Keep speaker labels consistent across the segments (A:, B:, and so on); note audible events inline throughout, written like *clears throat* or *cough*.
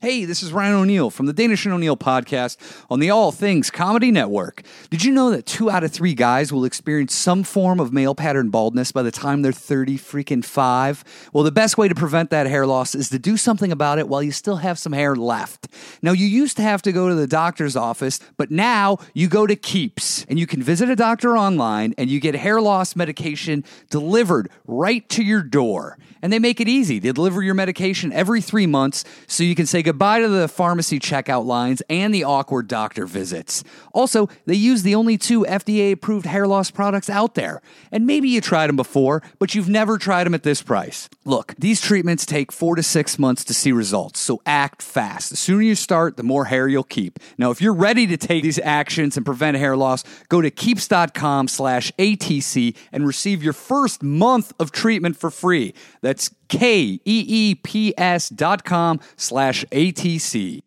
A: Hey, this is Ryan O'Neill from the Danish and O'Neill podcast on the All Things Comedy Network. Did you know that two out of three guys will experience some form of male pattern baldness by the time they're 30 freaking five? Well, the best way to prevent that hair loss is to do something about it while you still have some hair left. Now, you used to have to go to the doctor's office, but now you go to Keeps and you can visit a doctor online and you get hair loss medication delivered right to your door. And they make it easy. They deliver your medication every three months so you can say goodbye to the pharmacy checkout lines and the awkward doctor visits. Also, they use the only two FDA approved hair loss products out there. And maybe you tried them before, but you've never tried them at this price. Look, these treatments take four to six months to see results, so act fast. The sooner you start, the more hair you'll keep. Now, if you're ready to take these actions and prevent hair loss, go to keeps.com slash ATC and receive your first month of treatment for free. That's K E E P S dot com slash ATC.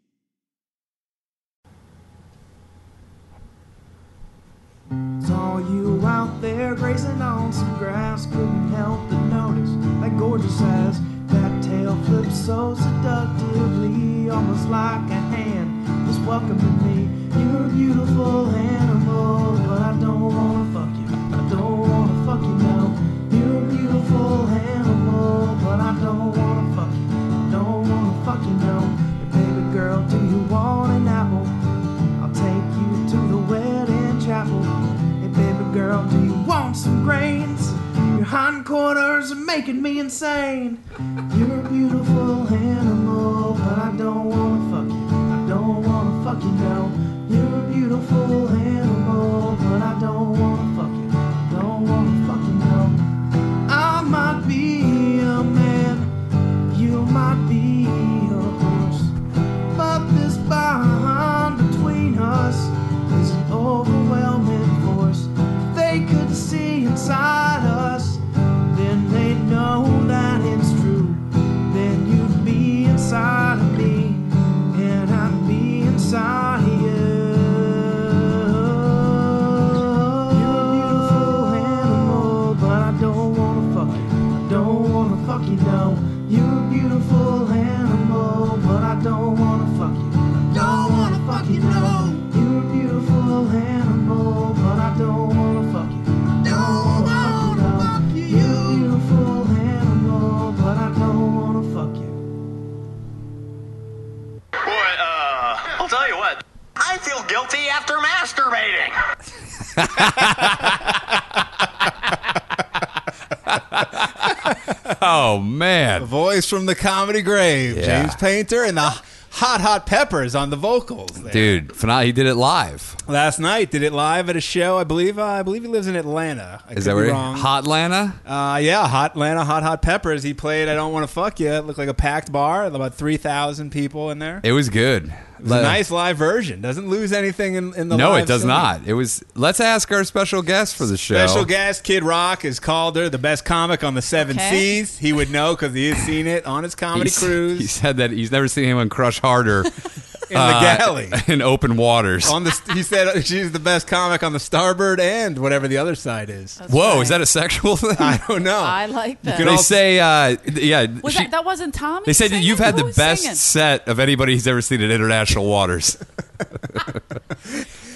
B: Saw you out there grazing on some grass, couldn't help but notice that gorgeous ass. That tail flipped so seductively, almost like a hand was welcoming me. You're a beautiful animal, but I don't wanna fuck you. I don't wanna fuck you now. You're a beautiful animal, but I don't wanna fuck you. I don't wanna fuck you now. Hey, baby girl, do you want an apple? I'll take you to the wedding chapel. Hey, baby girl, do you want some grains? Your hindquarters are making me insane. You're a beautiful animal, but I don't wanna fuck you. I don't wanna fuck you now. You're a beautiful animal, but I don't wanna fuck you. I don't wanna fuck you now. I might be a man, you might be a horse. But this bond between us is an overwhelming force. If they could see inside us, then they'd know that it's true. Then you'd be inside of me, and I'd be inside of you. You're a beautiful animal, but I don't wanna fuck you. I don't wanna fuck you now. You're a beautiful animal, but I don't wanna fuck you. I don't wanna fuck you now. You're a beautiful animal, but I don't wanna fuck you. I don't wanna fuck you. You're a beautiful animal, but I don't wanna fuck you.
C: Boy, uh, I'll tell you what. I feel guilty after masturbating.
D: Oh man,
E: Voice from the comedy grave,
D: Yeah.
E: James Painter, and the hot, hot peppers on the vocals. there.
D: dude, phenom- he did it live.
E: Last night, did it live at a show. I believe. Uh, I believe he lives in Atlanta. I
D: Is
E: could
D: that
E: be
D: where
E: wrong?
D: Hot Lana?
E: Uh, yeah, hot Atlanta, hot, hot peppers. He played. I don't want to fuck you. It looked like a packed bar. About three thousand people in there.
D: It was good.
E: It's a nice live version. Doesn't lose anything in, in the.
D: No,
E: live
D: it does
E: singing.
D: not. It was. Let's ask our special guest for the show.
E: Special guest Kid Rock is Calder, the best comic on the Seven
F: Okay.
E: Seas. He would know because he has seen it on his comedy
D: He's- *laughs*
E: cruise
D: He said that he's never seen anyone crush harder uh,
E: in *laughs* the galley.
D: *laughs* in open waters.
E: on the he said uh, she's the best comic on the starboard and whatever the other side is.
D: Whoa, is that a sexual thing?
E: *laughs* I don't know.
D: Oh.
F: I like that.
D: *laughs*
E: can
D: they
E: all-
D: say, uh, yeah.
F: was
D: she-
F: that, that wasn't Tommy?
D: they said that
F: singing?
D: you've had
F: Who
D: the
F: was
D: best
F: singing?
D: set of anybody he's ever seen at international
F: *laughs*
D: waters.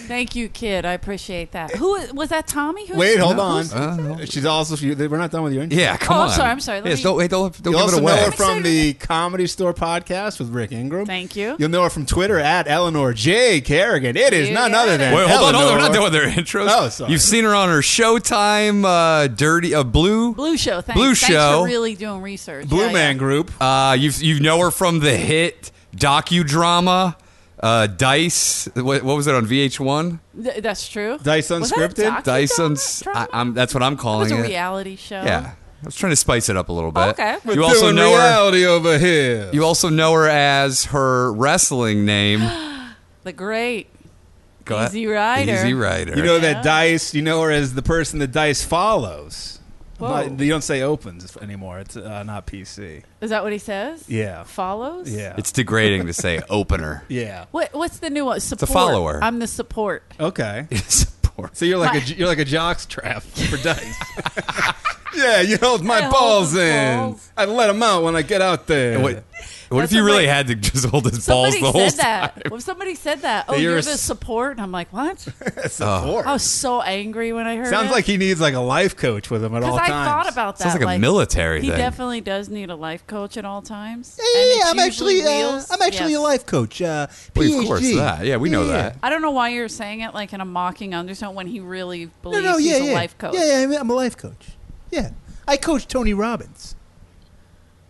F: Thank you, kid. I appreciate that. Who was that? Tommy? Who
E: Wait, hold
F: who-
D: Uh,
E: on.
F: who's-
E: she's also she- we're not done with your intro.
D: Yeah, come
F: Oh,
D: on.
F: I'm sorry, I'm sorry. Let
D: Yes,
F: me-
D: don't, wait, don't, don't
E: You'll
D: give
E: also
D: it
E: know
D: away.
E: her from the Comedy Store podcast with Rick Ingram.
F: Thank you.
E: You'll know her from Twitter at Eleanor J. Kerrigan. It is
F: You
E: none
F: got
E: other
F: it.
E: than
D: Wait, hold on, hold on. We're not
E: Eleanor.
D: doing their intros.
E: Oh, sorry.
D: You've seen her on her Showtime, uh, Dirty, uh, Blue.
F: Blue show. Thanks.
D: Blue
F: Thanks
D: Show.
F: for really doing research.
E: Blue
F: Yeah, yeah.
E: Man Group.
D: Uh, you've you know her from the hit docudrama, uh, Dice. What, what was it on VH1?
F: Th- that's true.
E: Dice
F: Was that a
E: Unscripted?
F: docudrama?
D: Dyson's. I,
F: Drama?
D: I'm, that's what I'm
F: That
D: calling
F: was a
D: it.
F: reality show.
D: Yeah, I was trying to spice it up a little bit.
F: Okay. We're
D: You also know her.
E: reality over here.
D: You also know her as her wrestling name.
F: The great.
D: Go-
F: *gasps* Easy Rider.
D: Easy Rider.
E: You know that Dice. You know her as the person that Dice follows.
F: Whoa.
E: Not- you don't say opens anymore. It's uh, not PC.
F: Is that what he says?
E: Yeah.
F: Follows.
E: Yeah.
D: it's degrading to say opener.
E: *laughs*
D: *laughs*
E: yeah.
F: What What's the new one? Support.
D: follower.
F: I'm the support.
E: Okay.
D: Support.
E: *laughs* So you're like a
F: My-
E: you're like a jock's
F: *laughs*
E: trap for dice. *laughs* yeah, you held my
F: I hold
E: balls
F: the
E: in.
F: balls.
E: I let them out when I get out there.
D: What- What
F: That's
D: if you
F: what
D: really
F: my-
D: had to just hold his *laughs* balls
F: Somebody
D: the whole
F: said that.
D: time?
F: Well, if somebody said that, oh, you're,
E: you're a
F: the
E: s-
F: support, and I'm like, what?
E: Support.
F: I was so angry when I heard.
E: Sounds
F: it.
E: like Uh, he needs like a life coach with him at all
F: because I
E: times.
F: thought about that.
D: Sounds like a military
F: He
D: thing.
F: definitely does need a life coach at all times. and
E: Yeah,
F: it's
E: I'm actually,
F: usually
E: uh,
F: wheels.
E: I'm actually
F: Yes.
E: a life coach. Uh,
D: Well, of course,
E: PhD.
D: that. Yeah, we know
E: Yeah.
D: that.
F: I don't know why you're saying it like in a mocking undertone when he really
E: No,
F: believes
E: no, yeah,
F: he's
E: yeah.
F: a life coach.
E: Yeah, yeah, I'm- I'm a life coach. Yeah, I coach Tony Robbins.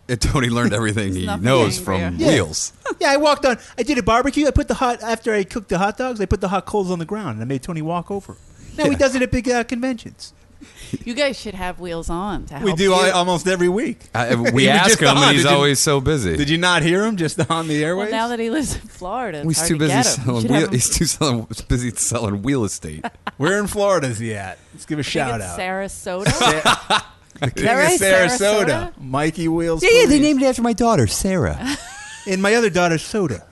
D: And Tony learned everything he
F: nothing
D: knows
F: angrier.
D: from
E: Yeah.
D: Wheels.
E: *laughs* yeah, I walked on. I did a barbecue. I put the hot after I cooked the hot dogs. I put the hot coals on the ground, and I made Tony walk over. Now he does it at big uh, conventions.
F: You guys should have wheels on. To help
E: We do
F: you.
E: al- almost every week.
D: I, uh, we
E: You were
D: ask
E: just
D: him,
E: on.
D: and he's
E: Did you-
D: always so busy.
E: Did you not hear him just *laughs* on the
F: well,
E: airways?
F: now that he lives in Florida, it's
D: he's
F: hard
D: too
F: to
D: busy
F: get him. You
D: selling.
F: should have
D: Wheel,
F: him-
D: he's too selling, busy selling real estate.
E: Where in Florida is he at? Let's give a
F: I think
E: shout
F: it's
E: out.
F: Sarasota.
E: King of
F: right?
E: Sarasota.
F: Sarasota?
E: Mikey Wheels. Police.
A: it after my daughter,
D: *laughs*
A: Sarah.
E: And my other daughter, soda.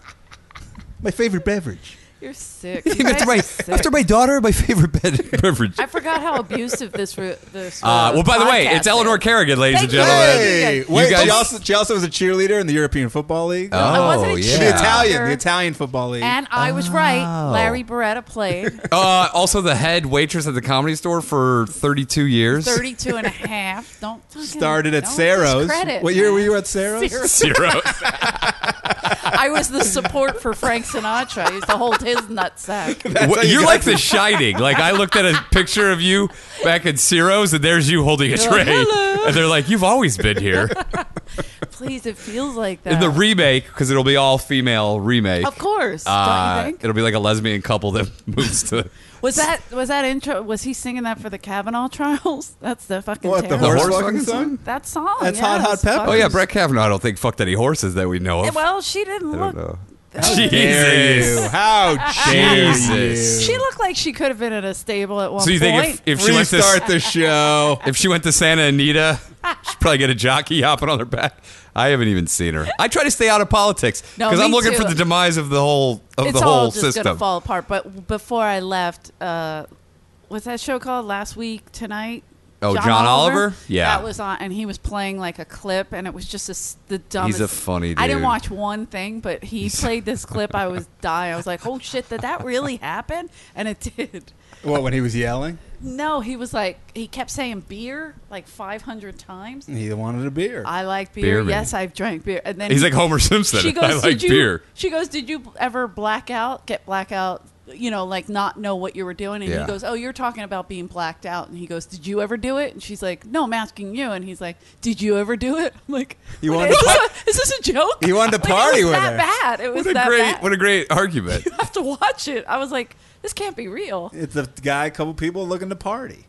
E: My favorite beverage.
F: You're sick. You
A: after
F: guys
A: my
F: are sick.
A: after my daughter, my favorite
D: *laughs*
A: bed.
D: Beverage.
F: I forgot how abusive this re- this.
D: Uh, well, by the way,
F: podcast
D: it's Eleanor
F: is.
D: Kerrigan, ladies and
F: Thank you.
D: gentlemen.
F: Hey,
E: Hey, wait,
D: you guys-
E: she, also, she also was a cheerleader in the European Football League.
D: Oh,
F: I wasn't a
D: yeah.
E: The
F: cheerleader.
E: Italian, the Italian Football League.
F: And I was
E: Oh.
F: right. Larry Beretta
E: *laughs*
F: played
D: Uh, also, the head waitress at the comedy store for 32 years. *laughs*
F: 32 and a half. Don't fucking-
E: Started at
F: don't
E: Sarah's.
F: discredit
E: What year
F: me.
E: were you at Sarah's?
F: Sarah's.
D: Zero.
F: I was the support for Frank Sinatra. I used to hold his
E: *laughs*
F: nutsack.
D: What-
E: how you
D: You're
E: got
D: like *laughs*
E: to-
D: the shining. Like I looked at a picture of you back at Ciro's, and there's you holding a
F: like,
D: tray, and they're like, "You've always been here."
F: Please, it feels like that.
D: In the remake, because it'll be all female remake.
F: of course,
D: Uh,
F: don't you think?
D: It'll be like a lesbian couple that *laughs* moves to
F: Was that was that intro? Was he singing that for the Kavanaugh *laughs* trials? That's the fucking
E: What, the
F: terrible-
E: horse,
D: horse
E: fucking
D: fucking
E: song?
F: That song.
E: That's
F: yeah,
E: Hot Hot
F: that's
E: Pepper. Oh,
F: fucking-
D: Oh yeah, Brett Kavanaugh. I don't think fucked any horses that we know of.
F: Well, she didn't
D: I don't
F: look.
D: know.
E: Dare
D: Jesus. *laughs*
E: you. How dare
D: Jesus.
E: you.
F: She looked like she could have been in a stable at one
D: So you
F: point.
D: think if, if she went to
E: Restart the show.
D: *laughs* If she went to Santa Anita, she'd probably get a jockey hopping on her back. I haven't even seen her. I try to stay out of politics
F: No,
D: because I'm
F: me
D: looking
F: too.
D: for the demise of the whole of
F: it's
D: the whole
F: all just
D: system.
F: gonna fall apart. But before I left, uh, what's that show called? Last week tonight.
D: Oh, John Oliver? Yeah.
F: that was on, and he was playing like a clip, and it was just a s the dumbest.
D: He's a funny
F: I didn't
D: dude.
F: watch one thing, but he
D: *laughs*
F: played this clip. I was dying. I was like, "Oh shit, did that really happen?" And it *laughs* did.
E: What, when he was yelling?
F: No, he was like, he kept saying beer like 500 times.
E: He wanted a beer.
F: I like beer.
D: Beer, man.
F: yes, I've drank beer. And then
D: He's
F: he-
D: like Homer Simpson.
F: she
D: *laughs*
F: goes,
D: I like
F: did you,
D: beer.
F: She goes, did you ever black out? Get blackout? You know, like not know what you were doing. And
D: Yeah.
F: he goes, oh, you're talking about being blacked out. And he goes, did you ever do it? And she's like, no, I'm asking you. And he's like, did you ever do it? I'm like,
E: You
F: what-
E: wanted
F: is,
E: to
F: this
E: par-
F: a, *laughs* is this a joke?
E: You wanted to
F: *laughs* Like,
E: party
F: it was
E: with
F: that
E: her.
F: bad. It was
D: What a
F: that
D: great
F: bad.
D: what a great argument.
F: you have to watch it. I was like, this can't
D: *laughs*
F: be real.
E: it's a guy, a couple people looking to party.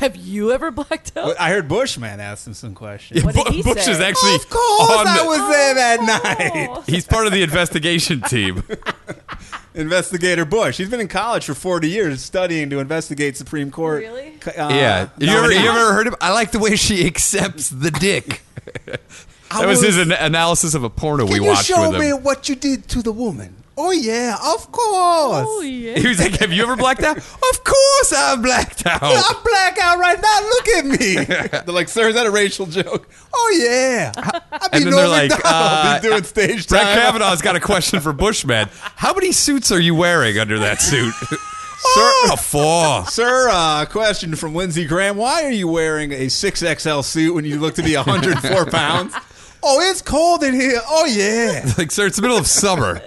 F: Have you ever blacked out?
D: *laughs*
E: I heard Bushman asked him some questions.
F: *laughs* What did he
D: Bush
F: say?
D: is actually
E: Of course,
D: on
E: I
D: the-
E: was there that night.
F: Oh.
D: He's part of the investigation team.
E: *laughs* Investigator Bush. He's been in college for 40 years studying to investigate Supreme Court.
F: Really?
E: c- uh,
D: yeah. You ever, you
E: nominees.
D: ever heard of I like the way she accepts the
E: *laughs*
D: dick. that was, his an- analysis of a porno we
E: Can you
D: watched
E: show
D: with
E: me
D: him.
E: what you did to the woman? Oh, yeah, of course.
F: Oh, yeah.
D: He was like, "Have you ever blacked
E: *laughs*
D: out?" of course, I've blacked out.
E: I'm black out right now. Look at me.
D: *laughs*
E: they're like, sir, is that a racial joke? Oh, yeah. I've
D: And
E: been
D: then they're
E: over
D: like, uh,
E: doing stage
D: Brett
E: time.
D: Kavanaugh's got a question for Bushman. How many suits are you wearing under that
E: *laughs*
D: suit?
E: Oh.
D: Sir, a four.
E: Sir, uh, question from Lindsey Graham. Why are you wearing a 6XL suit when you look to be
D: *laughs*
E: 104 pounds? oh, it's cold in here. Oh, yeah.
D: Like, sir, it's the middle of summer.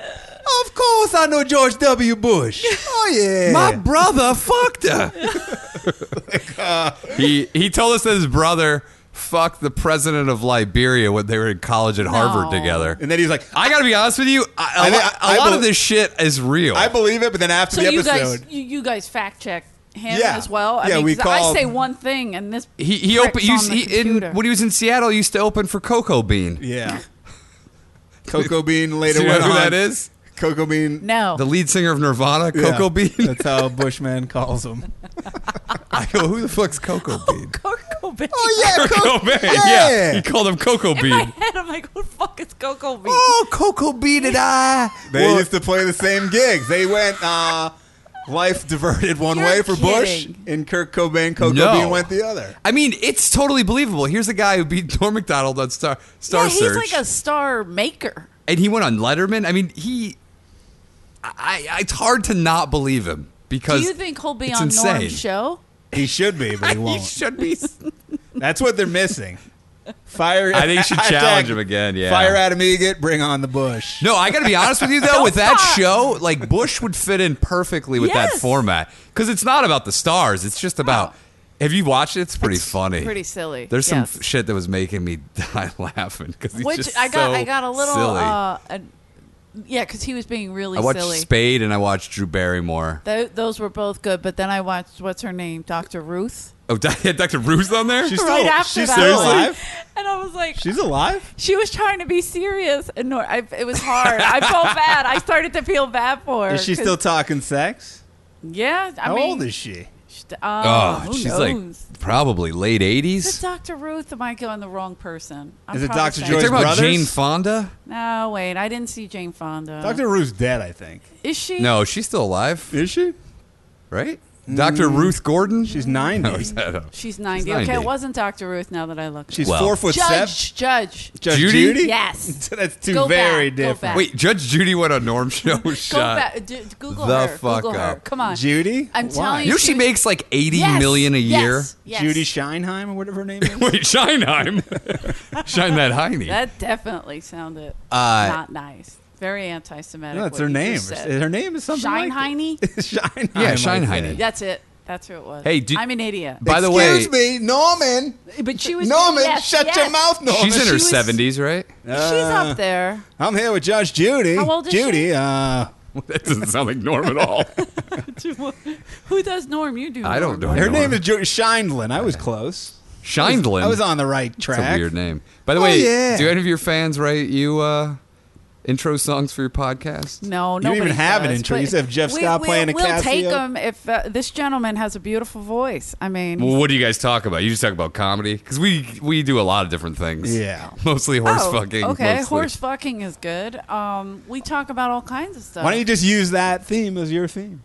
E: Of course, I know George W. Bush. Oh yeah,
D: My brother fucked
E: *laughs*
D: her. he he told us that his brother fucked the president of Liberia when they were in college at Harvard
F: No.
D: together.
E: and then he's like,
D: I gotta be honest with you. I,
E: I
D: a
E: think-
D: lot,
E: I
D: a lot
E: bel-
D: of this shit is real.
E: I believe it, but then after
F: So
E: the
F: you
E: episode,
F: guys, you, you guys fact check him
E: Yeah.
F: as well. I
E: Yeah,
F: mean,
E: we
F: 'cause I
E: called-
F: say one thing, and this
D: he he
F: prick's
D: opened. you-
F: on the
D: he- in-
F: computer.
D: when he was in Seattle, he used to open for Cocoa Bean. *laughs*
E: yeah, Coco Bean later
D: Do you know
E: went
D: who
E: on.
D: that is?
E: Coco Bean.
D: *laughs*
F: no,
D: The lead singer of Nirvana, Cocoa
E: Yeah.
D: Bean.
E: That's how Bushman calls him.
D: *laughs* I go, who the *laughs* fuck's
F: *laughs*
D: Cocoa Bean?
F: Coco Bean.
E: *laughs* Oh,
F: *laughs*
D: *laughs*
E: yeah,
D: Cocoa Bean. Yeah. he called him Cocoa
F: In my
D: Bean.
F: head, I'm like, who the fuck is Coco Bean?
D: Oh, Cocoa Bean and I.
E: They used to play the same gigs. They went. uh Life diverted one
F: You're
E: way for Bush,
F: kidding.
E: and Kirk Cobain, Coco
D: No.
E: Bean went the other.
D: I mean, it's totally believable. Here's a guy who beat Norm Macdonald on Star Star
F: yeah,
D: Search,
F: he's like a star maker.
D: and he went on Letterman. I mean, he. I, I it's hard to not believe him because
F: Do you think he'll be
D: it's
F: on
D: insane.
F: Norm's show?
E: He should be,
F: *laughs*
E: but he
D: *laughs* He
E: won't.
D: should be.
E: That's what they're missing. Fire.
D: I think you should
E: *laughs* hashtag
D: challenge him again, yeah.
E: Fire Adam Egan. Bring on the Bush.
D: No, I got to be honest with
F: *laughs*
D: you though. with that
F: stop.
D: show, like Bush would fit in perfectly with that
F: Yes. Oh.
D: format because it's not about the stars. It's just about. Have you watched it? It's pretty funny.
F: pretty silly,
D: There's some
F: yes.
D: f- shit that was making me *laughs* die laughing because he's
F: Which
D: just
F: I got,
D: so
F: I got a little,
D: silly.
F: uh, a, yeah, because he was being really
D: I watched
F: silly.
D: Spade and I watched Drew Barrymore.
F: Tho- those were both good, but then I watched what's her name, Dr. Ruth,
D: Oh, *laughs* Dr. Ruth's on there.
E: She's
F: *laughs* right
E: still,
F: after
E: she's
F: that.
E: still
F: one.
E: alive.
F: *laughs* and I was like,
E: She's alive.
F: she was trying to be serious, and nor- I, it was hard. I
E: *laughs*
F: felt bad. I started to feel bad for her.
E: Is she
F: 'cause-
E: still talking sex?
F: Yeah, I
E: How
F: mean,
E: old is she?
F: she- oh,
D: oh,
F: who
D: she's
F: knows?
D: like probably late
F: Is it
D: 80s.
F: Dr. Ruth? Am I going the wrong person? I'm
E: Is it
F: probably
E: Dr.
F: saying-
D: You
E: Joyce
D: talking about
E: Brothers?
D: Jane Fonda?
F: No, wait. I didn't see Jane Fonda.
E: Dr. Ruth's dead, I think.
F: is she?
D: No, she's still alive,
E: Is she?
D: right? Dr. Ruth Gordon?
E: Mm. She's 90.
D: *laughs* No, is that a-
F: She's 90.
D: She's
F: Okay,
D: 90.
F: it wasn't Dr. Ruth now that I look.
E: She's
D: Well.
E: four foot
F: Judge.
E: seven.
F: Judge.
E: Judge
D: Judy?
E: Judy?
F: Yes.
E: *laughs* That's two
F: Go
E: very
F: back, go
E: different.
F: back.
D: Wait, Judge Judy went on Norm's show.
F: *laughs* Go
D: shot.
F: back. d- Google
D: the
F: her.
D: fuck
F: Google her.
D: up.
F: Come on.
E: Judy?
F: I'm
E: Why?
F: telling
D: You know she
F: She-
D: makes like eighty million
F: Yes,
D: a year.
F: Yes. yes.
E: Judy Scheinheim or whatever
F: *laughs*
E: her name
D: *laughs*
E: is?
D: Wait, Shineheim, Shine that Heine.
F: that definitely sounded
D: Uh,
F: not nice. Very anti-Semitic.
E: no, it's
F: what
E: her
F: you
E: name.
F: just said.
E: Her name is something
F: Shine
E: like
F: Heine?
E: that. *laughs* Scheinheim.
D: Yeah,
E: I
D: Scheinheim.
E: think.
F: That's it. That's who it was.
D: Hey, do-
F: I'm an idiot.
D: By the way,
E: Excuse me, Norman.
F: but she was.
E: Norman,
F: yes,
E: shut
F: yes.
E: your mouth, Uh. Norman.
D: she's in her
F: was-
D: seventies,
E: *laughs*
D: right?
F: She's up there. *laughs*
E: I'm here with Judge Judy.
F: How old is
E: Judy,
F: she?
E: uh,
D: that doesn't sound like Norm at *laughs* all.
F: Who does Norm? You do.
D: I don't
F: Norm,
D: know.
F: right?
E: her
D: Norm.
E: name is Ju- Scheindlin. I was close.
D: Shindlin.
E: I was on the right track.
D: That's a weird name. By the
E: Oh,
D: way,
E: yeah.
D: do any of your fans write you uh, intro songs for your podcast?
F: No,
E: don't
F: nobody
E: even have an
F: does,
E: intro. You
F: but
E: just have Jeff
F: we-
E: Scott
F: we'll-
E: playing a
F: We'll take
E: Casio.
F: him if uh, this gentleman has a beautiful voice. I mean,
D: Well, what do you guys talk about? You just talk about comedy because we we do a lot of different things.
E: Yeah.
D: *laughs* mostly horse
F: oh,
D: fucking.
F: Okay,
D: mostly.
F: horse fucking is good. Um, we talk about all kinds of stuff.
E: Why don't you just use that theme as your theme?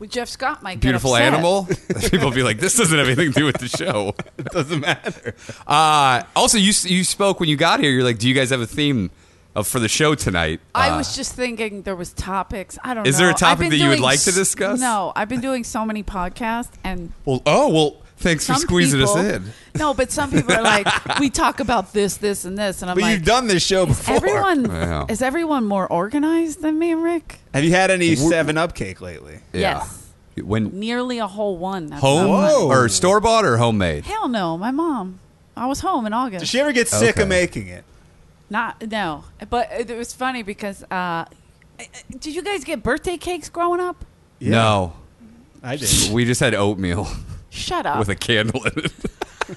F: Well, Jeff Scott might
D: Beautiful
F: get upset. *laughs*
D: animal. People be like, this doesn't have anything to do with the show.
E: It doesn't matter.
D: Uh, also, you you spoke when you got here. You're like, do you guys have a theme of, for the show tonight?
F: I
D: Uh,
F: was just thinking there was topics. I don't.
D: Is
F: know.
D: there a
F: I've
D: topic
F: been
D: that you would
F: doing
D: like to
F: s-
D: discuss?
F: No, I've been doing so many podcasts and
D: well, oh well. Thanks for
F: some
D: squeezing
F: people,
D: us in.
F: No, but some people
D: *laughs*
F: are like, we talk about this, this, and this, and I'm
E: But
F: like,
E: you've done this show before.
F: everyone
D: Wow.
F: is everyone more organized than me and Rick?
E: *laughs* Have you had any Seven Up cake lately?
F: Yes.
D: Yeah. When
F: Nearly a whole one. That's
D: home
F: not much.
E: Whoa.
D: or store bought or homemade?
F: Hell no, my mom. I was home in August.
E: Does she ever get sick
D: Okay.
E: of making it?
F: Not no, but it was funny because uh, I- I- did you guys get birthday cakes growing up?
D: No,
E: I did.
D: we just had oatmeal *laughs*
F: Shut up.
D: with
F: *laughs*
D: a candle in it.
F: Is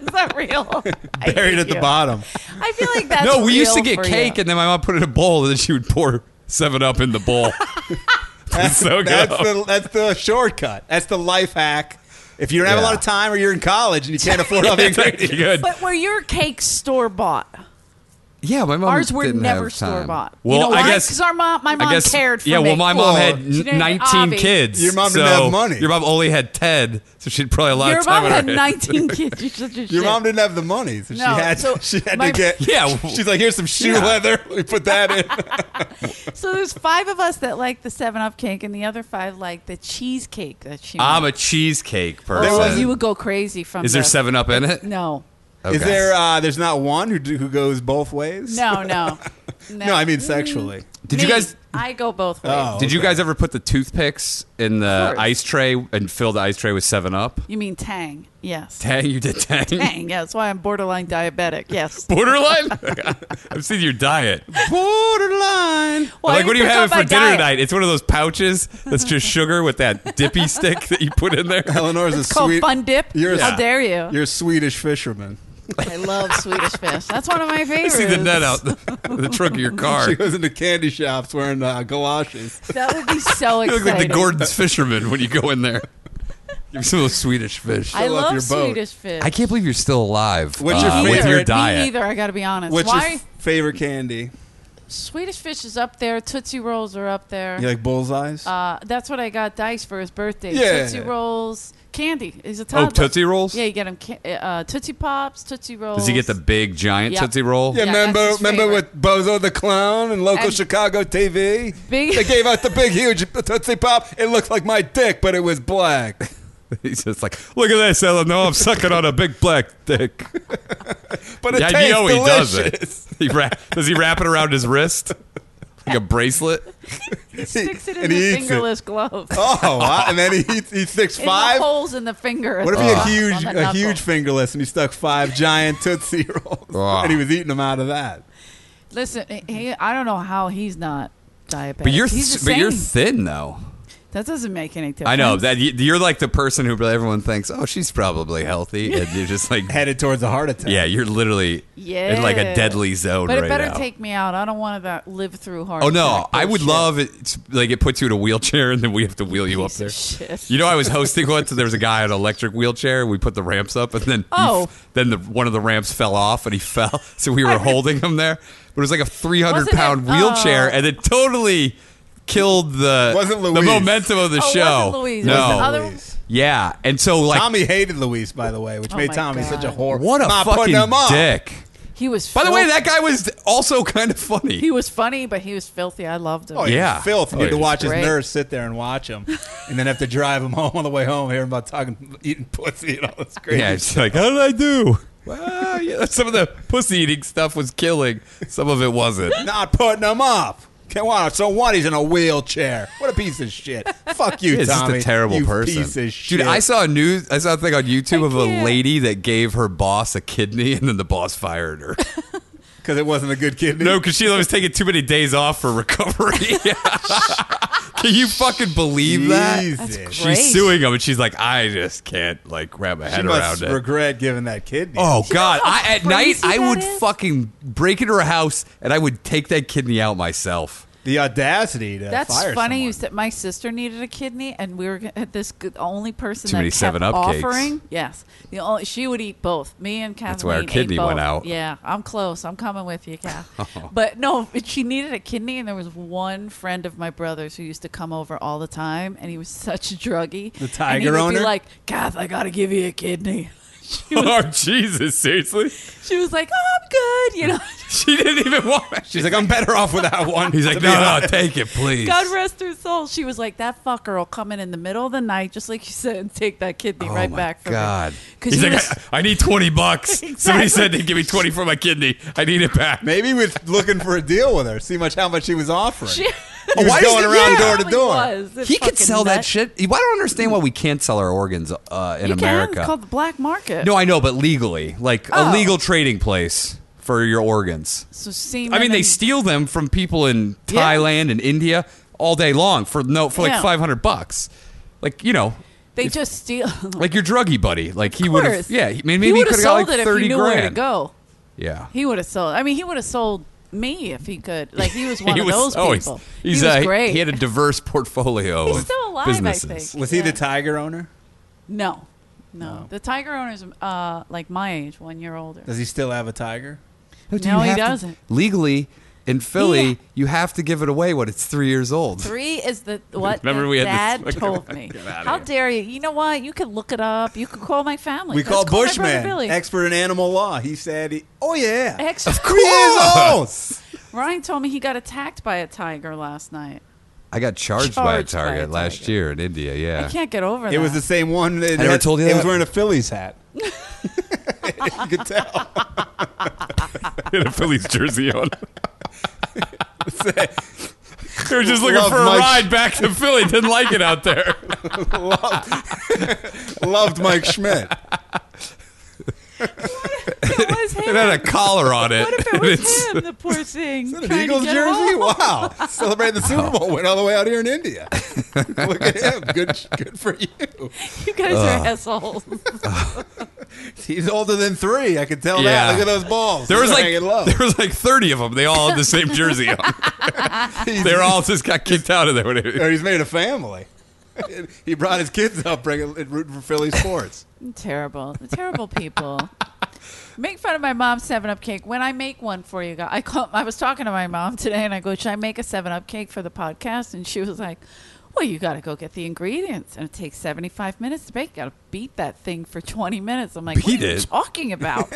F: that
D: *laughs*
F: real? I
E: Buried
F: hate *laughs*
E: at the
F: you.
E: bottom.
F: I feel like that's
D: no, we used to
F: real
D: get
F: for
D: cake
F: you.
D: and then my mom put it in a bowl and then she would pour Seven Up in the
F: *laughs*
D: bowl. It's so good. *laughs*
E: That's the that's the shortcut. That's the life hack. If you don't have a
D: Yeah.
E: lot of time or you're in college and you
D: *laughs*
E: can't afford all the
D: It's pretty
E: ingredients,
D: good.
F: But were your cakes store bought?
D: Yeah, my mom.
F: Ours were
D: Um, didn't
F: never
D: have time.
F: store bought.
D: Well,
F: you know
D: I
F: why?
D: guess
F: because our mom, my mom
D: I guess,
F: cared for
D: Yeah, well,
F: me.
D: my mom had
E: Do
F: you know
D: n- 19
F: Avi?
D: kids.
E: Your mom
D: so
E: didn't have money.
D: Your mom only had 10, so she'd probably a lot
F: Your
D: of time
F: mom
D: on her
F: had
D: hands. *laughs*
F: 19 kids. You're such a
E: your mom didn't have the money, so she
F: No,
E: had
F: so
E: *laughs* she had
F: my-
E: to
D: *laughs*
E: get.
D: Yeah.
E: she's like, here's some shoe
D: Yeah.
E: leather. We put that
D: *laughs*
E: in.
F: So there's five of us that like the Seven Up cake, and the other five like the cheesecake that she.
D: I'm
F: made.
D: a cheesecake person.
F: Oh, you would go crazy from.
D: Is there
F: the-
D: 7 Up in it?
F: No,
E: Is
D: Okay.
E: there? Uh, there's not one who do, who goes both ways.
F: no, no, no.
E: *laughs* No, I mean sexually.
D: Did you
F: Me,
D: guys-
F: I go both ways.
E: Oh.
D: Did you guys ever put the toothpicks in the
F: course.
D: ice tray and fill the ice tray with 7 Up?
F: You mean Tang? Yes.
D: Tang, you did Tang.
F: Tang. Yeah, that's why I'm borderline diabetic. Yes.
D: *laughs* Borderline? *laughs* I've seen your diet.
F: Mm.
E: Borderline.
F: Well,
D: like,
F: I
D: what are
F: didn't
D: you
F: pick
D: having
F: up my
D: for dinner
F: diet.
D: tonight? It's one of those pouches that's just sugar with that dippy stick that you put in
E: *laughs*
D: there.
E: Eleanor's
F: It's
E: a
F: called
E: sweet.
F: Fun Dip.
E: You're a-
F: How dare you?
E: You're a Swedish fisherman.
F: I love Swedish fish. That's one *laughs* of my favorites.
D: See the net out *laughs* the, the trunk of your car.
E: She goes into candy shops wearing uh, galoshes.
F: That would be *laughs* so
D: You
F: exciting.
D: look like the Gordon's fisherman when you go in
F: *laughs*
D: there. Give me some of those Swedish fish.
F: I
E: fill up
F: love
E: your boat.
F: Swedish fish.
D: I can't believe you're still alive
E: What's your
D: uh, with your
E: favorite?
D: diet.
F: Me either. I got to be honest.
E: What's
F: Why?
E: your f- favorite candy?
F: Swedish Fish is up there. Tootsie Rolls are up there.
E: You like bullseyes?
F: Uh, that's what I got Dice for his birthday.
E: Yeah.
F: Tootsie Rolls, candy. He's a toddler.
D: Oh, Tootsie Rolls?
F: Yeah, you get him ca- uh, Tootsie Pops, Tootsie Rolls.
D: Does he get the big giant
F: Yeah.
D: Tootsie Roll?
E: yeah,
F: yeah,
E: remember,
F: that's his
E: remember with Bozo the Clown and local
F: And-
E: Chicago TV?
F: Big-
E: they gave out the big, huge Tootsie Pop. It looked like my dick, but it was black.
D: *laughs* He's just like, look at this, Ellen. No, I'm sucking on a big black *laughs* dick.
E: But it
D: yeah,
E: tastes
D: you know he
E: delicious.
D: does it. *laughs* He wra- does he wrap it around his wrist like a bracelet?
F: Sticks it in
E: and he
F: his
E: eats it.
F: fingerless glove. *laughs*
E: Oh, wow. and then he, he's six
F: In
E: five.
F: the holes in the finger.
E: What if he
F: Uh,
D: Ah.
E: had
F: on
E: huge,
F: the
E: a
F: knuckle.
E: huge fingerless, and he stuck five giant Tootsie Rolls,
D: Ugh.
E: and he was eating them out of that?
F: Listen, he, I don't know how he's not diabetic.
D: But you're
F: he's the
D: but you're
F: same.
D: thin though.
F: that doesn't make any difference.
D: I know that you- you're like the person who everyone thinks, oh, she's probably healthy, and you're just *laughs* like,
E: Headed towards a heart attack.
D: yeah, you're literally
F: Yeah.
D: in like a deadly zone
F: But
D: right
F: it better
D: now.
F: take me out. I don't want to live through heart.
D: Oh no!
F: attack
D: I would
F: bullshit.
D: love it. It's like it puts you in a wheelchair, and then we have to wheel you up
F: Piece
D: there.
F: of shit.
D: You know, I was hosting once, and there was a guy on an electric wheelchair. We put the ramps up, and then he f-
F: Oh.
D: then the, one of the ramps fell off, and he fell. *laughs* So we were holding him there, but it was like a three hundred
F: Wasn't it-
D: pound wheelchair,
F: oh.
D: and it totally killed the
E: Wasn't
D: the
E: Luis.
D: momentum of the
F: Oh,
D: show.
F: wasn't Louise.
D: No,
F: Wasn't other-
E: Luis.
D: yeah, and so like
E: Tommy hated Luis, by the way, which
F: Oh
E: made
F: my
E: Tommy
F: God.
E: such a whore.
D: what a
E: Not
D: fucking
E: putting him up.
D: dick.
F: He was.
D: By the way,
F: filth-
D: that guy was also kind of funny.
F: he was funny, but he was filthy. I loved him.
E: Oh, yeah,
D: Yeah.
E: filth.
D: Oh,
E: You had to
D: yeah.
E: watch his
F: Great.
E: nurse sit there and watch him, and then have to drive him *laughs* home on the way home, hearing about talking, eating pussy and all this crazy.
D: Yeah, it's like, how did I do? Well, yeah, some of the pussy eating stuff was killing. Some of it wasn't.
E: Not putting him up. Come on, so what? He's in a wheelchair. What a piece of shit. Fuck you,
D: *laughs* It's just
E: Tommy.
D: a terrible
E: you
D: person.
E: Piece of shit.
D: Dude, I saw a news I saw a thing on YouTube
F: I
D: of a
F: can't.
D: lady that gave her boss a kidney and then the boss fired her.
E: because it wasn't a good
D: *laughs*
E: kidney.
D: no, because she was taking too many days off for *laughs* recovery. Can you fucking believe that?
E: Jesus.
F: That's
D: She's
F: Great.
D: suing him and she's like, I just can't like wrap my
E: She
D: head
E: must
D: around it.
E: regret giving that kidney.
D: Oh God!
F: how
D: I, at night,
F: crazy
D: I
F: that
D: would
F: is?
D: fucking break into her house and I would take that kidney out myself.
E: the audacity to
F: That's
E: fire
F: funny. You
E: someone.
F: said my sister needed a kidney, and we were g- *laughs* this g- the only person
D: Too
F: that
D: many
F: kept
D: 7-Up cakes.
F: offering. Yes, the only she would eat both. Me and Kathleen.
D: why our
F: ate
D: kidney went
F: both.
D: out. Oh.
F: Yeah, I'm close. I'm coming with you,
D: *laughs*
F: Kath. But no, but she needed a kidney, and there was one friend of my brother's who used to come over all the time, and he was *laughs* such a druggie. The and he
E: tiger
F: would
E: owner?
F: Be like, Kath, I gotta give you a kidney. *laughs*
D: *laughs*
F: She was,
D: Oh Jesus! Seriously,
F: she was like, oh, I'm
D: *laughs*
F: good. You know,
D: she didn't even want. It.
E: She's like, I'm better off without one.
D: He's like,
E: to be
D: no, no,
E: honest."
D: take it, please.
F: God rest her soul. She was like, that fucker will come in in the middle of the night, just like you said, and take that kidney
D: Oh,
F: right
D: my
F: back from
D: God.
F: Because
D: He's like, I, I need twenty bucks.
F: *laughs*
D: Somebody
F: Exactly.
D: said they'd give me twenty for my kidney. I need it back.
E: Maybe he was looking for a deal with her. See much how much she
F: *laughs*
E: was
F: *laughs*
E: offering.
F: She-
E: he was
D: Why does
E: going
D: he-
E: around
D: yeah.
E: door to door.
D: He could sell that shit. Why don't I understand why we can't sell our organs uh, in
F: you
D: America?
F: Can. It's called the black market.
D: no, I know, but legally, like a
F: Oh.
D: legal trading place for your organs.
F: so semen
D: I mean, they
F: and-
D: steal them from people in
F: Yeah.
D: Thailand and India all day long for no for like
F: Yeah.
D: five hundred bucks. Like you know,
F: They just steal. *laughs*
D: like your druggie buddy. Like he
F: Of
D: would have.
F: course.
D: Yeah, he, I mean, maybe he,
F: would've
D: could have got
F: sold
D: like
F: it if
D: thirty
F: he knew
D: grand.
F: Where to go.
D: Yeah.
F: He would have sold. I mean, he would have sold me if he could. Like he was
D: *laughs* *laughs*
F: one
D: He
F: of
D: was-
F: those
D: oh, he's-
F: people.
D: he's,
F: he was
D: uh,
F: great.
D: He had a diverse portfolio.
F: *laughs* He's
D: of
F: still alive, I
D: businesses.
F: think.
E: Was he the
F: Yeah.
E: tiger owner?
F: no, no, The tiger owner's uh, like my age, one year older.
E: Does he still have a tiger?
F: do No, you he have to- doesn't.
D: legally, in Philly,
F: Yeah.
D: you have to give it away when it's three years old.
F: Three is the what
D: Remember
F: the
D: we had *laughs*
F: dad
D: this-
F: told me.
D: outta
F: How
D: here.
F: dare you? You know what? You could look it up. You could call my family.
E: We
F: Let's
E: called
F: call my brother
E: Bushman,
F: Billy.
E: expert in animal law. He said, he, "Oh yeah,
F: Ex-
E: three years old."
F: Ryan told me he got attacked by a tiger last night.
D: I got charged, by a
F: Charged by a
D: target last
F: Target.
D: year in India. Yeah.
F: I can't get over that.
E: It was the same one. That,
D: I never told you
E: It
D: that.
E: was wearing a
F: *laughs*
E: Phillies hat. you could tell.
D: had a Phillies jersey *laughs* on. they were just
E: looking Love for a Mike. ride
D: back to Philly. Didn't like it out there.
E: Loved Mike Schmidt.
F: *laughs* it
E: *laughs*
F: was
D: It had a
F: him.
D: collar on it.
F: What
D: *laughs*
F: if it was him? The poor thing.
E: Is that an
F: trying to
E: Eagles
F: get home?
E: jersey? Wow! Celebrating the Super Bowl, went all the way out here
D: *laughs*
E: in India. Look at him. Good, good for you.
F: *laughs* You guys are assholes.
E: He's older than three. I can tell
D: Yeah.
E: that. Look at those balls.
D: There was
E: He's
D: like
E: hanging low.
D: there was like thirty of them. They all had the same jersey
E: *laughs*
D: on. They're all just got kicked out of there. When
E: Or
D: it,
E: he's made a family. *laughs* he brought his kids up, bringing rooting for Philly sports.
F: terrible. Terrible people. Make fun of my mom's Seven Up cake when I make one for you guys. I call, I was talking to my mom today, and I go, "Should I make a Seven Up cake for the podcast?" And she was like, "Well, you got to go get the ingredients, and it takes seventy five minutes to bake. You got to beat that thing for twenty minutes." I'm like,
D: Beat
F: "What are you
D: it." *laughs*
F: talking about?"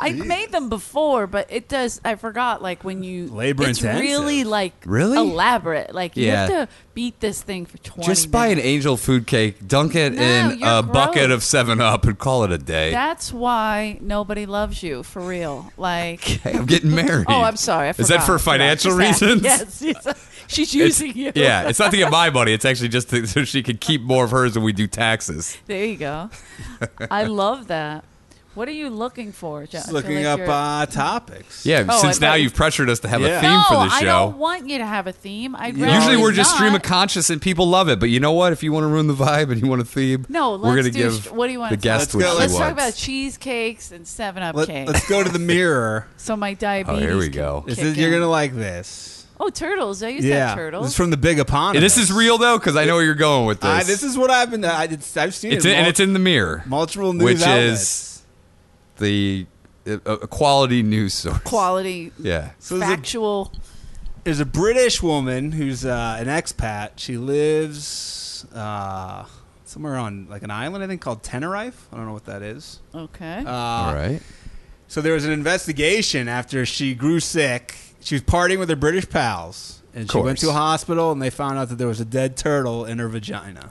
F: I made them before, but it does. I forgot. Like when you
E: Labor
F: it's
E: intensive.
F: really like
D: Really?
F: elaborate. Like you have
D: Yeah.
F: to beat this thing for twenty.
D: Just buy an
F: minutes.
D: angel food cake, dunk it
F: No,
D: in a
F: you're
D: bucket
F: gross.
D: of Seven Up, and call it a day.
F: That's why nobody loves you for real.
D: *laughs*
F: Like. *laughs*
D: hey, I'm getting married.
F: Oh, I'm sorry. I
D: Is that
F: forgot.
D: for
F: I forgot.
D: financial
F: She's act-
D: reasons?
F: *laughs* Yes, yes. she's using you.
D: Yeah, *laughs* it's not to get my money. It's actually just to, so she could keep more of hers when we do taxes.
F: *laughs* There
D: *laughs*
F: you go. I love that. What are you looking for, Josh?
E: Just looking up uh, topics.
D: Yeah,
F: Oh,
D: since
F: I
D: now
F: thought-
D: you've pressured us to have a
E: Yeah.
D: theme
F: no,
D: for this
F: Oh, I don't
D: show.
F: want you to have a theme. I'd
E: Yeah.
F: rather
D: Usually we're just
F: not.
D: stream of conscious and people love it, but you know what? If you want to ruin the vibe and you want a theme,
F: No,
D: we're
F: let's
D: gonna
F: do.
D: give
F: st- what do you want?
D: the
F: to talk
D: guest
E: go.
D: what
F: about?
D: she
F: Let's
D: wants.
F: talk about cheesecakes and Seven Up
E: Let,
F: cake.
E: us go to
F: *laughs*
E: the mirror.
F: So my diabetes.
D: Oh, here we go.
F: can
E: This
F: kick
E: is, you're
F: in.
E: gonna like this.
F: Oh, turtles. I used to
E: yeah,
F: have turtles.
E: this is from the Big Eponymous.
D: This is real though, because I know where you're going with this.
E: I, this is what I've been. I, it's, I've seen
D: it's
E: it,
D: in, and
E: mul-
D: it's in the mirror,
E: multiple news
D: which
E: outlets.
D: is the uh, uh, quality news source.
F: Quality,
D: Yeah.
E: So there's a-
F: factual.
E: there's a British woman who's uh, an expat. She lives uh, somewhere on like an island, I think, called Tenerife. I don't know what that is.
F: Okay.
E: Uh,
D: All right.
E: So there was an investigation after she grew sick. She was partying with her British pals, and she went
D: course.
E: to a hospital, and they found out that there was a dead turtle in
D: *laughs*
E: her vagina.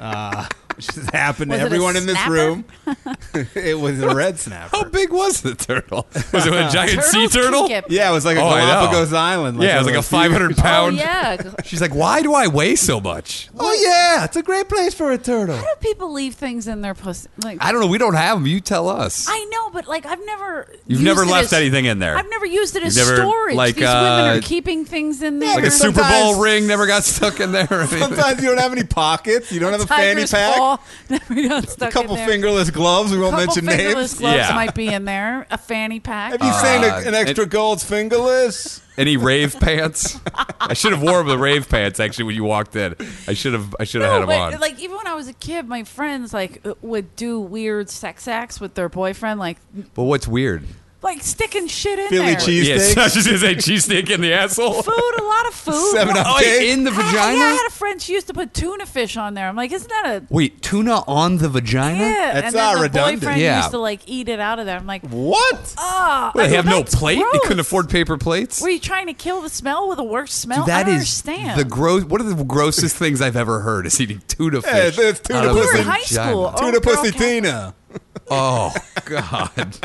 E: uh, which has happened
F: Was it a
E: to everyone in this
F: snapper? *laughs* Oh,
E: room. it was a red snapper.
D: How big was the turtle? Was it
E: *laughs*
D: a giant *laughs* sea
F: Turtles can
D: turtle?
F: get-
E: Yeah, it was like a
D: Oh, I know.
E: Galapagos Island.
D: yeah, it was like
E: one
D: a
E: of those
D: 500
F: oh
D: pound. *laughs*
F: yeah. How
D: She's like, why do I weigh so much?
E: huge- *laughs* Oh yeah, it's a great place for a turtle.
D: *laughs*
F: do people leave things in their pussy? Like
D: I don't know. We don't have them. You tell us.
F: I know, but like I've never.
D: You've
F: used
D: never
F: it
D: left
F: as-
D: anything in there.
F: I've never used it as
D: You've never,
F: storage.
D: like,
F: These women
D: uh,
F: are keeping things in there.
D: like a
E: Because
D: Super Bowl
E: sometimes-
D: ring never got stuck in there. or anything.
E: Sometimes you don't have any pockets. You don't have a fanny
F: Tiger's
E: pack.
F: *laughs* paw never got
E: A
F: stuck
E: couple
F: in there.
E: fingerless gloves. We won't
F: couple
E: mention
F: fingerless
E: names.
F: gloves
D: Yeah.
F: might be in there. A fanny pack.
E: Have you seen a, an
D: Uh,
E: extra gold's fingerless?
D: Any rave pants? I should have worn the rave pants actually when you walked in. I should have. I should have
F: No,
D: had them
F: but,
D: on.
F: Like even when I was a kid, my friends like uh, would do weird sex acts with their boyfriend, like
D: but what's weird?
F: like sticking shit in
E: Philly
F: there.
E: cheese-
D: Yes, *laughs*
E: steaks?
D: I was just gonna say cheesesteak in the asshole.
F: Food, a
E: *laughs*
F: lot of food.
E: Seven Up
D: Oh,
E: cake?
D: wait, in the
F: I, I, yeah, I
D: vagina.
F: had a friend. She used to put tuna fish on there. I'm like, isn't that a
A: Wait, tuna on the vagina?
D: Mm-hmm.
F: yeah?
E: That's
F: and then
E: not
F: the
E: redundant.
F: boyfriend
D: Yeah.
F: used to like eat it out of there. I'm like,
E: What?
F: ah.
D: Well,
F: I
D: they
F: go,
D: have no
F: "That's
D: plate. They
F: gross."
D: couldn't afford paper plates.
F: Were you trying to kill the smell with a worse smell?
D: Dude, that
F: I don't
D: is
F: understand.
D: the gross. One of the grossest things I've ever heard is eating tuna fish.
E: Yeah, it's tuna
D: out of a
F: we were
E: pussy.
F: in high
D: vagina.
F: school. Oh, girl
E: Tuna pussy
F: count-
E: Tina.
D: Oh *laughs* God!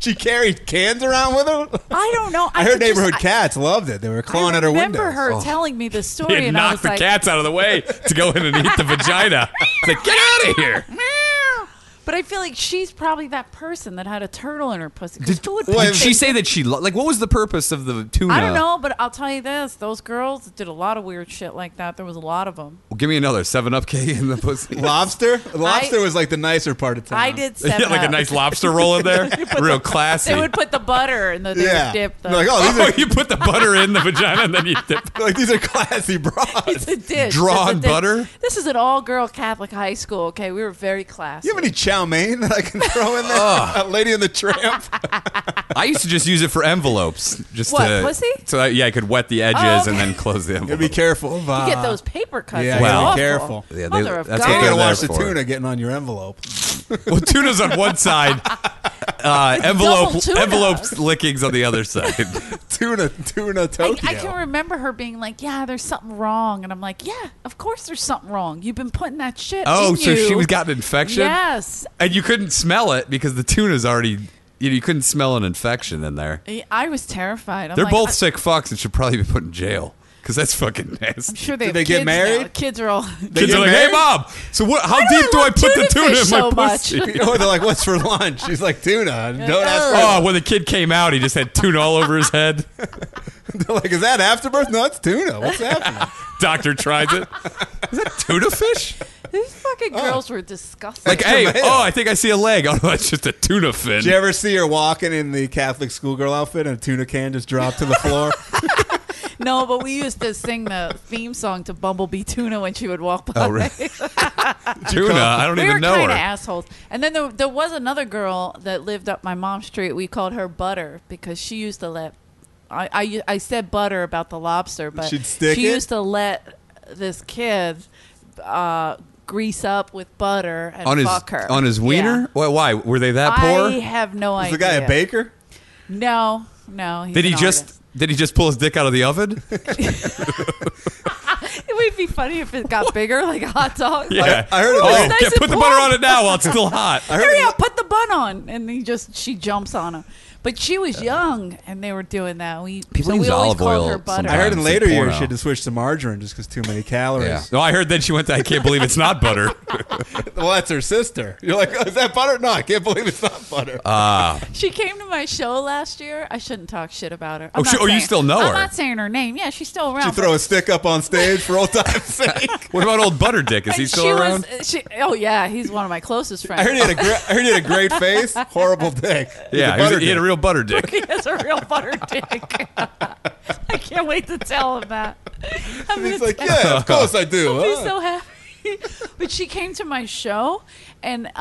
E: She carried cans around with her.
F: I don't know.
E: I, heard
F: could
E: neighborhood
F: just,
E: cats loved it. They were
F: I,
E: clawing at her Oh.
F: remember
E: window.
D: Oh.
F: her telling me this story,
D: It
F: and I
D: knocked
F: was
D: the
F: like,
D: cats out of the way to go in and eat the vagina. It's like get out of here.
F: "Meow." But I feel like she's probably that person that had a turtle in her pussy. 'Cause who would
E: Well,
D: Did
F: put
D: she
F: things-
D: say that she lo- like? What was the purpose of the tuna?
F: I don't know, but I'll tell you this: those girls did a lot of weird shit like that. There was a lot of them.
D: Well, give me another seven up cake in the pussy.
F: *laughs*
E: Lobster? Lobster was like the nicer part of town.
F: I did
D: *laughs* Yeah,
F: seven
D: like a
F: Up. *laughs*
D: nice lobster roll in there, real classy. *laughs*
F: They would put the butter and the, they
E: yeah.
F: would dip the,
E: like, oh,
F: *laughs*
E: these
D: oh,
E: are,
D: you put the butter in the vagina and then you dip.
E: *laughs* like, these are classy
F: It's *laughs*
E: bras.
F: a dish.
D: Drawn
F: It's a dish.
D: butter?
F: This is an all-girl Catholic high school. Okay, we were very classy.
E: You have any chow mein that I can throw in there? That Lady in the Tramp?
D: I used to just use it for envelopes, just
F: What,
D: to
F: pussy?
D: so that, yeah, I could wet the edges
F: Oh,
D: and
F: okay.
D: then close the
E: *laughs* You
D: envelope.
E: be careful. of, uh,
F: You get those paper cuts.
E: yeah,
F: It's
D: you gotta be
F: awful.
E: careful.
D: Yeah, they-
F: Mother of
D: that's
F: God.
D: what
E: You gotta
D: they're
E: watch the
D: there for.
E: tuna getting on your envelope.
D: Well, tuna's on one
F: *laughs*
D: side, uh, envelope
F: Double tuna.
D: envelope lickings on the other
F: *laughs*
D: side.
E: Tuna, tuna
F: I,
E: Tokyo.
F: I
E: *laughs*
F: can remember her being like, "Yeah, there's something wrong," and I'm like, "Yeah, of course there's something wrong. You've been putting that shit."
D: Oh,
F: in
D: so
F: you."
D: she was got an infection,
F: Yes,
D: and you couldn't smell it because the tuna's already. You, know, you couldn't smell an infection in there.
F: I- I was terrified. I'm
D: They're
F: like,
D: both
F: I-
D: sick fucks and should probably be put in jail because that's fucking
F: I'm
D: nasty.
F: sure they,
E: Did they
F: have
E: get
F: kids now.
E: married?
F: Kids are all.
D: Kids
E: get
F: *laughs*
D: are like, hey,
E: married?
D: mom. So what? How deep do I
F: love
D: put the
F: tuna
D: tuna in
F: fish
D: my
F: so much?"
D: *laughs*
F: *laughs*
D: pussy?
E: or they're like, what's for lunch? She's like, tuna. No, that's *laughs*
D: Oh, when the kid came out, he just had tuna all over his head. *laughs*
E: for Like, is that afterbirth? No, it's tuna. What's happening?
D: Doctor tries it. Is that tuna fish?
F: These fucking
E: Oh.
F: girls were disgusting.
D: Like, hey,
E: tomato.
D: oh, I think I see a leg. *laughs* Oh, no, it's just a tuna fin. *laughs*
E: Did you
D: *laughs*
E: ever see her walking in the Catholic schoolgirl outfit and a tuna can just dropped to the floor?
F: No, but we used to sing the theme song to Bumblebee Tuna when she would walk by.
D: Oh, really? Tuna, I don't
F: we were
D: even know
F: kind of
D: her.
F: assholes. And then there, there was another girl that lived up my mom's street. We called her Butter because she used to let. I, I, I said butter about the lobster, but
E: She'd stick
F: she
E: it?
F: used to let this kid uh, grease up with butter and
D: On his
F: fuck her
D: on his
F: Yeah.
D: wiener? Why, why were they that
F: I
D: poor?
F: have no
E: Was
F: idea.
E: the guy a baker?
F: No, no. he's
D: Did he
F: an
D: just
F: artist.
D: did he just pull his dick out of the oven?
F: *laughs* It would be funny if it got bigger, like a hot dog.
D: Yeah,
E: I heard it
D: Oh,
E: was
F: nice
D: yeah,
F: and
D: put the
F: warm.
D: butter on it now while it's still hot.
F: *laughs* hurry up, put the bun on, and he just she jumps on him. But she was young, and they were doing that. We
A: People
F: so
A: use
F: we always
A: olive
F: called
A: oil
F: her butter.
E: I heard in
D: Sometimes
E: later
D: in
E: years
D: porno.
E: she had to switch to margarine just because too many calories.
D: Yeah. No, I heard then she went. To, I can't believe it's not
F: *laughs*
D: butter.
E: Well, that's her sister. You're like, oh, is that butter? No, I can't believe it's not butter.
D: Uh,
F: She came to my show last year. I shouldn't talk shit about her. I'm
D: Oh,
F: not
D: she- oh, you
F: saying-
D: still know
F: I'm
D: her.
F: not saying her name. Yeah, she's still around.
E: you throw a stick up on stage for old time's *laughs* sake.
D: What about old butter dick? Is he
F: And
D: still
F: she
D: around?
F: Was, *laughs* she, oh yeah, he's one of my closest friends. *laughs*
E: I heard he had a great, I heard he had a great face, horrible dick. He's
D: yeah,
E: a
D: he, was-
E: butter
D: he had a
E: dick.
D: real butter dick.
F: *laughs* he has a real butter dick. *laughs* I can't wait to tell him that. I'm
E: He's
F: gonna
E: like,
F: tell-
D: *laughs*
E: yeah, of course I do. Uh,
F: I'll be
E: huh?"
F: so happy. *laughs* but she came to my show, and uh, *clears throat*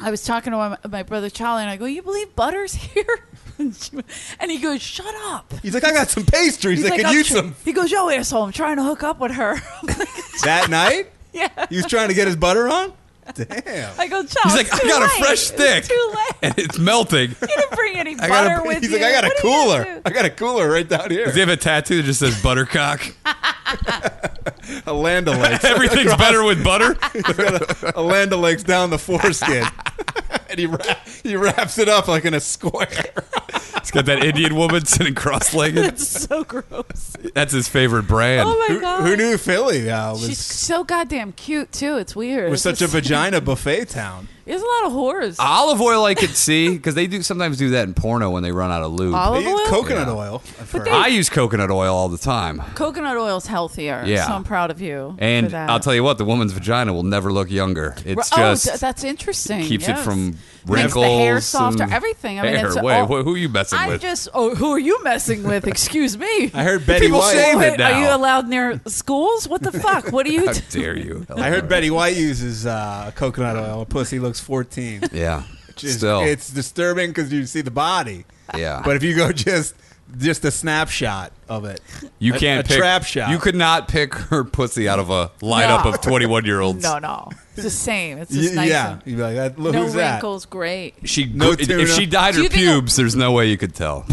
F: I was talking to my, my brother Charlie, and I go, "You believe Butter's *laughs* here?" and, she- and he goes, "Shut up."
E: He's like, I got some pastries that could
F: "I'm
E: use
F: tr-
E: some.
F: He goes, "Yo, asshole, I'm trying to hook up with her." *laughs* I'm like,
E: *laughs* That night,
F: yeah.
E: he was trying to get his butter on. Damn.
F: I go, Charlie.
D: He's like, I got a fresh stick,
F: Too
E: *laughs*
F: late.
D: and it's melting.
F: You didn't bring any
D: I
F: butter
D: got a-
F: with
E: He's
F: you.
E: like, *laughs* I got a
F: What are you gonna
E: cooler. *laughs*
F: do?"
E: I got a cooler right down
D: Does he
E: here.
D: have a tattoo that just says
F: *laughs*
D: buttercock?
E: A land of lakes. *laughs*
D: Everything's better with butter.
E: He's got a, a land of lakes down the foreskin. *laughs* and he, wrap, he wraps it up like in a square.
D: It's got that
F: *laughs*
D: Indian woman sitting cross-legged.
F: That's so gross.
D: That's his favorite brand.
F: Oh my
E: Who,
F: god.
E: who knew Philly uh, was,
F: She's so goddamn cute too. It's weird.
E: was such a Ah, vagina buffet town?
F: *laughs* There's a lot of whores.
D: Olive oil, I could see because they do sometimes do that in porno when they run out of lube.
F: Olive
E: They
F: oil.
E: use coconut oil. I've heard.
D: I use coconut oil all the time,
F: Coconut oil's healthier.
D: Yeah.
F: So I'm proud of you. for
D: and
F: that.
D: I'll tell you what, the woman's vagina will never look younger. It's just
F: oh, th- that's interesting.
D: keeps it
F: yes.
D: from
F: Makes
D: wrinkles.
F: the hair softer.
D: and-
F: Everything. I mean,
D: hair.
F: it's
D: Wait,
F: all-
D: wh- who are you messing
F: I'm
D: with?
F: just. Oh, who are you messing with? Excuse me.
E: I heard Betty
D: People
E: White.
D: say Save it
F: Wait,
D: now.
F: Are you allowed near schools? What the fuck? What
D: *laughs*
F: are you?
D: How
F: do-
D: dare
F: *laughs*
D: you?
E: I heard Betty White uses uh, coconut oil. Her pussy looks *laughs* 14.
D: Yeah.
E: It's,
D: Still.
E: it's disturbing because you see the body.
D: yeah.
E: But if you go just just a snapshot of it,
D: you
E: a-
D: can't
E: a
D: pick
E: trap shot.
D: You could not pick her pussy out of a lineup
F: No.
D: of 21 year olds.
F: No, no. It's the same. It's
E: y-
F: just nice.
E: yeah,
F: and-
E: you'd be like, that, look,
F: No
E: who's that?
F: wrinkles. Great.
D: She
E: No
D: if-
E: tuna.
D: if she dyed
F: Do
D: her
F: you think-
D: pubes, there's no way you could
F: *laughs*
D: tell.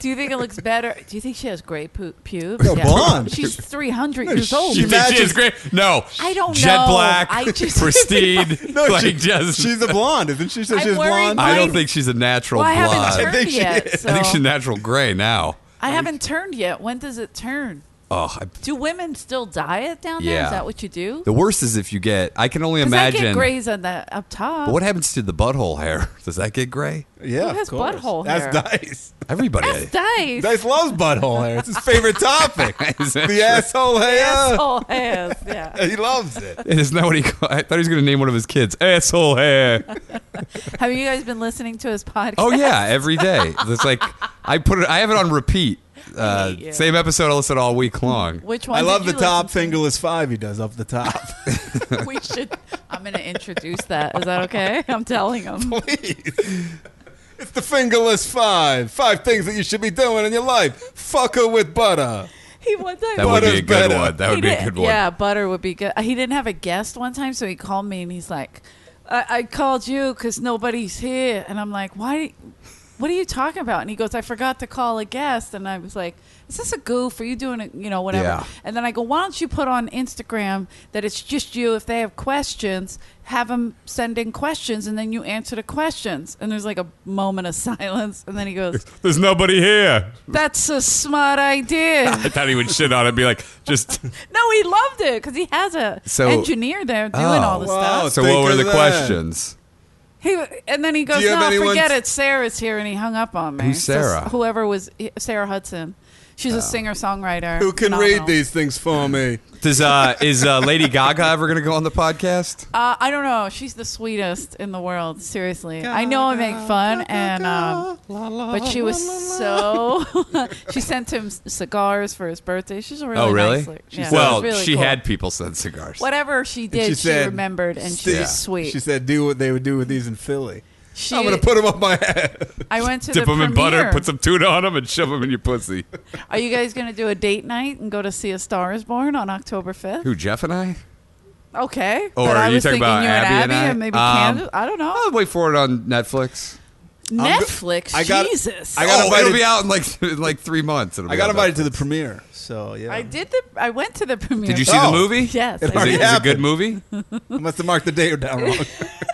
F: Do you think it looks better? Do you think she has great pu- pubes?
E: No, blonde.
F: She's 300 years
E: she-
F: old.
D: You think she
E: matches-
D: is great? No.
F: I don't
D: Jet
F: know.
D: black. *laughs*
F: I just- *laughs*
D: pristine.
E: No,
D: like
E: she-
D: just.
E: she's a blonde, isn't she? So
F: I'm
E: she's
F: worried
E: blonde.
D: I
F: Mine-
D: don't think she's a natural
F: Well, I haven't
D: blonde.
F: turned
E: I think she
F: yet.
E: is.
F: So
D: I think she's natural gray now.
F: I haven't turned yet. When does it turn?
D: Oh, I,
F: Do women still diet down there? Is
D: Yeah.
F: that what you do?
D: the worst is if you get. I can only
F: 'Cause I
D: imagine.
F: get grays on the up top.
D: But what happens to the butthole hair? *laughs* Does that get gray?
E: yeah,
F: Who
E: of
F: has
E: course.
F: butthole hair?
E: That's
F: *laughs*
E: Dice.
D: Everybody.
F: That's nice.
E: Dice loves butthole hair.
F: *laughs*
E: It's his favorite topic.
D: Is that
E: the
D: true?
E: asshole hair.
D: Ah!
F: Asshole hairs,
D: *laughs*
F: yeah.
E: *laughs* He loves it.
D: Isn't that what he? Call, I thought he was going to name one of his kids asshole hair.
F: Have you guys been listening to his podcast?
D: Oh
F: *laughs*
D: yeah, every day. It's like I put it. I have it on repeat. Uh,
F: hate you.
D: same episode. I listen all week long.
F: Which one?
E: I
F: did
E: love
F: you
E: the top
F: listen
E: fingerless five he does up the top. *laughs*
F: to? *laughs* We should. I'm going to introduce that. Is that okay? I'm telling
D: *laughs*
F: him.
E: it's the fingerless five. Five things that you should be doing in your life. Fuck her with butter.
F: He one time.
D: That would be a
E: Butter's
D: good
E: better.
D: one. Uh, That
F: He
D: would be a
F: did-
D: good one.
F: Yeah, butter would be good. He didn't have a guest one time, so he called me and he's like, "I, I called you because nobody's here," and I'm like, "Why? What are you talking about?" And he goes, "I forgot to call a guest," and I was like, "Is this a goof? Are you doing it? You know, whatever."
D: Yeah.
F: And then I go, "Why don't you put on Instagram that it's just you? If they have questions, have them send in questions, and then you answer the questions." And there's like a moment of *laughs* silence, and then he
D: *laughs*
F: goes,
D: There's nobody here.
F: "That's a smart idea."
D: I thought he would shit on it. and Be like, just.
F: No, he loved it because he has a
D: So-
F: engineer there *laughs* doing all the
D: Oh,
E: Wow.
F: stuff.
D: so
E: Think
D: what were
E: of
D: the
E: that.
D: questions?
F: He and then he goes,
D: you have
F: "No,
D: anyone's-
F: forget it. Sarah's here," and he hung up on me.
D: Who's
F: So
D: Sarah? Oh.
F: whoever was Sarah Hudson. She's a singer songwriter
G: Who can read these things for me?
D: Does uh, is uh, Lady Gaga ever going to go on the podcast?
F: Uh, I don't know. She's the sweetest in the world. Seriously, I know I make fun, and um, but she was so. *laughs* she sent him c- cigars for his birthday. She's a really
D: oh, really?
F: nice lady. Yeah, it was
D: well,
F: really
D: she
F: cool.
D: had people send cigars.
F: whatever she did.
G: she
F: she,
G: said,
F: remembered, and she
G: "Steve,"
F: was sweet.
E: She said, "Do what they would do with these in Philly."
F: She-
G: I'm gonna put them on my head.
F: I went to
D: Dip
F: the
D: them in
F: premiere.
D: butter, put some tuna on them, and shove them in your pussy.
F: Are you guys going to do a date night and go to see A Star Is Born on October fifth?
D: Who, Jeff and I?
F: Okay.
D: Or are
F: but I
D: you
F: was
D: talking
F: thinking
D: about
F: you and
D: Abby and
F: Abby
D: I?
F: and maybe
D: Um,
F: Candace. I don't know.
D: I'll wait for it on Netflix.
F: Netflix.
G: I got-
F: Jesus.
G: I got
D: oh,
G: invited-
D: it'll be out in like *laughs* in like three months. It'll
E: I
D: be
E: got
D: on
E: invited to
D: Netflix.
E: the premiere, so yeah,
F: I did the. I went to the premiere.
D: Did you see
E: Oh.
D: the movie?
F: Yes. I
E: It
D: Is it,
E: already
F: did.
D: is it a good
E: happened.
D: movie?
E: I must have marked the date down
F: *laughs*
E: wrong.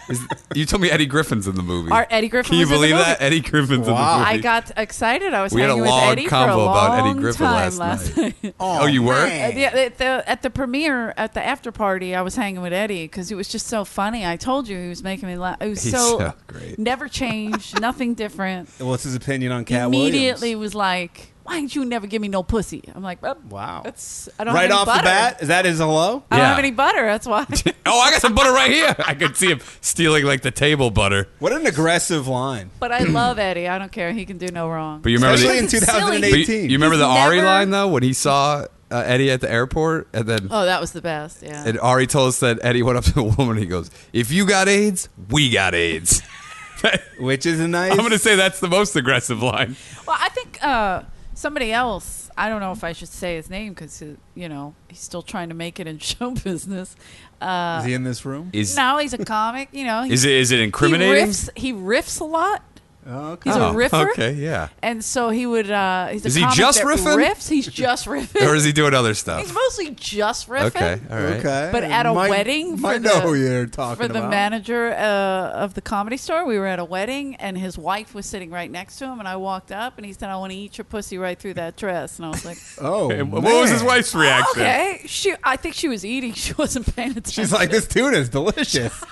D: Is- you told me Eddie Griffin's in the movie.
F: Our Eddie Griffin.
D: Can you
F: was in the
D: believe
F: movie.
D: that Eddie Griffin's
E: Wow.
D: in the
F: I
D: movie?
F: got excited. I was
D: We had a
F: hanging with
D: long
F: Eddie for
D: convo
F: a
D: about Eddie
F: long
D: Griffin
F: time
D: last
F: last night. *laughs*
D: oh, you were?
F: At the, at the at the premiere at the after party, I was hanging with Eddie because he was just so funny. I told you he was making me laugh. It was
D: He's
F: so,
D: so great.
F: Never changed. nothing different.
E: What's his opinion on Cat
F: Immediately
E: Williams?
F: was like, "Why did you never give me no pussy?" I'm like, well,
E: Wow.
F: that's I don't have
E: right
F: any
E: off
F: butter.
E: the bat, is that his hello?
F: I don't
D: Yeah.
F: have any butter. That's
E: *laughs*
F: why."
D: *laughs* Oh, I got some butter right here. I could see him stealing like the table butter.
E: What an aggressive line.
F: but I love Eddie. I don't care. He can do no wrong.
D: But you remember
E: Especially
D: the,
E: in
F: Silly.
E: 2018.
D: but you, you remember
F: He's
D: the Ari
F: never-
D: line though when he saw uh, Eddie at the airport and then
F: oh, that was the best. Yeah.
D: and Ari told us that Eddie went up to the woman and he goes, "If you got AIDS, we got AIDS." *laughs*
E: Which is a nice.
D: I'm going to say that's the most aggressive line.
F: Well, I think uh, somebody else. I don't know if I should say his name because you know he's still trying to make it in *laughs* show business. Uh,
E: Is he in this room?
D: Is
F: now he's a comic. You know, he,
D: is it is it
F: He
D: incriminating?
F: riffs. He riffs a lot.
E: Okay.
F: He's
D: Oh,
F: a riffer.
D: okay, yeah.
F: And so he would. Uh, he's a
D: Is he
F: comic
D: just
F: that
D: riffing?
F: Riffs. He's just riffing.
D: *laughs* Or is he doing other
F: *laughs* he's
D: stuff?
F: mostly just riffing.
D: Okay, all right.
E: Okay.
F: But at a
E: Might-
F: wedding
E: might
F: for
E: know
F: the,
E: who you're talking
F: for the
E: about.
F: manager uh, of the comedy store, we were at a wedding, and his wife was sitting right next to him. And I walked up, and he said, "I want to eat your pussy right through that dress." And I was
E: *laughs*
F: like,
E: Oh,
D: And What was his
E: man.
D: wife's reaction?
F: "Okay." She, I think she was eating. *laughs* She wasn't paying attention.
E: She's like, this tuna
F: *laughs*
E: is delicious.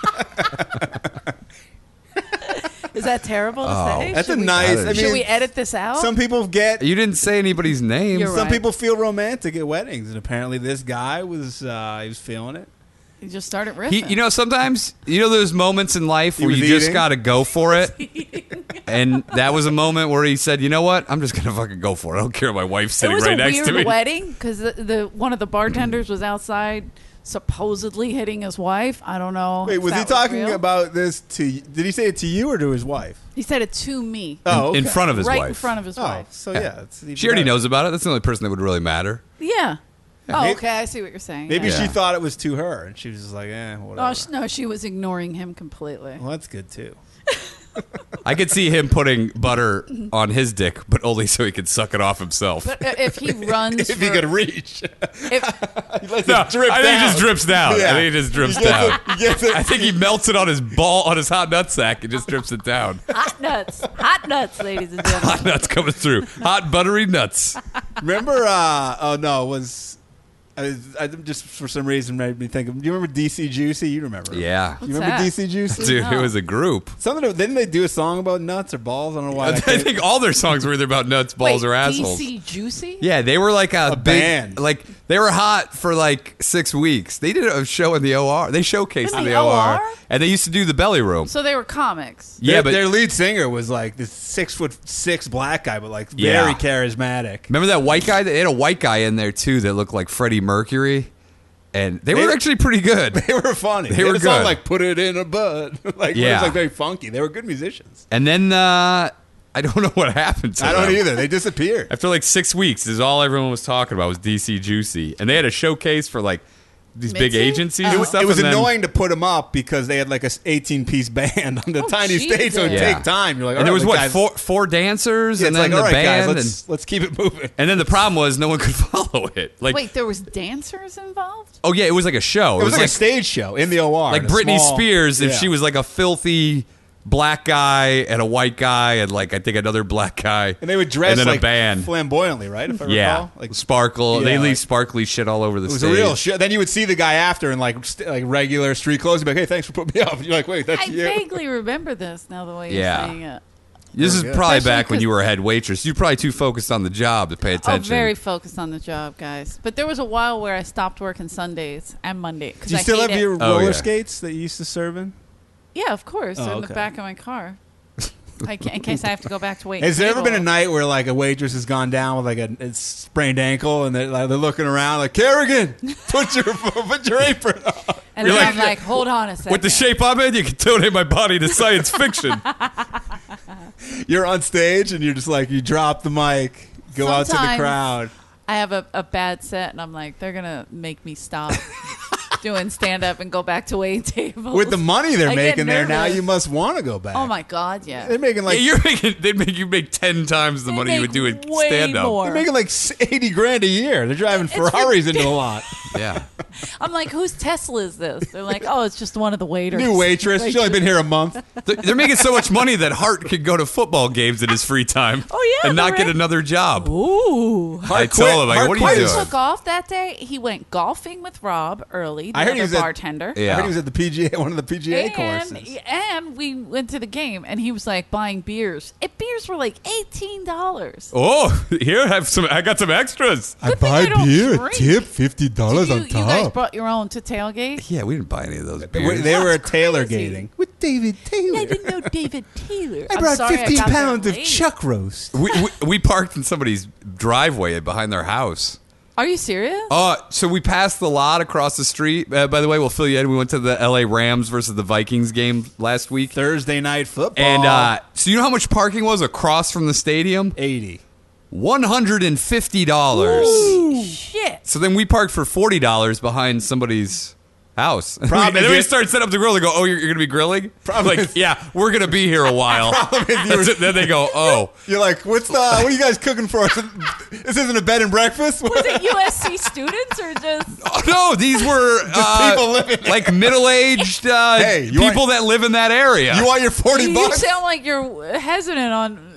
F: "Is that terrible to
D: Oh.
F: say?"
E: That's
F: Should
E: a
F: we-
E: nice. I mean,
D: Should
F: Should we edit this out?
E: some people get.
D: You didn't say anybody's name.
F: You're
E: Some
F: right.
E: people feel romantic at weddings, and apparently this guy was uh, he was feeling it.
F: You just started riffing.
D: He, you know, sometimes you know those moments in life
E: He
D: where
E: was
D: you just
E: eating.
D: gotta go for
F: *laughs*
D: it. and that was a moment where he said, "You know what? I'm just gonna fucking go for it. I don't care. if My wife's
F: it
D: sitting
F: was
D: right
F: a
D: next
F: weird
D: to me."
F: wedding because the, the one of the bartenders was outside, supposedly hitting his wife. I don't know.
E: Wait,
F: if
E: was
F: that
E: he talking
F: real.
E: about this to? Did he say it to you or to his wife?
F: He said it to me,
E: Oh,
D: In
E: okay.
D: front of his
F: right
D: wife.
F: in front of his
E: Oh,
F: wife.
E: so yeah, it's even
D: she already
E: better.
D: knows about it. That's the only person that would really matter.
F: Yeah. Oh,
E: May-
F: okay. I see what you're saying.
E: Maybe
F: yeah.
E: she
D: Yeah.
E: thought it was to her, and she was just like, eh, whatever.
F: Oh sh- no, she was ignoring him completely.
E: well, that's
D: *laughs*
E: good too.
D: I could see him putting butter on his dick, but only so he could suck it off himself.
F: But i- if he runs,
E: If he
F: for-
E: could reach,
F: if-
E: he lets
D: *laughs* No,
E: it drip
D: I think
E: down.
D: he just drips down.
E: Yeah.
D: I think Oh, he just drips down.
E: He gets it-
D: I think he melts it on his ball on his hot nut sack and just drips it down.
F: hot nuts, hot nuts, ladies and gentlemen.
D: Hot nuts coming through. Hot buttery nuts.
E: Remember? Uh, oh no, it was I, was- I just for some reason made me think. of Do you remember DC Juicy? You remember? him.
D: Yeah.
E: You remember
F: that?
E: DC Juicy?
D: Dude, it was a
E: *laughs*
D: group.
E: Something. Didn't they do a song about nuts or balls? I don't know
D: *laughs*
E: why.
D: I
E: that
D: think all their songs were either about nuts, balls,
F: Wait,
D: or assholes.
F: DC Juicy.
D: Yeah, they were like a, big,
E: band.
D: Like they were hot for like six weeks. They did a show in the OR. They showcased
F: In
D: in the,
F: the
D: OR,
F: OR?
D: and they used to do the belly room.
F: So they were comics.
D: yeah,
E: their,
D: but
E: their lead singer was like this six foot six black guy, but like very
D: Yeah.
E: charismatic. *laughs*
D: remember that white guy? They had a white guy in there too that looked like Freddie Mercury, and they, were
E: were-
D: actually pretty
E: *laughs*
D: good.
E: They were funny.
D: They
E: had
D: were
E: a song
D: good.
E: like "Put It in a Bud," *laughs* like yeah. it
D: Yeah.
E: was like very funky. They were good musicians.
D: and then uh, I don't know what happened to
E: I don't
D: them.
E: either. They disappeared.
D: After like six weeks, is all everyone was talking about was DC Juicy, and they had a showcase for like these big
F: Mitzi?
D: agencies
F: Oh.
D: and stuff.
E: Uh-huh. it was
D: and then-
E: annoying to put them up because they had like a 18 piece *laughs* band on the
F: Oh,
E: tiny stage, so it would
F: Jesus.
E: take time. You're like,
D: and there
E: "All
D: was
E: right,
D: what
E: guys,
D: four four dancers,
E: Yeah,
D: and
E: it's
D: then the
E: like, all right,
D: band,
E: guys,
D: and-
E: let's let's keep it
D: *laughs*
E: moving.
D: And then the problem was no one could *laughs* follow it. Like,
F: Wait, there was dancers involved.
D: oh yeah, it was like a show.
E: It was like a
D: like
E: stage show in the OR.
D: like
E: in a
D: Britney
E: small-
D: Spears if
E: yeah.
D: she was like a filthy black guy and a white guy and like I think another black guy.
E: And they would dress
D: and then
E: like
D: a band.
E: flamboyantly, right? If I
D: yeah,
E: recall, like
D: sparkle.
E: Yeah,
D: they leave
E: like-
D: sparkly shit all over the
E: It was
D: stage.
E: a real show. Then you would see the guy after in like st- like regular street clothes. You'd be like, "Hey, thanks for putting me up." *laughs* You're like, "Wait, that's
F: I
E: you."
F: vaguely remember this now the way you're
D: Yeah.
F: saying it.
D: This is
E: Yeah.
D: probably
F: Especially
D: back when
F: 'cause-
D: you were a head waitress. You're probably too focused on the job to pay
F: Oh,
D: attention.
F: very focused on the job, guys. But there was a while where I stopped working Sundays and Monday because
E: Do you
F: I
E: still
F: hate
E: have
F: it.
E: your
D: Oh,
E: roller
D: yeah.
E: skates that you used to serve in?
F: Yeah, of course.
E: Oh,
F: They're in the
E: okay.
F: back of my
E: *laughs*
F: car. I ca- in case I have to go back to wait.
E: Has there ever been a
F: table.
E: night where like a waitress has gone down with like a, a sprained ankle and they're, like, they're looking around like Kerrigan, put your *laughs* put your apron on.
F: And
D: You're
F: then
D: like-
F: I'm like, hold on a second.
D: With the shape I'm in, you can donate my body to science
F: *laughs*
D: fiction.
E: You're on stage and you're just like you drop the mic, go out to the
F: Sometimes.
E: crowd.
F: I have a, a bad set, and I'm like, they're gonna make me stop
E: *laughs*
F: doing stand up and go back to waiting tables.
E: With the money they're
F: I get
E: making there now,
F: nervous.
E: you must want to go
F: *laughs*
E: back.
F: oh my god, yeah.
E: They're making like
D: yeah, you're making they make you make ten times the
F: They
D: money you
F: make
D: would do in
F: way
D: stand up.
F: more.
E: They're making like eighty grand a year. They're driving Ferraris into a lot.
D: Yeah.
F: I'm like, whose Tesla is this? They're like, oh, it's just one of the waiters.
E: New waitress. She's only been here a
F: *laughs*
E: month.
D: They're they're making so much money that Hart could go to football games in his free time.
F: Oh, yeah,
D: and not
F: they're
D: get
F: right.
D: another job.
F: Ooh.
D: I
E: quit.
D: told him, like,
E: Hart
D: what are
E: quit.
D: you
F: He
D: doing?
F: took off that day. He went golfing with Rob early, the
E: I heard
F: other
E: he was at-
F: bartender.
D: Yeah.
E: I heard he was at the PGA, one of the PGA
F: and,
E: courses.
F: and we went to the game, and he was like buying beers. And beers were like eighteen dollars.
D: Oh, *laughs* here have some. I got some extras.
G: I
F: Good thing I don't drink.
G: fifty dollars
F: You, you guys brought your own
D: *laughs*
F: to tailgate.
D: Yeah, we dillion didn't buy any of those
E: They were-
D: beers. *laughs*
E: they were tailor gating with David
F: I
E: Taylor.
F: didn't know David Taylor.
E: I
F: I'm
E: brought
F: sorry, I
E: fifteen
F: got there
E: pounds of
F: late.
E: chuck roast.
D: we, we, we parked in somebody's driveway behind their house.
F: Are you serious?
D: Uh, so we passed the lot across the street. Uh, by the way, we'll fill you in. We went to the L.A. Rams versus the Vikings game last week,
E: Thursday night football.
D: and uh, so you know how much parking was across from the stadium?
E: eighty.
D: One hundred and fifty dollars.
F: Shit.
D: So then we parked for forty dollars behind somebody's house. *laughs*
E: Problem
D: and then
E: is
D: we
E: you-
D: started setting up the grill. They go, "Oh, you're, you're going to be grilling?"
E: Problem
D: like,
E: is-
D: yeah, we're going to be here a
E: *laughs*
D: while. That's it. Then they go, "Oh."
E: You're like, what's the? What are you guys cooking for us? this isn't a bed and breakfast.
F: Was it USC *laughs* students
D: *laughs*
F: or just?
D: Oh, no, these
E: *laughs*
D: were uh,
E: people *laughs* living there.
D: like middle-aged uh,
E: Hey, you
D: people that live in that area.
E: You want your forty
F: You
E: bucks?
F: sound like you're hesitant on uh,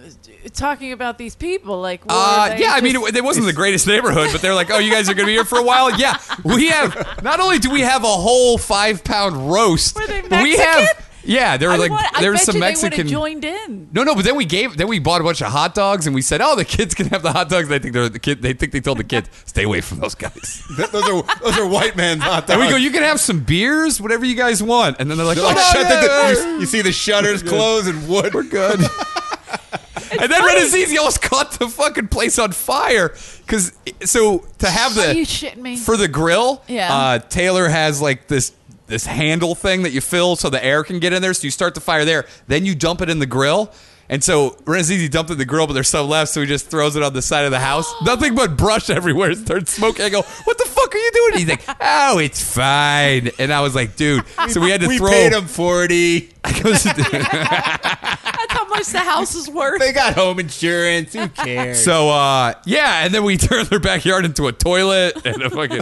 F: talking about these people. Like, were
D: Uh,
F: they
D: yeah, I mean,
F: just-
D: it, it wasn't the greatest neighborhood, but they're like, oh, you guys are going to be here for a while? Yeah. We have, not only do we have a whole five pound roast,
F: Were they
D: we
F: Mexican?
D: have, yeah, there were
F: I
D: like,
F: want- I
D: there was
F: bet
D: some
F: you They would
D: Mexican.
F: have joined in.
D: no, no, but then we gave, then we bought a bunch of hot dogs and we said, oh, the kids can have the hot dogs. They think they're the kid, they think they told the kids, *laughs* stay away from those guys.
E: Th- those are those are white man's hot
D: And
E: dogs.
D: we go, you can have some beers, whatever you guys want. And then they're like,
E: They're like,
D: "Oh,
E: shut
D: yeah,
E: the
D: yeah,
E: door. You, you see the shutters close and wood. We're *laughs* good.
D: and then Renazizi almost caught the fucking place on fire because so to have the
F: Are you shitting me?
D: for the grill.
F: Yeah.
D: Uh, Taylor has like this this handle thing that you fill so the air can get in there. So you start the fire there, then you dump it in the grill. And so Renazizi dumped it in the grill, but there's some left, so he just throws it on the side of the house. Nothing but brush everywhere. It starts smoking. I go, "What the fuck are you doing?" He's like, "Oh, it's fine." And I was like, "Dude," so we had to
E: we
D: throw.
E: paid them forty.
D: *laughs* I goes-
F: That's how much the house is worth.
E: They got home insurance. Who cares?
D: So uh, yeah, and then we *laughs* turned their backyard into a toilet and a
E: *laughs*
D: fucking.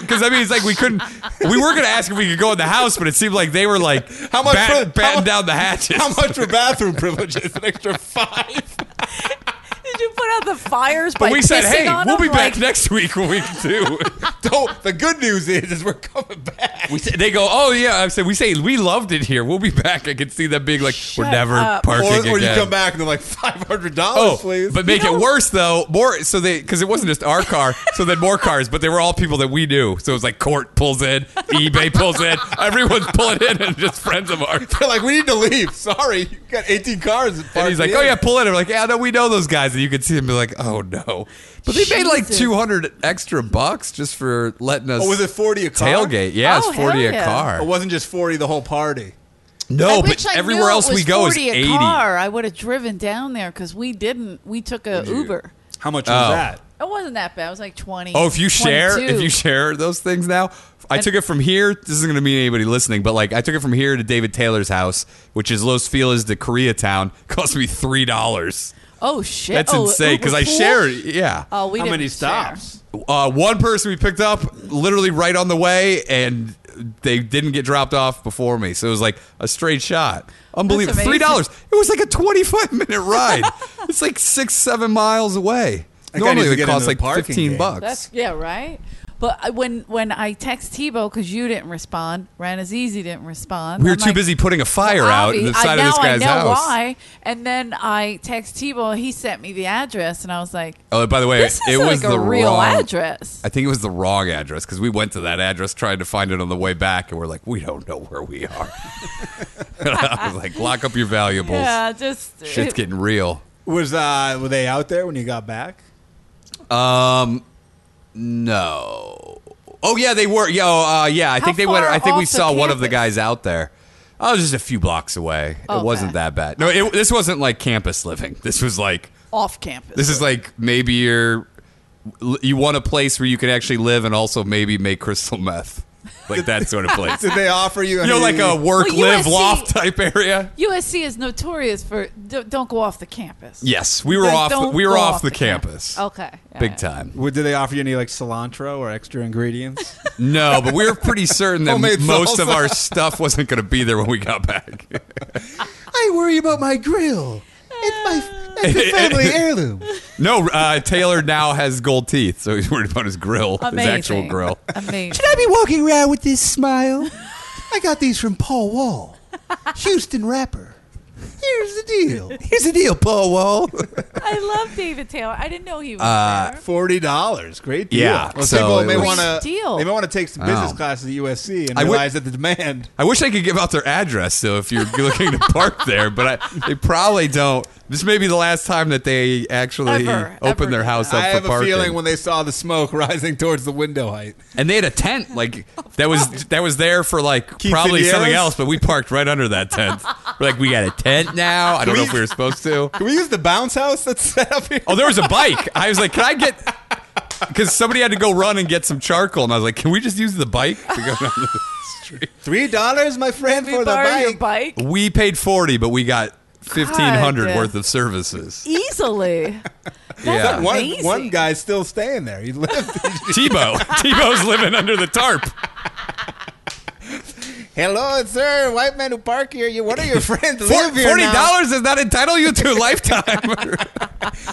D: Because I mean, it's like we couldn't. We were gonna ask if we could go in the house, but it seemed like they were like
E: How much
D: bat-
E: for- how
D: batting
E: much-
D: down the hatches.
E: how much for bathroom privileges? An extra five. *laughs*
F: Did you put out the fires?
D: But
F: by
D: we said,
F: pissing
D: hey,
F: on
D: we'll
F: them?
D: be back
F: Like,
D: next week
E: *laughs*
D: when we can do.
E: Don't. The good news is, is we're coming back.
D: we said, they go, oh yeah. I said, we say we loved it here. We'll be back. I could see them being like, we're
F: Shut
D: never
F: up.
D: parking
E: or,
D: again.
E: or you come back and they're like five hundred dollars,
D: Oh,
E: please.
D: but make it worse though. More so they because it wasn't just our car. So then more cars, but they were all people that we knew. So it was like Court pulls in, eBay pulls in, everyone's pulling in, and just friends of ours.
E: they're like, we need to leave. *laughs* Sorry, you got eighteen cars.
D: And he's like, "Oh yeah, pull in." I'm like, "Yeah, no, we know those guys." And you could see him be like, "Oh no," but they made like
F: Jesus.
D: 200 extra bucks just for letting us.
E: Oh, was it forty a car?
D: tailgate? Yeah,
F: Oh,
D: it's 40
F: hell
D: a
F: yeah.
D: car.
E: It wasn't just forty the whole party.
D: no,
F: I
D: but
F: wish I
D: everywhere
F: knew
D: else
F: it
D: we
F: was
D: go is
F: 40 a
D: 80.
F: Car. I would have driven down there because we didn't. We took a Uber.
E: How much was
D: Oh.
E: that?
F: It wasn't that bad. It was like twenty.
D: Oh, if you share,
F: 22.
D: if you share those things now, I took it from here. This isn't going to mean anybody listening, but like I took it from here to David Taylor's house, which is Los Feliz to Koreatown. *laughs* Cost me three dollars.
F: oh shit,
D: That's
F: oh,
D: insane because
F: Uber
D: I
F: pool?
D: shared. Yeah,
F: Oh, we
E: How
F: didn't
E: many
F: share.
E: stops?
D: uh, one person we picked up literally right on the way, and they didn't get dropped off before me. So it was like a straight shot. Unbelievable.
F: amazing.
D: Three dollars. It was like a twenty-five *laughs* minute ride. it's like six, seven miles away.
G: That guy
D: Normally
G: needs to
D: it would
G: get
D: cost
G: into the
D: like
G: parking
D: fifteen
G: game.
D: bucks.
F: That's yeah, right. But I, when when I text Tebow because you didn't respond, Ranazizi didn't respond.
D: we were
F: I'm
D: too
F: like,
D: busy putting a fire
F: well,
D: out in
F: obvi-
D: the side
F: I,
D: of this
F: now
D: guy's
F: I know
D: house.
F: Why? And then I text Tebow. He sent me the address, and I was like,
D: Oh, by the way,
F: "This is
D: it was
F: like
D: the
F: a real
D: wrong,
F: address."
D: I think it was the wrong address because we went to that address trying to find it on the way back, and we're like, we don't know where we are. *laughs* I was like, lock up your valuables.
F: Yeah, just
D: Shit's
F: it-
D: getting real.
E: Was uh, were they out there when you got back?
D: Um, No. Oh yeah, they were. Yo, uh, yeah. I
F: How
D: think they went.
F: far
D: I think we
F: off the
D: saw one of the
F: campus? Oh,
D: guys out there. I was just a few blocks away. It
F: Okay.
D: wasn't that bad. No, it, this wasn't like campus living. This was like
F: off campus.
D: this is like maybe you're you want a place where you can actually live and also maybe make crystal meth, like that sort of place.
E: *laughs* Did they offer you?
D: you know, like a work,
F: Well,
D: live,
F: USC
D: loft type area.
F: USC is notorious for d- don't go off the campus.
D: Yes, we were
F: Like,
D: off. The,
F: don't
D: we were
F: go
D: off the campus.
F: Okay, all
D: Big
F: right.
D: time.
E: Would, did they offer you any like cilantro or extra *laughs* ingredients?
D: No, but we were pretty certain that
G: Homemade
D: most of
G: salsa.
D: our stuff wasn't going to be there when we got back.
G: I worry about my grill. It's my it's a
D: *laughs*
G: family heirloom.
D: No, uh, Taylor now has gold teeth, so he's worried about his grill,
F: Amazing.
D: his actual grill.
F: *laughs* Amazing.
G: Should I be walking around with this smile? I got these from Paul Wall, Houston rapper. Here's the deal.
D: Here's the deal, Paul Wall.
F: I love David Taylor. I didn't know he was
D: Uh,
F: there.
E: Forty dollars, great deal.
D: Yeah,
E: well,
D: so
E: people
D: it
E: may
D: was-
E: want to.
F: Deal.
E: They may want to take some business
D: Oh.
E: classes at USC and
D: I would-
E: realize that the demand.
D: I wish I could give out their address, though, if you're looking to park there, but I, they probably don't. This may be the last time that they actually
F: Ever,
D: open
F: ever.
D: their house up
E: I
D: for
E: have a
D: parking.
E: feeling when they saw the smoke *laughs* rising towards the window height.
D: and they had a tent like that was that was there for like probably
E: Quinceañeras?
D: something else, but we parked right under that tent. We're like, we got a tent now. I don't know if we were supposed to.
E: Can we use the bounce house that's set up here?
D: Oh, there was a bike. I was like, can I get? Because somebody had to go run and get some charcoal, and I was like, can we just use the bike? To go down the street?
E: Three dollars, my friend,
F: Can
E: for
F: we
E: the
F: borrow your
E: bike.
F: bike
D: We paid forty, but we got fifteen hundred
F: God.
D: worth of services.
F: *laughs* easily.
D: Yeah,
E: One,
F: Amazing.
E: one guy's still staying there. He lived.
F: *laughs*
D: Tebow. Tebow's living under the tarp.
E: *laughs* Hello, sir. White men who park here. You, one of your friends
D: For-
E: live here
D: Forty
E: now.
D: dollars does not entitle you to a lifetime. *laughs*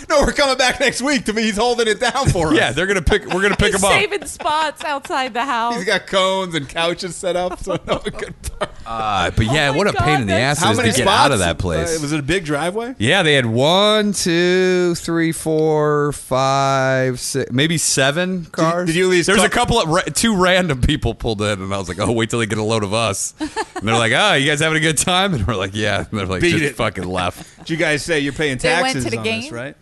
E: No, *laughs* we're coming back next week. To me, he's holding it down
D: *laughs*
E: for us.
D: yeah, they're gonna pick. We're gonna pick
F: He's
D: them up.
F: saving spots outside the house.
E: *laughs* He's got cones and couches set up so no one could park.
D: Uh, but yeah,
E: Oh
F: my
D: what a
F: God,
D: pain in the
F: that's-
D: ass it is to get out of that place.
E: Uh, was it a big driveway?
D: Yeah, they had one, two, three, four, five, six, maybe seven cars.
E: did you at least
D: There's a
E: talk-
D: couple of ra- two random people pulled in, and I was like, "Oh, wait till they get a load of
E: *laughs*
D: us." And they're like, "Oh, you guys having a good time?" And we're like, "Yeah." And they're like,
E: Beat
D: "Just
E: it.
D: fucking
E: *laughs*
D: left."
E: Did you guys say you're paying
F: They went
E: taxes
F: to the
E: on this,
F: game?
E: right?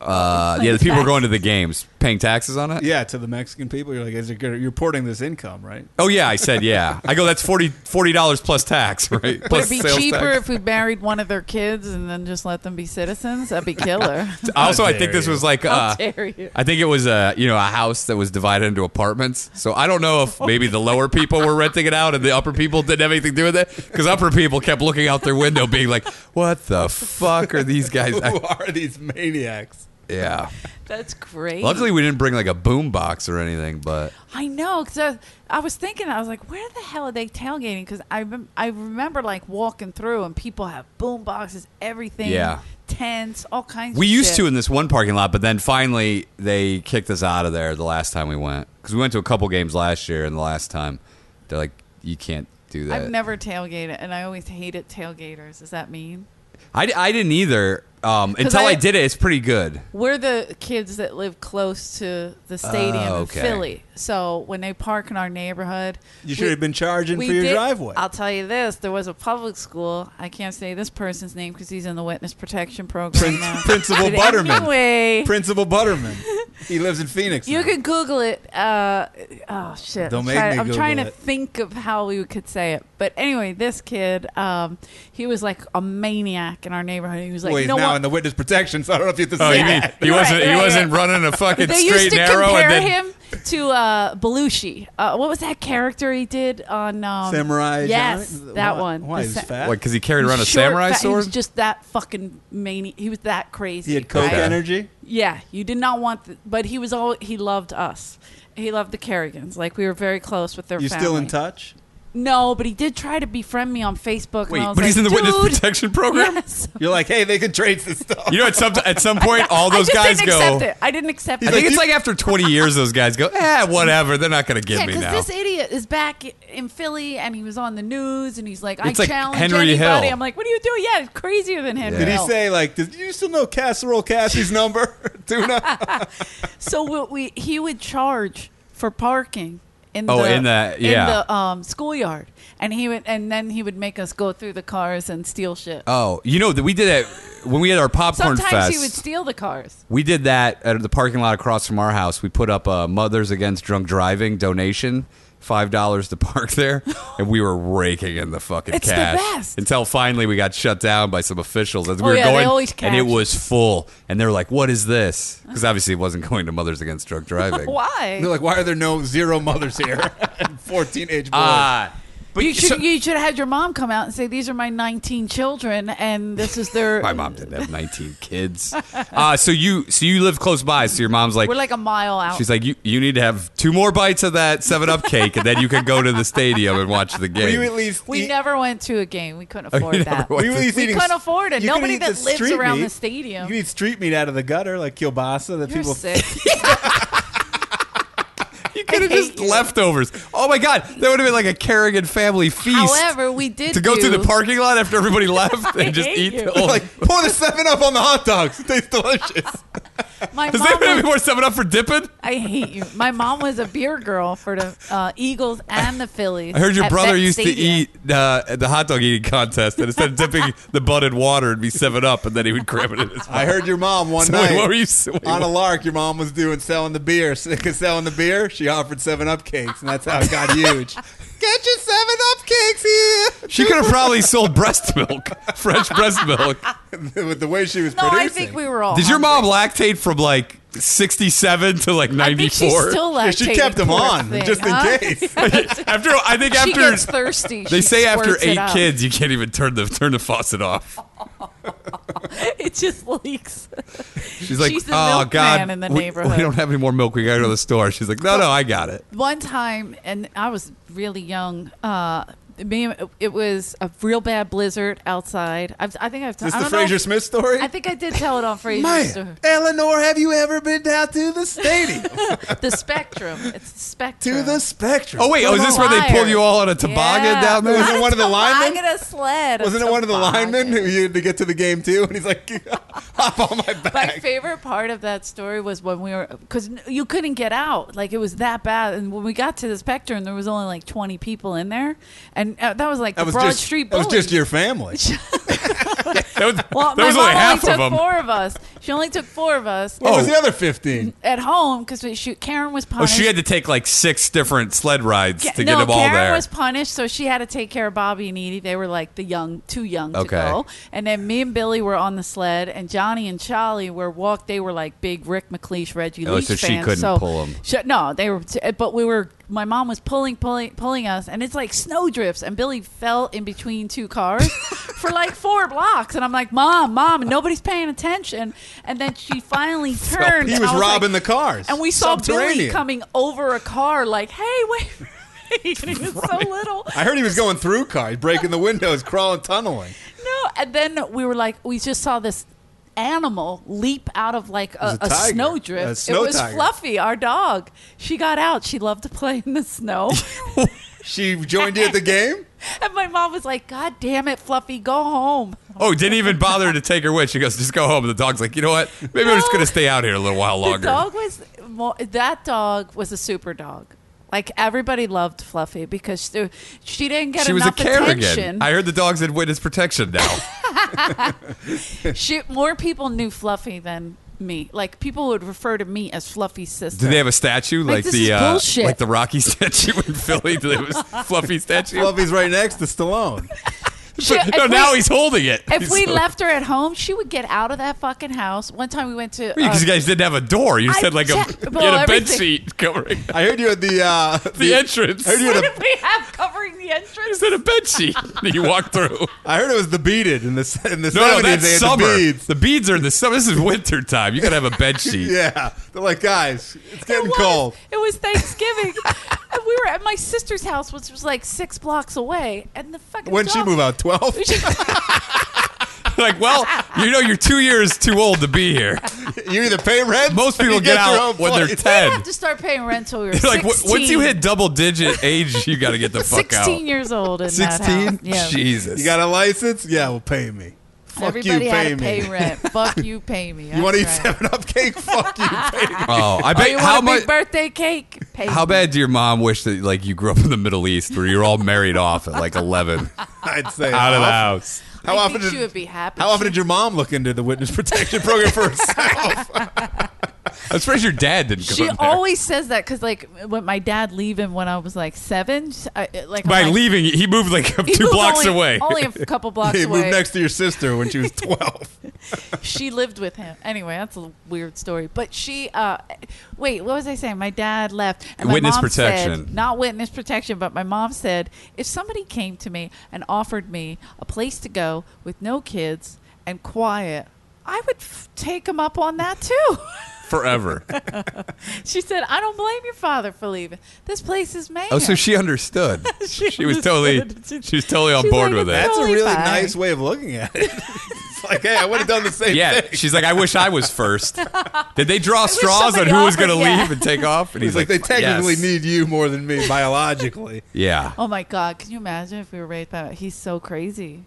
D: Uh, yeah, the people were going to the games, paying taxes on it.
E: Yeah, to the Mexican people. You're like, is it good? You're reporting this income, right?
D: Oh yeah, I said yeah. I go, "That's 40 dollars plus tax, *laughs* right?"
F: Would
D: Plus
F: it be
D: sales
F: cheaper
D: tax."
F: if we married one of their kids and then just let them be citizens? That'd
D: *laughs*
F: be killer. *laughs*
D: also, I
E: How
D: think
E: dare
D: this
E: you.
D: was like
F: How
D: uh,
F: dare you.
D: I think it was a you know a house that was divided into apartments. So I don't know if maybe the lower people were renting it out and the upper people didn't have anything to do with it because upper people kept looking out their window, being like, "What the fuck are these guys?"
E: *laughs* Who are these maniacs?
D: yeah.
F: That's great.
D: Luckily, we didn't bring like a boom box or anything, but
F: I know because I, I was thinking I was like, where the hell are they tailgating? Because I rem- I remember like walking through and people have boom boxes, everything,
D: Yeah.
F: tents, all kinds.
D: we
F: of
D: used
F: shit.
D: to in this one parking lot. But then finally, they kicked us out of there the last time we went because we went to a couple games last year, and the last time they're like, "You can't do that."
F: I've never tailgated, and I always hated tailgaters. Does that mean
D: I, I didn't either. Um,
F: 'Cause
D: until I,
F: I-
D: did it, it's pretty good.
F: we're the kids that live close to the stadium
D: Oh,
F: in
D: okay.
F: Philly? So when they park in our neighborhood,
E: You should have been charging
F: we
E: for your
F: did-
E: driveway.
F: I'll tell you this: there was a public school. I can't say this person's name because he's in the witness protection program now. *laughs*
E: Principal
F: But
E: Butterman.
F: Anyway,
E: Principal Butterman. He lives in Phoenix.
F: You
E: now.
F: can Google it. Uh, oh shit!
E: Don't
F: I'm
E: make
F: trying,
E: me
F: I'm
E: Google
F: trying to
E: it.
F: think of how we could say it, but anyway, this kid, um, he was like a maniac in our neighborhood. He was like,
E: well,
F: you
E: he's
F: know
E: now
F: what?
E: in the witness protection, so I don't know if you have to
D: Oh,
E: say
D: you
E: that.
D: mean he
F: Right,
D: wasn't he
F: right,
D: wasn't
F: right.
D: running a fucking
F: they
D: straight
F: used to
D: narrow
F: compare
D: and then
F: him to uh, Belushi. Uh, what was that character he did on *laughs* um,
E: Samurai
F: Yes,
E: Jack?
F: that
E: Why-
F: one.
E: Why
F: The
E: he's
F: sa-
E: fat?
D: Like, because he carried around a
F: Short,
D: samurai
F: fat- He was
D: sword?
F: just that fucking maniac. He was that crazy.
E: he had coke
F: right?
E: energy.
F: Yeah, you did not want, the, but he was all he loved us. He loved the Kerrigans. Like we were very close with their.
E: You
F: family.
E: still in touch?
F: No, but he did try to befriend me on Facebook.
D: Wait,
F: and I
D: but
F: was
D: he's in
F: like,
D: the
F: "Dude."
D: witness protection program?
F: *laughs* Yes.
E: You're like, hey, they could trace this stuff.
D: You know, at some, at some point, all those
F: *laughs* I just
D: guys
F: didn't
D: go.
F: accept it. I didn't accept
D: I
F: it.
D: think it's like after
F: *laughs*
D: 20 years, those guys go, eh, whatever. They're not going to give
F: Yeah,
D: me
F: because
D: now. *laughs*
F: this idiot is back in Philly and he was on the news and he's like, I
D: It's like
F: challenge
D: Henry
F: anybody.
D: Hill.
F: I'm like, what are you doing? Yeah, it's crazier than Henry.
E: Did he
F: Hill.
E: say like, did you still know Casserole Cassie's number? *laughs* Tuna.
F: So what we he would charge for parking in
D: Oh,
F: the
D: in the- yeah.
F: the um, schoolyard, and he would and then he would make us go through the cars and steal shit.
D: Oh, you know, that we did it when we had our popcorn
F: Sometimes
D: fest.
F: he would steal the cars.
D: We did that at the parking lot across from our house. We put up a Mothers Against Drunk Driving donation, five dollars to park
F: *laughs*
D: there, and we were raking in the fucking
F: It's the
D: cash
F: best.
D: until finally we got shut down by some officials as we
F: Oh,
D: were
F: yeah, they
D: going,
F: always
D: and it
F: cash.
D: was full. And they were like, "What is this?" Because obviously it wasn't going to Mothers Against
F: *laughs*
D: Drunk Driving.
F: Why?
E: They're like, why are there no zero
F: *laughs*
E: mothers
D: *laughs*
E: here? and Four teenage boys.
D: Ah, but
F: you should
D: so-
F: you should have had your mom come out and say these are my 19 children and this is their.
D: *laughs* my mom didn't have nineteen kids. *laughs* Uh, so you so you live close by. So your mom's like,
F: We're like a mile out.
D: She's like, you, you need to have two more bites of that Seven Up cake, and then you can go to the stadium and watch the game.
E: Were you at least
F: we
E: eat-
F: never went to a game.
D: *laughs*
F: We couldn't afford
D: never
F: that.
D: went
E: were you at least
F: We
E: eating-
F: couldn't afford it.
E: you couldn't
F: Nobody
E: eat
F: that
E: the
F: lives
E: street
F: around
E: meat.
F: the stadium.
E: You can eat street meat out of the gutter, like kielbasa. That
F: You're
D: *laughs*
E: people
F: sick.
D: You could have
F: hate
D: just
F: you.
D: leftovers. Oh my god, that would have been like a Kerrigan family feast.
F: However, we did
D: to go
F: do,
D: through the parking lot after everybody left
F: *laughs*
D: and just eat.
F: hate you.
D: Oh, *laughs*
E: *laughs* like *laughs* pour the seven up on the hot dogs. It tastes delicious.
F: My
D: does anybody
F: mom
D: have *laughs*
F: was-
D: any more Seven Up for dipping?
F: I hate you. My mom was a beer girl for the uh, Eagles and the Phillies.
D: I heard your
F: at
D: brother
F: Vet
D: used to
F: Stadium.
D: eat uh, at the hot dog eating contest, and instead of
F: *laughs*
D: dipping the bun in water, it'd be Seven Up, and then he would grab it in his.
E: I heard your mom *laughs* one
D: So wait,
E: night.
D: what were you s- wait,
E: on a
D: what-
E: lark? Your mom was doing selling the beer, *laughs* sick of selling the beer. She offered seven up cakes, and that's how it got huge. *laughs* Get your seven up cakes here.
D: She could have probably sold breast milk, fresh breast milk.
E: *laughs* With the way she was
F: No,
E: producing,
F: I think we were all.
D: Did your
F: hungry.
D: mom lactate from like 67 to like
F: I think
D: 94?
F: she still
E: Yeah,
F: lactated.
E: she kept them
F: poor
E: on
F: thing, *laughs*
E: just in
F: huh?
D: *laughs*
E: case.
D: after I think
F: She
D: after
F: gets
E: *laughs*
F: thirsty.
D: they
F: she
D: say after
F: squirts it
D: eight
F: up.
D: kids you can't even turn the turn the faucet off.
F: *laughs* it just leaks.
D: She's like,
F: She's the
D: oh
F: milkman
D: god,
F: in the
D: we,
F: neighborhood."
D: we don't have any more milk. We gotta go to the store. She's like, no, no, I got it.
F: One time, and I was really young. Uh, me, it was a real bad blizzard outside. I've, I think I've.
E: Is this
F: I
E: the
F: don't know if-
E: Fraser Smith story?
F: I think I did tell it on Fraser.
E: Man, Eleanor, have you ever been down to the *laughs* stadium?
F: The Spectrum. It's the Spectrum.
E: to the spectrum.
D: Oh wait, oh, is this where they pulled you all on a
F: toboggan
D: toboggan
F: Yeah.
D: down
F: down
D: there?
F: there?
E: Wasn't one of the linemen?
F: Toboggan, a sled. a
E: Wasn't it one of the linemen who
F: toboggan.
E: you had to get to the game too? And he's like, *laughs* hop on my back.
F: My favorite part of that story was when we were, because you couldn't get out. Like, it was that bad. And when we got to the Spectrum, there was only like 20 people in there. And uh, that was like
E: that
F: the
E: was
F: Broad
E: just
F: Street
E: that was
F: Bullies.
E: just your
F: *laughs*
E: family.
D: *laughs* That was,
F: Well,
D: there
F: my
D: was
F: mom
D: only half
F: only
D: of
F: took
D: them.
F: four of us. She only took four of us
E: What
D: Oh.
E: was the other fifteen?
F: at home because she Karen was
D: Oh,
F: punished.
D: she had to take like six different sled rides
F: Ca-
D: to
F: no,
D: get them all
F: Karen
D: there.
F: was punished, so she had to take care of Bobby and Edie. They were like the young, too young to
D: Okay.
F: go. And then me and Billy were on the sled, and Johnny and Charlie were walk. They were like big Rick McLeish, Reggie
D: Oh,
F: Leach
D: so she
F: fans.
D: couldn't
F: so
D: pull 'em.
F: sh- no, they were. T- but we were. My mom was pulling, pulling, pulling us, and it's like snow drifts. And Billy fell in between two
D: *laughs*
F: cars for like four blocks, and I'm like, "Mom, mom!" And nobody's paying attention. And then
D: *laughs*
F: she finally turned.
E: He
F: and
E: was
F: I like-
E: robbing the cars.
F: and we saw Billy
E: Subterranean.
F: coming over a car, like, "Hey, wait!" for me." *laughs* and he was so little.
E: I heard he was going through cars, breaking the windows, crawling, tunneling.
F: No, and then we were like, we just saw this animal leap out of like a,
E: It was a tiger.
F: snow
E: A
F: drift.
E: snow
F: it was
E: tiger.
F: Fluffy, our dog. She got out. She loved to play in the
E: *laughs*
F: snow.
E: She joined you at the game.
F: and my mom was like, "God damn it, Fluffy, go home."
D: Oh, didn't even bother to take her with. She goes, just go home. The dog's like, you know what? Maybe I'm just
F: No.
D: gonna stay out here a little while
F: The
D: longer.
F: dog was more, that dog was a super dog. Like everybody loved Fluffy because she, she didn't get
D: she was a
F: enough
D: Kerrigan.
F: attention.
D: I heard the dog's in witness protection now.
F: She, more people knew Fluffy than me. Like people would refer to me as Fluffy's sister.
D: Do *laughs* they have a statue like,
F: Like, this
D: the
F: is
D: uh,
F: bullshit.
D: like the *laughs* Rocky statue in Philly? Do they have a fluffy statue?
E: Fluffy's right next to Stallone.
F: She- if
D: *laughs* no, now
F: we-
D: he's holding it.
F: If
D: He's
F: we
D: so-
F: left her at home, she would get out of that fucking house. One time we went to.
D: Well, you
F: uh, *laughs*
D: guys didn't have a door. You just
F: I
D: had like a,
F: checked-
D: you
F: well,
D: had a bed
F: everything.
D: seat
F: *laughs*
D: covering
E: I heard you at the uh,
D: the entrance.
E: I heard you
D: You
E: had
D: *laughs*
F: what
E: a
F: did we have covering the entrance?
D: had a bed sheet that you walked
F: *laughs*
D: through.
E: I heard it was the beaded in the in the
D: No, no,
E: seventies.
D: that's
E: they had
D: summer.
E: the
D: The beads.
E: beads.
D: are in the summer. This is winter time. You gotta have a bed
F: *laughs*
D: sheet.
E: Yeah, they're like guys. It's
F: It
E: getting
F: was.
E: cold.
F: It was Thanksgiving. and we were at my sister's house, which was like six blocks away. And the fucking.
E: When she
F: dog- *laughs*
E: move out, twelve.
D: like, well, you know, you're two years too old to be here.
E: You either pay rent.
D: Most
E: or you
D: people get
E: your
D: out
E: own
D: when they're
E: place.
F: we
D: ten.
F: *laughs* have to start paying rent till we were
D: Like,
F: 16.
D: w- once you hit double digit age, you gotta get the fuck out.
F: 16 years old in that house.
D: 16?
F: Yeah.
D: Jesus.
E: You got a license? Yeah, well, pay me. Fuck
F: Everybody
E: you,
F: had
E: pay
F: to
E: me.
F: pay rent. Fuck you, pay me.
E: You
F: want to
E: eat seven up cake? Fuck
F: *laughs*
E: you, pay me.
D: oh, I
F: You
D: bet.
F: want
D: How
F: a
D: much?
F: big birthday cake? Pay
D: How
F: me.
D: bad do your mom wish that like you grew up in the Middle East where you're all married off at like 11
E: I'd say
D: out of the
E: how-
D: house?
E: How
F: I
E: often
F: think she
E: did
F: would be happy.
E: How often did your mom look into the witness *laughs* protection program for herself?
D: I'm surprised your dad didn't go
F: She
D: in there.
F: always says that because, like, when my dad leaving when I was like seven, I, like I'm
D: By
F: like-
D: leaving, he moved like
F: he
D: two
F: moved
D: blocks
F: only-
D: away.
F: only a couple blocks
E: he
F: away.
E: moved next to your sister when she was twelve.
F: she lived with him. Anyway, that's a weird story. But she, uh, wait, what was I saying? My dad left. And my
D: Witness
F: mom
D: protection.
F: Said, not witness protection, but my mom said if somebody came to me and offered me a place to go with no kids and quiet, I would f- take him up on that too.
D: *laughs*
F: *laughs*
D: Forever.
F: she said, I don't blame your father for leaving. This place is mayhem.
D: Oh,
F: *laughs*
D: so she understood. she,
F: She
D: was totally
F: understood.
D: she was totally on
F: She's
D: board
F: like,
D: with
F: "It's
D: it.
E: That's a
F: Totally
E: really
F: fine.
E: nice way of looking at *laughs* it. It's like, hey, I would have done the
D: *laughs*
E: same
D: Yeah,
E: thing.
D: she's like, I wish I was first. Did they draw
F: wish
D: straws on
F: somebody
D: who was
F: offered-
D: going to
F: yeah.
D: leave and take off? And
E: He's like, they technically
D: yes.
E: need you more than
F: *laughs*
E: me biologically.
D: Yeah.
F: Oh my God! Can you imagine if we were raised by? He's so crazy.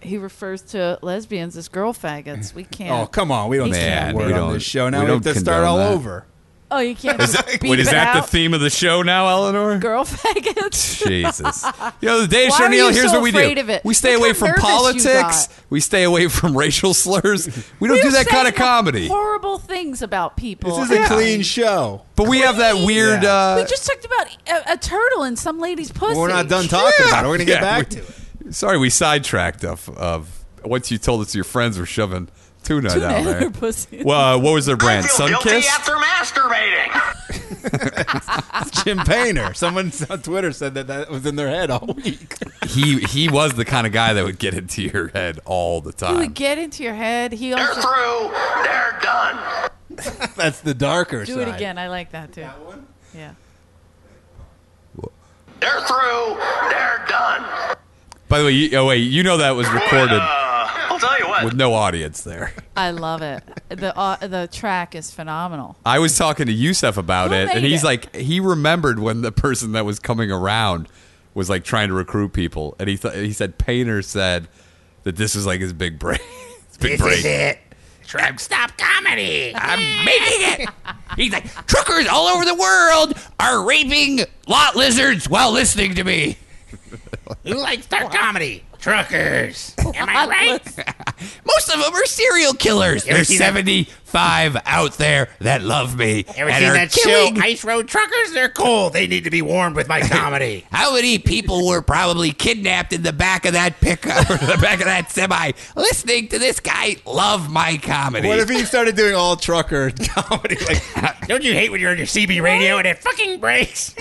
F: He refers to lesbians as girl faggots. We can't.
E: Oh, come on. We don't
F: He
E: say
D: can't.
E: that
D: We
E: word
D: don't-
E: on this show. Now
D: we
E: we, have
D: don't
E: to start
D: condone
E: all
D: that.
E: over.
F: Oh, you can't.
D: Is
F: just
D: that,
F: beep
D: wait, is
F: it
D: that
F: out?
D: the theme of the show now,
F: *laughs*
D: Eleanor?
F: Girl faggots.
D: Jesus. You know, the day
F: Why
D: Sure
F: are
D: Neil,
F: you
D: here's
F: so
D: what we
F: afraid
D: do.
F: of it?
D: We stay
F: Look
D: away
F: how
D: from
F: nervous you
D: politics.
F: got.
D: We stay away from racial slurs. We don't
F: We
D: do
F: are
D: that kind of
F: saying
D: comedy.
F: Horrible things about people.
E: This is a
D: Yeah.
E: clean show.
D: But we have that
F: Clean.
D: weird
E: Yeah.
D: uh,
F: we just talked about a, a turtle in some lady's pussy.
E: Well, we're not done talking about it. We're going to get
D: Yeah,
E: back
D: we-
E: to it.
D: Sorry, we sidetracked of, of once you told us your friends were shoving tuna,
F: Tuna
D: down
F: in
D: there.
F: their pussy.
D: Well, uh, what was their
C: I
D: brand?
C: feel guilty
D: Sunkiss.
C: after masturbating.
E: Jim Painter. Someone *laughs* on Twitter said that that was in their head all week.
D: he he was the kind of guy that would get into your head all the
F: He
D: time.
F: would get into your head. He
C: They're
F: also
C: through. They're done.
E: That's the darker
F: do
E: side.
F: it again. I like that too. Yeah.
C: They're through. They're done.
D: By the way, you, oh wait, you know that was recorded
C: Uh, I'll tell you what.
D: with no audience there.
F: I love it. The uh, the track is phenomenal.
D: I was talking to Yusef about
F: Who
D: it, and
F: made
D: he's
F: it?
D: like, he remembered when the person that was coming around was like trying to recruit people, and he th- he said Painter said that this was like his big break. *laughs* his big break.
H: it. Truck stop comedy. I'm making it. He's like, truckers all over the world are raping lot lizards while listening to me. Who likes dark comedy? *laughs* Truckers. Am I right?
D: *laughs* Most of them are serial killers.
H: Ever
D: There's
H: seen that-
D: 75 out there that love me
H: Ever
D: and
H: seen
D: are
H: that
D: killing.
H: show, Ice Road Truckers? They're cool. They need to be warmed
D: *laughs*
H: with my comedy.
D: How many people were probably kidnapped in the back of that pickup or the back of that semi listening to this guy love my comedy?
E: What if he started doing all trucker *laughs* comedy? Like,
H: Don't you hate when you're on your CB radio and it fucking breaks?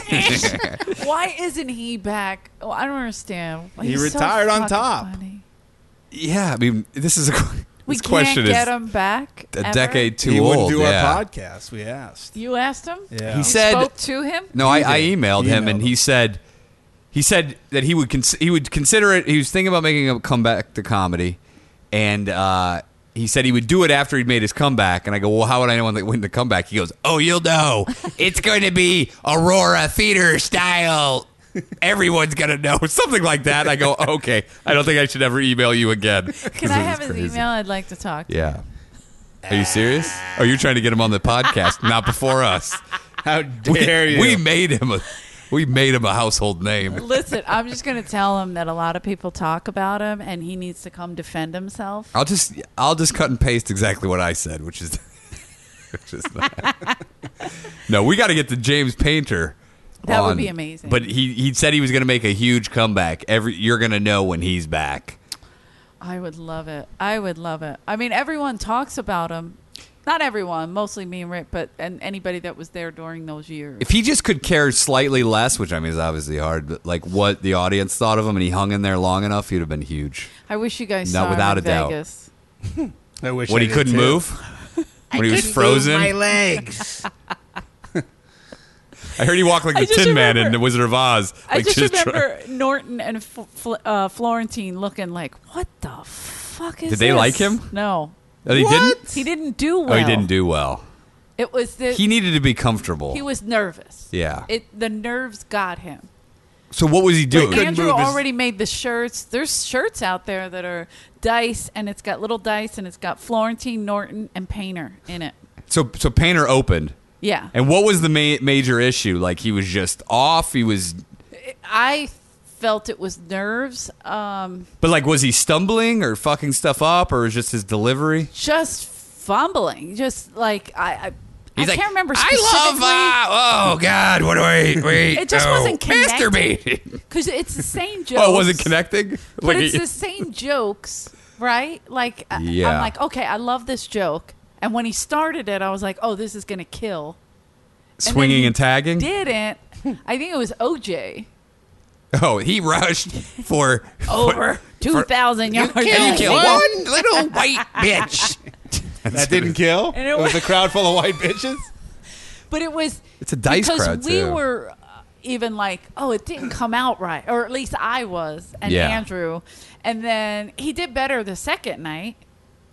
F: Why isn't he back? Oh, I don't understand. He's so
E: retired on
F: fucking
E: top.
F: funny.
D: yeah, I mean, this is a *laughs* qu-
F: We
D: this
F: can't
D: question
F: get
D: is
F: him back.
D: a
F: ever?
D: decade too
E: he wouldn't
D: old.
E: do
D: yeah.
E: our podcast. We asked.
F: You asked him.
E: Yeah.
D: He
E: You
D: said,
F: Spoke to him.
D: "No, I, I emailed him,
E: Emailed
D: and
E: him.
D: he said, he said that he would cons- he would consider it. He was thinking about making a comeback to comedy, and uh, he said he would do it after he'd made his comeback. And I go, well, how would I know when the, when the comeback? He goes, oh, you'll
E: *laughs*
D: know. It's going to be Aurora Theater style. Everyone's gonna know *laughs* something like that. I go, okay. I don't think I should ever email you again.
F: Can I have his email? I'd like to talk. to
D: Yeah. Are you serious? Oh, you're trying to get him on the
F: *laughs*
D: podcast, not before us.
E: How
D: We-
E: dare you?
D: We made him a we made him a household name.
F: Listen, I'm just going to tell him that a lot of people talk about him and he needs to come defend himself.
D: I'll just I'll just cut and paste exactly what I said, which *laughs*
F: *laughs*
D: is which is not. no, we got to get the James Painter
F: That would
D: on-
F: be amazing.
D: But he he said he was going to make a huge comeback. Every you're going to know when he's back.
F: I would love it. I would love it. I mean, everyone talks about him. Not everyone, mostly me and Rick, but and anybody that was there during those years.
D: If he just could care slightly less, which I mean is obviously hard, but like what the audience thought of him, and he hung in there long enough, he'd have been huge.
F: I wish you guys
D: No,
F: saw
D: without
F: him
D: a
F: in
D: doubt.
F: Vegas.
E: I wish
D: When
E: I
D: he
E: did
D: couldn't
E: too.
D: move, *laughs* when he was frozen.
G: my
D: *laughs*
G: legs.
D: I heard he walked like
F: I
D: the
F: just
D: Tin Man in
F: remember-
D: The Wizard of Oz.
F: I
D: Like,
F: just,
D: try-
F: remember Norton and F- Fl- uh, Florentine looking like, "What the fuck is?"
D: Did they
F: this?"
D: like him?
F: No,
D: Oh, he didn't.
F: he didn't do well.
D: Oh, he didn't do well.
F: It was the
D: He
F: he,
D: needed to be comfortable.
F: was nervous.
D: Yeah.
F: it the nerves got him.
D: so what was he doing?
F: Andrew already made the shirts. There's shirts out there that are dice, and it's got little dice, and it's got Florentine, Norton, and Painter in it.
D: So so Painter opened.
F: Yeah,
D: And what was the ma- major issue? Like he was just off. He was,
F: I felt it was nerves. Um,
D: but like, was he stumbling or fucking stuff up, or was just his delivery?
F: just fumbling, just like I. I
H: He's
F: I
H: like,
F: can't remember
H: I
F: specifically.
H: love. Uh, oh God, what do
D: *laughs*
H: I wait?
F: It just
H: no.
F: wasn't connected.
H: masturbating.
F: Because it's
D: *laughs*
F: the same joke.
D: Oh, was it connecting?
F: But
D: Like,
F: it's
D: he-
F: the same jokes, right? Like, I-
D: Yeah.
F: I'm like, okay, I love this joke. And when he started it, I was like, oh, this is going to kill.
D: swinging and,
F: he
D: tagging.
F: Didn't. I think it was OJ.
D: *laughs* Oh, he rushed *laughs* for
F: Over 2,000 yards.
H: Kill
F: away.
H: one little
F: *laughs*
H: white bitch.
E: That didn't kill.
F: And it
E: it was
F: was-
E: a crowd full of white bitches.
F: But it was.
D: It's a dice
F: because
D: crowd,
F: we
D: too.
F: were uh, even like, oh, it didn't come out right, or at least I was, and
D: Yeah.
F: Andrew, and then he did better the second night.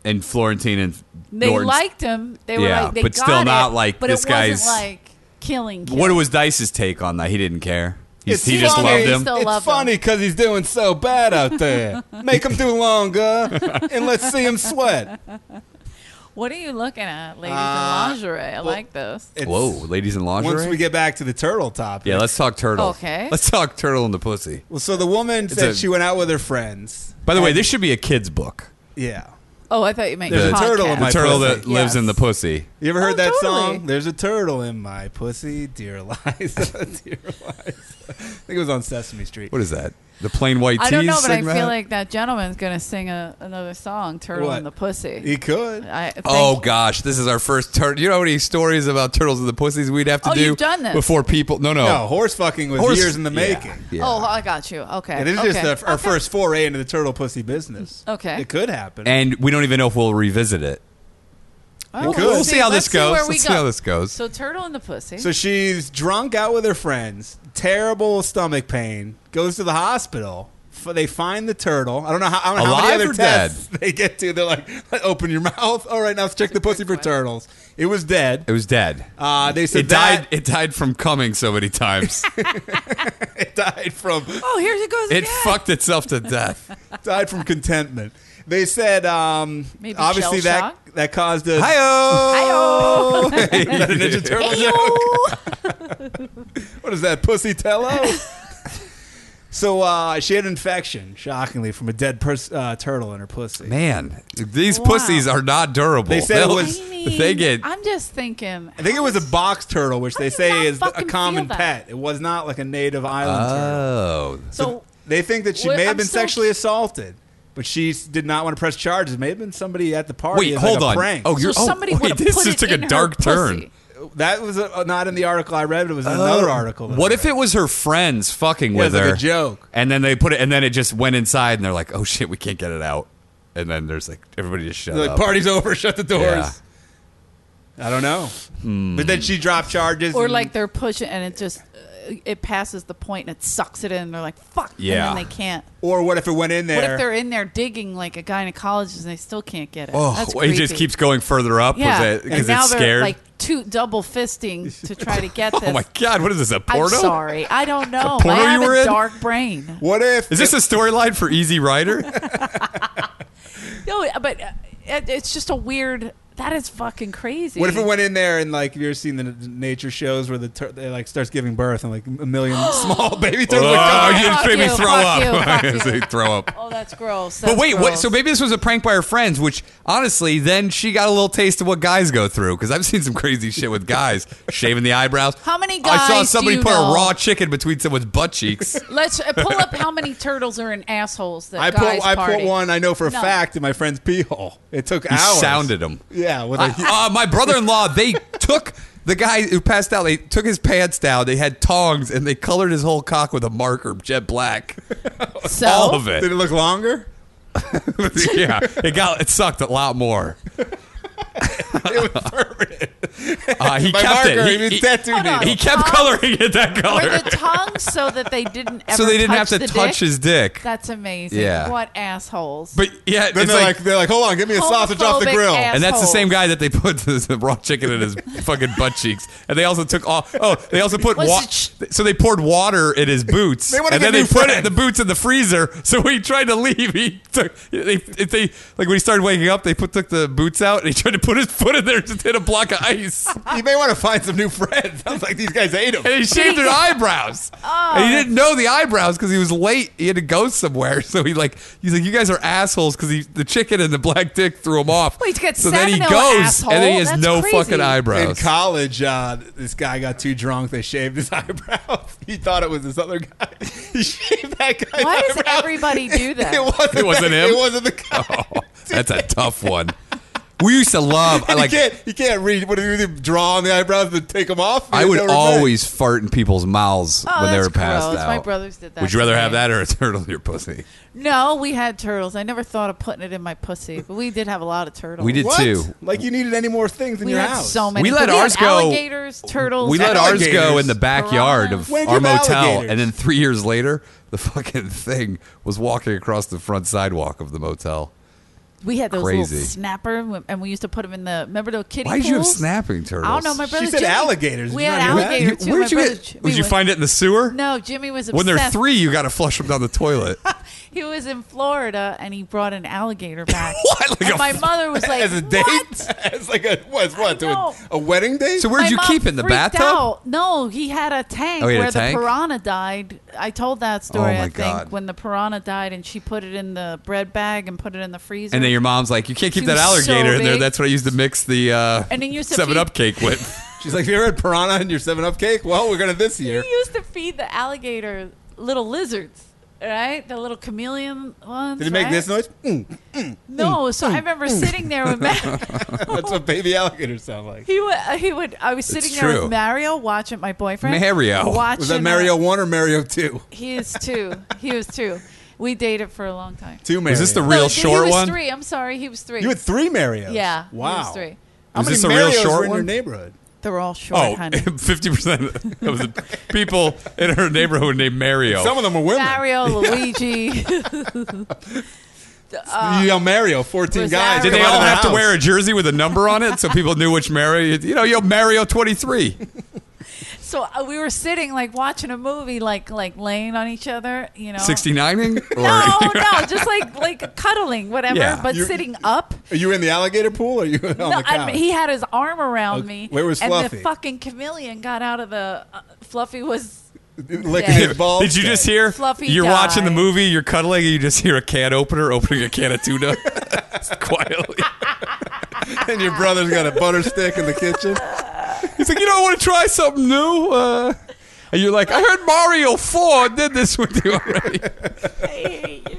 D: and Florentine and
F: They
D: Norton's-
F: liked him. They were
D: Yeah,
F: like, they
D: but
F: got
D: still
F: it,
D: not like
F: but
D: this
F: it
D: guy's-
F: Wasn't like killing. Kill.
D: What was Dice's take on that? He didn't care. *laughs* He,
E: It's
D: he just
E: funny.
D: loved
F: He
D: him.
F: still
E: it's
F: loved him.
E: funny because he's doing so
F: *laughs*
E: bad out there. Make him do longer, and let's see him sweat.
F: What are you looking at, ladies
E: Uh,
F: in lingerie? I like this.
E: It's-
D: Whoa, ladies in lingerie.
E: Once we get back to the turtle topic,
D: yeah, let's talk turtle.
F: Okay.
D: Let's talk turtle and the pussy.
E: Well, so the woman said
D: a-
E: she went out with her friends.
D: By the way, this should be a kid's book.
E: Yeah.
F: Oh, I thought you meant
E: There's
F: your
E: a turtle in
F: podcast.
D: The
E: My
D: turtle
E: pussy.
D: that lives in the
F: Yes.
D: pussy.
E: You ever heard
F: Oh,
E: that
F: totally.
E: song? There's a turtle in my pussy, dear Liza, *laughs* dear Liza. I think it was on Sesame Street.
D: What is that? The plain white tees.
F: I don't know, but I
D: sing
F: feel
D: that?
F: like that gentleman's gonna sing a, another song, "Turtle
E: What?
F: and the Pussy."
E: He could.
F: I, thank
D: Oh
F: you.
D: gosh, this is our first turtle. You know how many stories about turtles and the pussies we'd have to
F: Oh,
D: do
F: you've done this.
D: before people? No, no.
E: No, Oh. horse fucking was
D: Horse-
E: years in the
D: yeah,
E: making.
D: yeah.
F: Oh, I got you. Okay.
E: And this is
F: okay.
E: just our, our first foray into the turtle pussy business.
F: Okay.
E: It could happen.
D: and we don't even know if we'll revisit it.
F: Oh,
E: We'll-
F: let's
E: we'll
D: see how
F: let's
D: this goes.
F: where we
D: Let's see
F: go.
D: how this goes.
F: So, turtle and the pussy.
E: so she's drunk out with her friends, terrible stomach pain, goes to the hospital. F- They find the turtle. I don't know how, I don't know how many
D: Alive
E: other
D: or
E: tests *laughs* they get to. They're like, open your mouth. All right, now let's check the pussy for turtles. It was dead.
D: It was dead.
E: Uh, they said
D: it died.
E: that-
D: It died from coming so many
E: *laughs*
D: times.
E: It died from *laughs*
F: oh, here it goes.
D: it
F: again.
D: fucked itself to death.
E: died from contentment. They said um,
F: Maybe
E: obviously
F: shell
D: *laughs*
E: that
F: shock?
E: that caused a
D: Hi-oh.
E: *laughs*
F: Hi-oh.
E: Ninja Turtle.
F: Hey-yo.
E: What is that
F: *laughs*
E: pussy tello? so uh, she had infection, shockingly, from a dead pers- uh, turtle in her pussy.
D: Man, these
F: Wow.
D: pussies are not durable.
E: They said it
D: They'll-
E: was-
F: I mean,
D: they get.
F: I'm just thinking.
E: I think it was a box turtle, which
F: How
E: they
F: do you
E: say
F: not
E: is a
F: fucking
E: common
F: feel that?
E: pet. It was not like a native island turtle.
D: Oh,
F: So
E: They think that she
F: What-
E: may have
F: I'm
E: been
F: so-
E: sexually assaulted, but she s- did not want to press charges. It may have been somebody at the party.
D: wait,
E: as,
D: hold
E: like a
D: on.
E: Prank.
D: Oh, you're.
F: So
D: oh,
F: somebody would
D: wait,
F: have
D: this
F: put
D: just
F: it
D: took a
F: in her
D: dark turn.
F: pussy.
E: that was uh not in the article I read. But it was another article. that I
D: Oh. What if
E: read.
D: it was her friends fucking
E: Yeah,
D: with
E: it's like
D: her?
E: a joke.
D: And then they put it, and then it just went inside, and they're like, "Oh shit, we can't get it out." And then there's like everybody just *laughs* shut
E: They're
D: up.
E: like party's over? Shut the doors.
D: Yeah.
E: I don't know. But
D: Hmm.
E: then she dropped charges.
F: or
E: and-
F: like they're pushing and it just uh, it passes the point and it sucks it in and they're like fuck
D: Yeah.
F: and then they can't
E: Or what if it went in there?
F: what if they're in there digging like a gynecologist and they still can't get it
D: Oh,
F: That's
D: well, he just
F: creepy.
D: keeps going further up
F: yeah
D: because
F: and now
D: it's
F: they're
D: scared.
F: like two double fisting to try to get this
D: *laughs* oh my god, what is this? A
F: I'm
D: porno?
F: sorry I don't know I
D: porno
F: have
D: you were
F: a
D: in?
F: dark brain
E: What if
D: Is this a storyline for Easy Rider?
F: no but uh, it, it's just a weird That is fucking crazy.
E: What if it went in there and like have you ever seen the n- nature shows where the tur- they like starts giving birth and like a
F: *gasps*
E: million small baby turtles?
D: Oh,
E: Like,
D: you just
F: Fuck
D: made me
F: you,
D: throw
F: fuck
D: up.
F: you,
D: *laughs*
F: fuck
D: I was
F: you.
D: like, throw up.
F: *laughs* Oh, that's gross.
D: But
F: That's
D: wait, what,
F: gross.
D: so maybe this was a prank by her friends, which honestly, then she got a little taste of what guys go through because I've seen some crazy shit with
F: *laughs*
D: guys shaving the eyebrows.
F: How many
D: I saw
F: guys do
D: somebody
F: you
D: put
F: know?
D: a raw chicken between someone's butt
F: *laughs*
D: cheeks.
F: Let's uh, pull up how
D: *laughs*
F: many turtles are in assholes that
E: I
F: guys
E: put I
F: party.
E: put one I know for a
F: No.
E: fact in my friend's pee hole. It took
D: You
E: hours.
D: sounded them.
E: Yeah, with a
D: I- uh, my brother-in-law,
F: *laughs*
D: they took the guy who passed out. They took his pants down. They had tongs and they colored his whole cock with a marker, jet black.
F: So,
D: All of
E: Did it
D: it.
E: look longer?
D: *laughs* yeah, it got it sucked a lot more.
E: *laughs* It was permanent.
D: Uh, he
E: By
D: kept
E: marker,
D: it. He,
E: was
D: he-
E: tattooed
F: Hold on.
E: needle.
D: he kept
F: Tongs?
D: coloring it that color. *laughs*
F: Were the tongues so that they didn't ever
D: so they didn't have
F: touch
D: to
F: the
D: touch
F: dick?
D: his dick.
F: That's amazing.
D: Yeah.
F: What assholes.
D: But yeah,
E: Then
D: it's
E: they're
D: like,
E: like, they're like, hold on, give me a sausage off the
F: Homophobic
E: grill.
F: ass-
D: and that's the
F: asshole.
D: same guy that they put *laughs* the, the raw chicken in his fucking butt cheeks. And they also took off. Oh, they also put
F: Was
D: wa-
F: it ch-
D: so they poured water in
F: *laughs*
D: his boots.
E: They wanna
D: and then
E: get
D: they
E: new
D: put it,
E: friends.
D: the boots in the freezer. So when he tried to leave, he took they, if they like when he started waking up, they put took the boots out and he tried to put his foot in there and just hit a block of ice.
E: you may want to find some new friends. Sounds like these guys ate him.
D: And he shaved
F: *laughs*
D: his eyebrows. And
F: Oh.
D: he didn't know the eyebrows because he was late. He had to go somewhere. *laughs* So he like he's like, you guys are assholes because the chicken and the black dick threw him off.
F: Well, he's got
D: so then he
F: salmonella,
D: goes and then he has
F: asshole.
D: no
F: That's
D: fucking
F: crazy.
D: *laughs*
E: In
D: eyebrows.
E: college, uh, this guy got too drunk. They shaved his *laughs* eyebrows. He thought it was this other guy. *laughs* He shaved that guy's
F: Why
D: *laughs*
F: does
E: eyebrows.
F: everybody do that?
E: *laughs* It
D: It wasn't
E: wasn't, that-
D: him?
E: *laughs* It wasn't the guy.
D: oh, *laughs* that's a tough one. We used to love. I
E: And
D: like.
E: you can't you can't read. What do you do? Draw on the eyebrows and take them off?
D: I
E: You
D: would
E: never
D: always fart in people's mouths
F: Oh,
D: when they
F: that's
D: were passed
F: gross.
D: out.
F: My brothers did that
D: Would you rather
F: to
D: have
F: me.
D: that or a turtle in your pussy?
F: no, we had turtles. I never thought of putting it in my pussy, but we did have a lot of turtles.
D: We did
E: made- What?
D: too.
E: Like you needed any more things in
F: We
E: your
F: had
E: house?
F: so many.
D: We let
F: But had
D: ours go-
F: Alligators, turtles.
D: We let ours go in the backyard of
E: Where'd you
D: our
E: have
D: motel,
E: alligators?
D: and then three years later, the fucking thing was walking across the front sidewalk of the motel.
F: We had those
D: Crazy.
F: little snapper, and we used to put them in the. Remember those kitty
D: Why did you have
F: pools?
D: snapping turtles?
F: I don't know. My brother.
E: said
F: Jimmy-
E: alligators.
F: We
E: Did you
F: had
E: not hear that?
F: alligators too.
D: You- where'd
F: my
D: you
F: brother,
D: get?
F: J-
D: Did
F: we
D: you
F: went-
D: find it in the sewer?
F: No, Jimmy was obsessed.
D: When they're three, you got to flush them down the toilet.
F: *laughs* He was in Florida and he brought an
D: *laughs*
F: alligator back.
D: What? Like
F: and
D: a-
F: my
D: *laughs*
F: mother was like,
E: as a date,
F: "What?"
E: as like a what?
F: I
E: What to a,
F: know.
E: a wedding date?
D: So where'd
F: My
D: you
F: mom
D: keep it in the
F: freaked
D: bathtub?
F: out. No, he had a tank
D: Oh, he had a
F: where
D: tank?
F: the piranha died. I told that story.
D: Oh, my
F: I think
D: God.
F: when the piranha died, and she put it in the bread bag and put it in the freezer.
D: And then your mom's like, "You can't keep
F: She
D: that
F: was so
D: alligator in there.
F: big.
D: That's what I used to mix the uh,
F: And then you used to
D: Seven
F: feed-
D: Up cake with."
E: She's like, "Have you ever had piranha in your Seven Up cake?" Well, we're gonna this year.
F: he used to feed the alligator little lizards. Right, the little chameleon ones.
E: Did it make
F: right?
E: this noise? *laughs* Mm,
F: No, so I remember sitting there *laughs* with Matt.
E: that's what baby alligators sound like.
F: He would. He would. I was sitting there
D: true.
F: with Mario watching my boyfriend.
D: Mario. Was
F: watching
E: Was that
F: uh,
E: Mario one or Mario two?
F: He is two. He was two. We dated for a long time.
E: Two Mario.
D: Is this the
F: No,
D: real
F: he
D: short
F: was
D: one?
F: Three. I'm sorry. He was three.
E: You had three Marios.
F: Yeah. he
E: Wow.
F: was three.
E: How
D: Was
E: many
D: this a real
E: Marios
D: short
E: were in your
D: one?
E: neighborhood?
F: They're all short,
D: Oh,
E: *laughs*
F: honey.
D: *laughs* 50% of the people in her neighborhood named Mario.
E: Some of them were
F: *laughs*
E: women. *laughs*
F: Mario, Luigi. *laughs*
E: you yell Mario, fourteen
F: uh, was that
E: guys.
D: Did
E: come
D: they
F: Mario.
E: out
D: all
E: of their
D: have to
E: house.
D: wear a jersey with a number on it so people knew which Mario? You know, yo, Mario 23.
E: Oh.
F: so uh, we were sitting like watching a movie, like like laying on each other. You know.
E: *laughs*
D: 69ing? Or,
F: No, no, just like like cuddling, whatever.
D: Yeah.
F: But
E: You're-
F: sitting up.
E: Are you in the alligator pool or are you *laughs* on
F: No,
E: the couch?
F: I mean, he had his arm around
E: Okay.
F: me.
E: Where was
F: And
E: Fluffy?
F: the fucking chameleon got out of the. Uh, Fluffy was
E: Licking
F: Yeah.
E: his balls.
D: Did you just hear?
F: Fluffy
D: you're watching the
F: died.
D: movie, you're cuddling, and you just hear a can opener opening a can of tuna *laughs* quietly.
E: *laughs* And your brother's got *laughs* a butter stick in
F: *laughs*
E: the kitchen.
D: He's like, you don't want to try something new? Uh, and you're like, I heard Mario 4 did this with you already.
F: I hate you.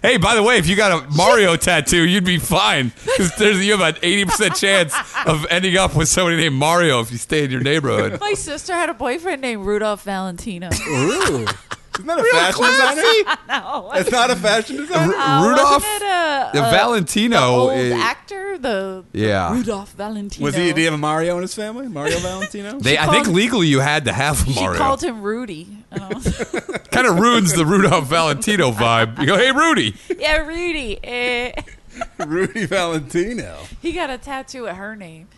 D: Hey, by the way, if you got a Mario tattoo, you'd be fine because there's you have an eighty percent chance of ending up with somebody named Mario if you stay in your
F: *laughs*
D: neighborhood.
F: My sister had a boyfriend named Rudolph
E: *laughs*
F: Valentino.
E: Ooh. Isn't that a fashion designer?
F: *laughs* no,
E: It's not a fashion designer.
F: Uh,
D: Rudolph,
F: wasn't it a-
D: the
F: a-
D: Valentino,
F: the old
D: is-
F: actor, the
D: yeah.
F: Rudolph Valentino.
E: Was he? Did he have a Mario in his family? Mario Valentino.
D: They, I think
F: called-
D: legally you had to have
F: She
D: Mario.
F: called him
E: *laughs*
F: Rudy. Oh. And I was-
D: kind of ruins the Rudolph Valentino vibe. You go, hey Rudy,
F: *laughs* yeah, Rudy. eh.
E: *laughs* Rudy Valentino.
F: He got a tattoo at her name.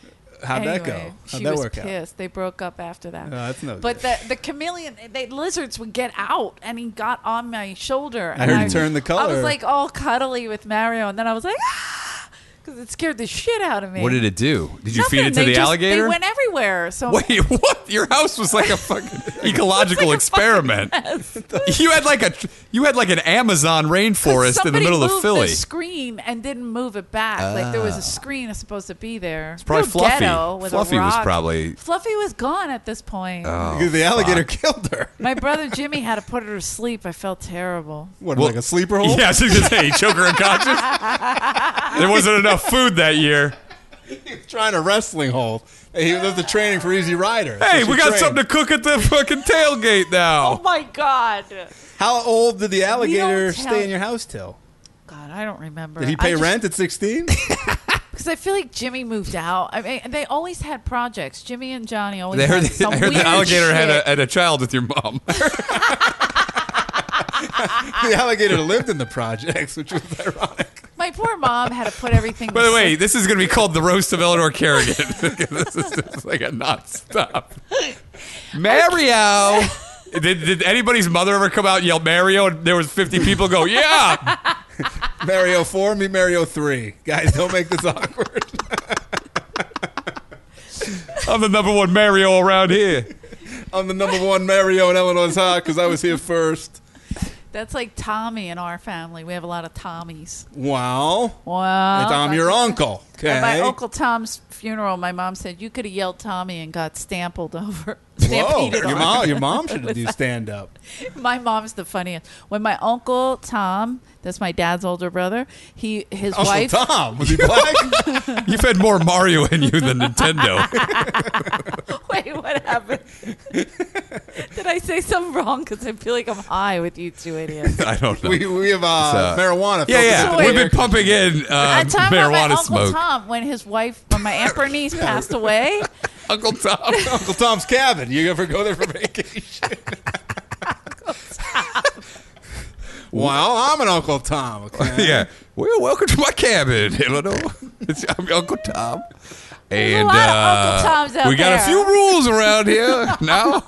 E: How'd that
F: Anyway,
E: go? How'd
F: she
E: that
F: was
E: work out? Oh,
F: pissed. They broke up after that.
E: that's no
F: But
E: good.
F: the the chameleon, they lizards would get out, and he got on my shoulder. I
E: heard he turned the
F: I
E: color.
F: was like all cuddly with Mario, and then I was like, "Ah!" because it scared the shit out of me.
D: What did it do? Did you feed
F: Nothing.
D: it to
F: They
D: the
F: just-
D: alligator?
F: They went everywhere. So
D: Wait, *laughs* what? Your house was like a
F: *laughs*
D: fucking ecological experiment. *laughs* you had like a you had like an Amazon rainforest in the
F: Somebody
D: middle of
F: moved
D: Philly. Ah.
F: The screen and didn't move it back. like there was a screen that's supposed to be there. It's
D: probably Fluffy.
F: Ghetto with a
D: Fluffy was
F: rock.
D: probably- Ah.
F: Fluffy was gone at this point.
E: Because the alligator killed her.
F: My brother Jimmy had to put her to sleep. I felt terrible.
E: What,
D: Well-
E: like a sleeper
F: Oh.
D: *laughs*
E: hole?
D: Yeah, I was just gonna
F: *laughs*
D: say, he choked her unconscious. there wasn't enough food that year.
E: Trying a wrestling hole. He was the training for Easy Rider. That's
D: Hey,
E: what
D: we
E: she
D: got
E: trained.
D: something to cook at the fucking tailgate
F: Oh
D: now.
F: my god.
E: How old did the alligator
F: don't tell-
E: stay in your house till?
F: God, I don't remember.
E: Did he pay rent
F: *laughs*
E: at *laughs* 16?
F: Because I feel like Jimmy moved out. I mean, they always had projects. Jimmy and Johnny always.
D: They heard,
F: had some
D: I heard *laughs*
F: weird
D: the alligator had
F: shit.
D: a, had a child with your mom.
E: the alligator lived in the projects, which
F: *laughs*
E: was ironic.
F: My poor mom had to
D: *laughs*
F: put everything.
D: By the way, this is going to be called the roast of Eleanor Kerrigan. *laughs* this is just like a nonstop. Mario. Did, did anybody's mother ever come out and yell Mario? And there was 50 people go, yeah.
E: Mario 4, me Mario 3. Guys, don't make this *laughs* awkward.
D: I'm the number one Mario around here.
E: I'm the number one Mario in Illinois hot because I was here first.
F: that's like Tommy in our family. We have a lot of Tommies.
E: Wow.
F: Wow.
E: And I'm your uncle. Okay.
F: At my Uncle Tom's funeral, my mom said you could have yelled Tommy and got stampled over. *laughs*
E: Whoa.
F: Stampeded
E: Your
F: on.
E: mom, your mom should do stand up.
F: *laughs* My mom's the funniest. When my uncle Tom, that's my dad's older brother, he his
E: Uncle
F: wife
E: Tom, was he *laughs* black?
D: You've had more Mario in you than Nintendo.
F: *laughs* Wait, what happened? Did I say something wrong? Because I feel like I'm high with you two
D: *laughs*
F: idiots.
D: I don't know.
E: we, we have uh,
D: uh,
E: marijuana.
D: yeah,
E: filtered
D: yeah.
E: into the
D: We've been
E: air.
D: pumping in uh,
F: I'm talking about my
D: marijuana
F: Uncle
D: smoke.
F: Tom when his wife, when my Aunt Bernice passed
D: *laughs*
F: away.
D: Uncle Tom.
E: *laughs* Uncle Tom's cabin. You ever go there
F: *laughs*
E: for vacation? *laughs* well, I'm an Uncle Tom.
F: *laughs*
E: Okay?
D: *laughs* yeah. Well, welcome to my cabin, Eleanor. It's, I'm Uncle Tom.
F: a
D: And
F: lot of
D: uh,
F: Uncle Toms out
D: we got a
F: there.
D: few rules around here
F: *laughs*
D: now.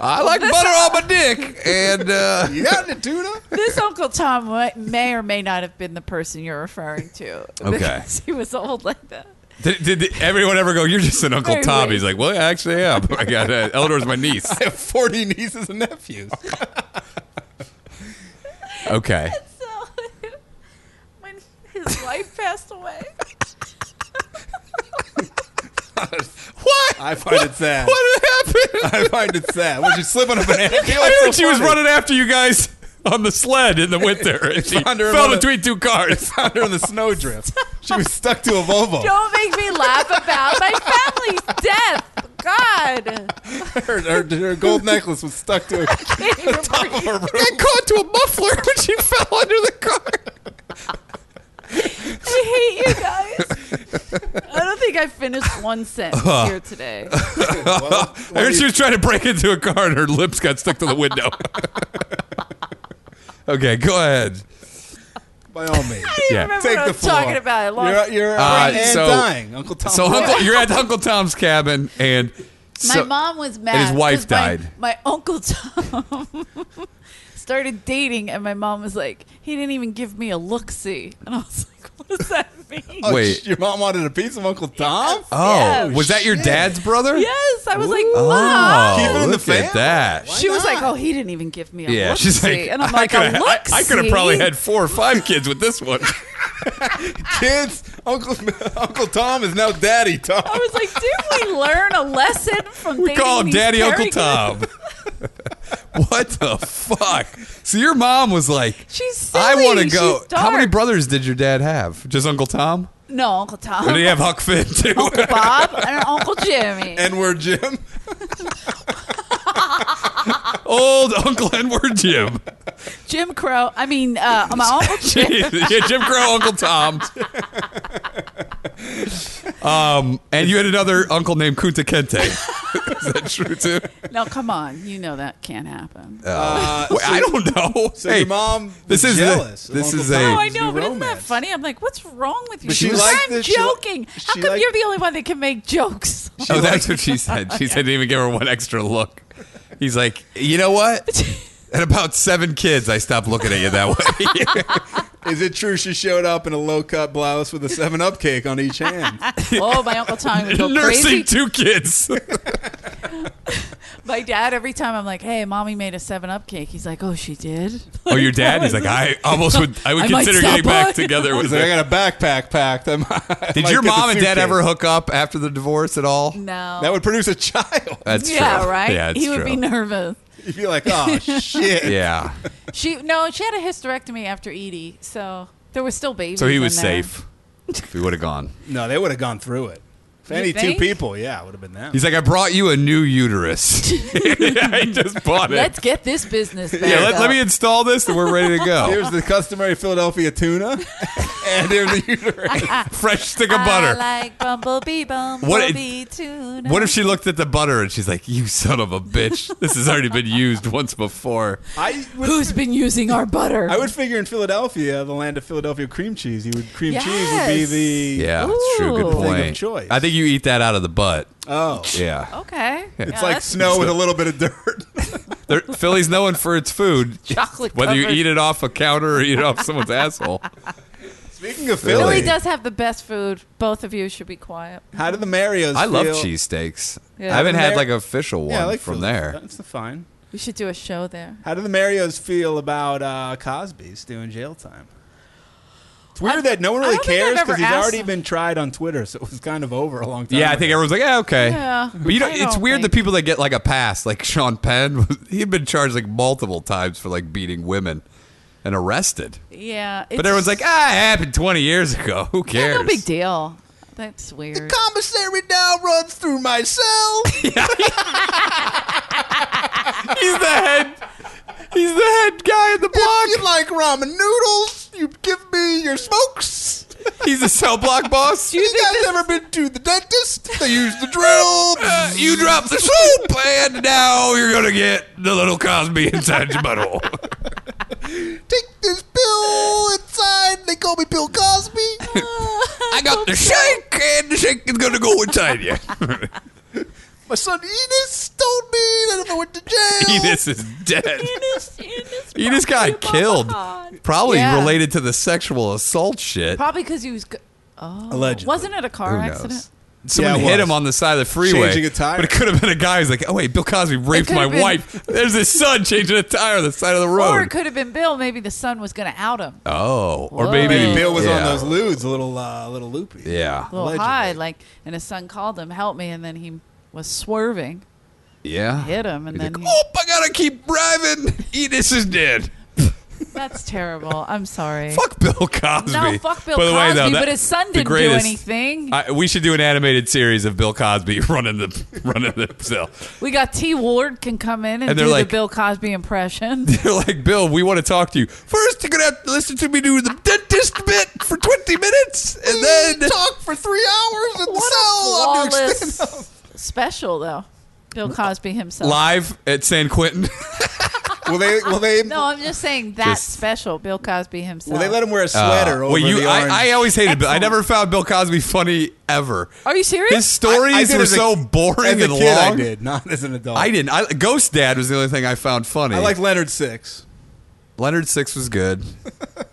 D: I like butter on my dick, and uh,
E: You got any tuna?
F: This Uncle Tom wa- may or may not have been the person you're referring to.
D: *laughs* Okay.
F: because *laughs* He was old like that.
D: did, did everyone ever go? You're just an Uncle
F: Very
D: Tom.
F: weird.
D: He's like, well, I actually am. *laughs* I got uh, Eleanor's my
F: *laughs*
D: niece.
E: I have 40 nieces and nephews.
D: Okay,
F: So *laughs* when his wife passed away,
D: what?
E: I find it *laughs* sad.
D: What happened?
E: I find it sad. When she slip on a *laughs* banana peel,
D: I
E: it's
D: heard
E: so
D: she was
E: funny.
D: running after you guys on the sled in the
E: *laughs*
D: winter, and she
E: found her in
D: fell
E: one of-
D: between two cars.
E: found her in the snowdrift. She was stuck to a Volvo.
F: don't make me laugh about my family's death. God,
E: Her, her, her gold necklace was
D: *laughs*
E: stuck to a top of her
D: *laughs*
E: roof.
D: got caught to a muffler when she fell under the car.
F: I hate you guys. *laughs* I don't think I finished one sentence
D: Uh-huh. *laughs*
F: here today.
D: I heard she was trying to break into a car and her lips got stuck to the window. *laughs* okay, go ahead.
E: By all means.
D: Yeah.
F: remember
E: Take
F: what
E: the
F: I'm talking
E: floor.
F: about. I lost-
E: You're, you're
D: Uh,
E: and
D: so-
E: dying, Uncle Tom.
D: So Uncle, you're
F: *laughs*
D: at Uncle Tom's cabin, and
F: my
D: so-
F: mom was mad.
D: his wife
F: 'cause my-
D: died.
F: My, uncle Tom *laughs* started dating, and my mom was like, "He didn't even give me a look see," and I was like, *laughs* "What does that mean?"
E: Oh,
D: Wait.
E: sh- *laughs* your mom wanted a piece of Uncle Tom?
D: Oh,
F: Yeah.
D: was that your dad's brother?
F: Yes, I was like,
D: Oh,
F: "Mom."
E: Keep it in the
D: look at
E: family.
D: that.
F: She was
E: not?
F: like, "Oh, he didn't even give me a
D: Yeah,
F: look
D: she's
F: see,"
D: like,
F: and I'm like,
D: I
F: "A
D: coulda-
F: look
D: I, I could have
F: see?
D: probably had four or five kids with this one.
E: *laughs* Kids, Uncle Uncle Tom is now Daddy Tom.
F: I was like, "Did we learn a lesson from
D: We
F: dating
D: call him
F: these
D: Daddy Uncle
F: Kerrigans?
D: Tom. *laughs* what the fuck? So your mom was like,
F: She's silly.
D: I want to
F: She's
D: go. How many
F: dark.
D: brothers did your dad have? Just Uncle Tom?
F: No, Uncle Tom.
D: Did he have Huck Finn too? *laughs*
F: Uncle *laughs* Bob and Uncle Jimmy.
E: and we're Jim.
D: Old Uncle Edward Jim. *laughs*
F: Jim Crow. I mean, uh, my Uncle Jim.
D: Jeez. yeah, Jim Crow, Uncle Tom. um, and you had another uncle named Kunta Kente. *laughs* Is that true too?
F: No, come on. You know that can't happen.
E: Uh,
D: Wait, I don't know.
E: So your mom
D: this
E: was
D: is the-
E: jealous. of
D: this
E: Uncle
D: is a-
E: Tom's
F: oh, I know,
E: new
F: but isn't that
E: romance.
F: funny? I'm like, what's wrong with you?
E: But she
F: I'm
E: liked that she-
F: joking. How
E: she
F: come
E: liked-
F: you're the only one that can make
D: *laughs*
F: jokes?
D: Oh, that's what she
F: *laughs*
D: said. She said didn't even give her one extra look. He's
F: *laughs*
D: like, you know what? At about seven kids, I stopped looking at you that way.
E: Is it true she showed up in a low cut blouse with a 7 Up cake on
D: *laughs*
E: each hand?
F: Oh, my Uncle Tom would go
D: Nursing
F: crazy.
D: two
F: *laughs*
D: kids.
F: My dad, every time I'm like, hey, mommy made a 7 Up cake, he's like, oh, she did?
D: oh, your
F: *laughs*
D: dad? He's like, I almost would. I would
F: I might
D: consider
F: stop
D: getting back
F: by.
D: together with.
E: He's like, I
D: her.
E: got a backpack packed. I might-
D: Did
E: might
D: your
E: get the
D: mom and dad
E: suitcase."
D: ever hook up after the divorce at all?
F: No.
E: That would produce a child. *laughs*
D: That's
F: yeah,
D: true.
F: right?
D: Yeah, it's
F: he
D: true.
F: would be nervous.
E: You'd be like, oh,
D: *laughs*
E: shit.
D: yeah,
F: She No, she had a hysterectomy after Edie, so there was still
D: *laughs*
F: babies.
D: so he
F: in
D: was
F: there.
D: safe. If he would have gone,
E: No, they would have gone through it. If any two
F: think?
E: people, yeah, it would have been them.
D: he's like, I brought you a new uterus. *laughs* I just bought it.
F: Let's get this business back.
D: *laughs* yeah, let, let
F: up.
D: me install this, and we're ready to
F: *laughs*
D: go.
E: Here's the customary Philadelphia tuna,
D: *laughs*
E: and here's the uterus.
D: Fresh stick of
F: I
D: butter.
F: like bumblebee, bumblebee tuna.
D: What if she looked at the butter and she's like, "You son of a bitch! This has already been used once before."
E: I would,
F: Who's been using our butter?
E: I would figure in Philadelphia, the land of Philadelphia cream cheese, you would cream cheese would be
F: Yes.
E: the
D: Yeah, that's true. Good
F: Ooh. Thing
E: of
D: point.
E: choice.
D: I think you eat that out of the butt.
E: oh,
D: Yeah,
F: Okay.
E: it's like snow with a little bit of dirt. *laughs*
D: There- Philly's known for its food.
F: Chocolate
D: Whether you
F: covered.
D: eat it off a counter or eat it off someone's asshole.
E: Speaking of
D: Really?
E: Philly,
F: Philly does have the best food. Both of you should be quiet.
E: how do the Mario's?
D: I love
E: feel?
D: cheesesteaks.
F: Yeah.
D: I haven't had
E: Mar-
D: like an official one
E: Yeah, I like
D: from
E: Philly.
D: there.
E: That's fine.
F: We should do a show there.
E: How do the Mario's feel about uh, Cosby's doing jail time? It's weird
F: I-
E: that no one
F: I
E: really
F: don't think I've
E: cares
F: ever
E: because he's
F: asked
E: already
F: them.
E: been tried on Twitter, so it was kind of over a long time.
D: Yeah, I think
E: ago.
D: everyone's like, yeah, okay.
F: Yeah.
D: But you know,
F: I
D: it's
F: don't
D: weird the
F: think-
D: people that get like a pass, like Sean Penn, *laughs* he'd been charged like multiple times for like beating women and arrested.
F: Yeah.
D: But everyone's like, ah, it happened 20 years ago. *laughs* Who cares?
F: no big deal. That's weird.
E: commissary now runs through
D: *laughs*
E: my cell.
D: He's the head. He's the head guy in the block.
E: you like ramen noodles? You give me your smokes.
D: He's the cell block boss.
E: You guys ever been to the dentist? They use the drill.
D: *laughs* Uh, you drop the soap, and now you're gonna get the little Cosby inside your butthole.
E: Take this pill inside. They call me Bill Cosby.
D: I got the shake, and the shake is gonna go inside
F: *laughs*
D: you. *laughs*
E: My son Enos told me that if I
D: *laughs*
E: went to jail,
D: Enos is dead. *laughs* Enos got killed, probably
F: Yeah.
D: related to the sexual assault shit.
F: Probably because he was. Go- oh.
E: Allegedly.
F: Wasn't it a car
D: Who knows?
F: accident?
D: Someone
E: Yeah, it
D: hit
E: was.
D: him on the side of the freeway.
E: Changing a tire.
D: But it could have been a guy who's like, oh, wait, Bill Cosby raped
F: could
D: my
F: have been- *laughs*
D: wife. There's his son changing a tire on the side of the road.
F: Or it could have been Bill. Maybe the son was going to out him.
D: oh, or
F: Whoa.
D: maybe,
F: Maybe
E: Bill was on
D: yeah.
E: those lewds, a little, uh, little loopy.
F: A
D: Yeah.
F: little
E: Allegedly.
F: high, like, and his son called him, help me, and then he was swerving,
D: Yeah.
F: hit him, and
D: He's
F: then
D: like,
F: he,
D: oh, I gotta keep driving. Enos is dead.
F: that's terrible. I'm sorry.
D: Fuck Bill Cosby.
F: No, fuck Bill
D: By the way,
F: Cosby,
D: though, that-
F: but his son
D: the
F: didn't do
D: greatest-
F: anything.
D: I, we should do an animated series of Bill Cosby *laughs* running the running the cell.
F: We got T Ward can come in and,
D: And they're
F: do
D: like-
F: the Bill
D: *laughs*
F: Cosby impression.
D: They're like, Bill, we want to talk to you. First, you're gonna have to listen to me do the dentist bit for 20 minutes, and
F: Mm, *laughs*
D: then
E: talk for three hours in the cell. I'm doing
F: Flawless special though. Bill Cosby himself.
D: live at San Quentin.
E: Will they? Will they?
F: *laughs* No, I'm just saying that
D: Just-
F: special. Bill Cosby himself.
E: Will they let him wear a sweater
D: Uh,
E: over
D: well, you,
E: the orange?
D: I, I always hated. Bill. I
F: Excellent.
D: never found Bill Cosby funny ever.
F: Are you serious?
D: His stories
E: I did
D: were
E: as a-
D: so boring
E: as a
D: and
E: kid,
D: long.
E: I did not as an adult.
D: I didn't. I, Ghost Dad was the only thing I found funny.
E: I like Leonard Six.
D: Leonard Six was good. *laughs*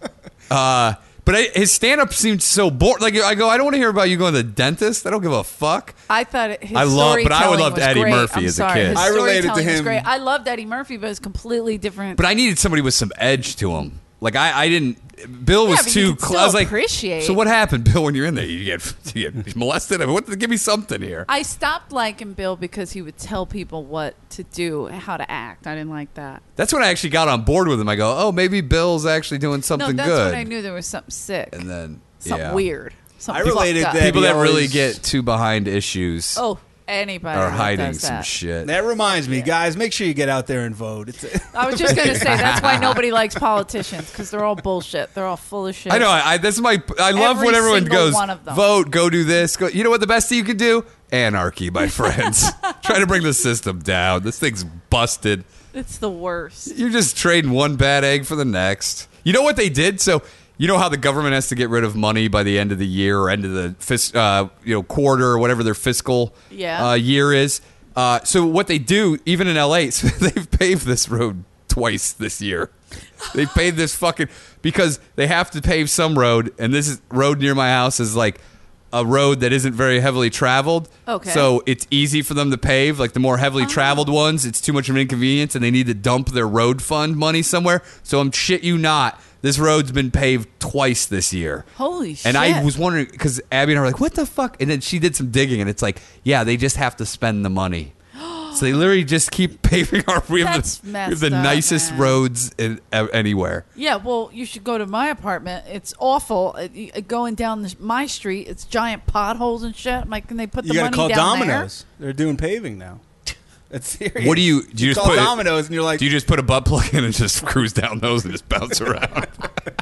D: uh, but I, his stand up seemed so boring. Like I go, I don't want to hear about you going to the dentist. I don't give a fuck.
F: I thought it, his
D: I love- but I would
F: storytelling
D: love
F: was
D: Eddie
F: great.
D: Murphy
F: I'm
D: as a
F: sorry.
D: kid.
F: His
E: I related to
F: storytelling was
E: him.
F: Great. I loved Eddie Murphy, but it was completely different.
D: But I needed somebody with some edge to him. Like I, I didn't. Bill
F: Yeah,
D: was
F: but
D: too.
F: you can
D: cl- I was
F: still
D: like,
F: appreciate.
D: So what happened, *laughs* Bill? When you're in there, you get you get molested. I mean, what? Give me something here.
F: I stopped liking Bill because he would tell people what to do, how to act. I didn't like that.
D: That's when I actually got on board with him. I go, oh, maybe Bill's actually doing
F: No,
D: something
F: that's
D: good.
F: when I knew there was something sick,
D: And then
F: something
D: yeah.
F: weird. Something
E: I related
F: fucked up.
E: that-
D: People that
E: He
D: really
E: always-
D: get too behind issues
F: Oh, anybody
D: are
F: that
D: hiding
F: does
D: some
F: that.
D: shit.
E: That reminds me, guys. Make sure you get out there and vote. It's
F: I was
D: *laughs*
F: just gonna say that's why nobody likes politicians because they're all bullshit. They're all full of shit.
D: I know. I, I this is my. I love
F: Every
D: when everyone
F: single
D: goes
F: one of them.
D: vote, go do this. Go, you know what? The best thing you can do, anarchy,
F: *laughs*
D: my friends. Try to bring the system down. This thing's busted.
F: It's the worst.
D: You're just trading one bad egg for the next. You know what they did? So you know how the government has to get rid of money by the end of the year or end of the fis- uh, you know quarter or whatever their fiscal *laughs*
F: Yeah.
D: uh, year is. Uh, so what they do, even in LA, so they've paved this road twice this year. They paved this fucking because they have to pave some road, and this is, road near my house is like a road that isn't very heavily traveled.
F: Okay.
D: So it's easy for them to pave. Like the more heavily traveled ones, it's too much of an inconvenience, and they need to dump their road fund money somewhere. So I'm shit you not. This road's been paved twice this year.
F: Holy
D: And I
F: shit.
D: was wondering because Abby and I were like, "What the fuck?" And then she did some digging, and it's like, "Yeah, they just have to spend the money." So they literally just keep *laughs* paving our. We have
F: That's
D: the, we have the
F: messed up,
D: nicest
F: man.
D: roads in, uh, anywhere.
F: Yeah, well, you should go to my apartment. It's awful. Uh, y- uh, Going down this, my street, it's giant potholes and shit. I'm like, can they put
E: You
F: the
E: got
F: money
E: to call
F: down there?
E: Domino's. They're doing paving now. That's serious.
D: What do you- do you just
E: call
D: put it-
E: Domino's and you're like,
D: Do you just put a butt plug in and just *laughs* cruise down those and just
F: *laughs*
D: bounce around? *laughs*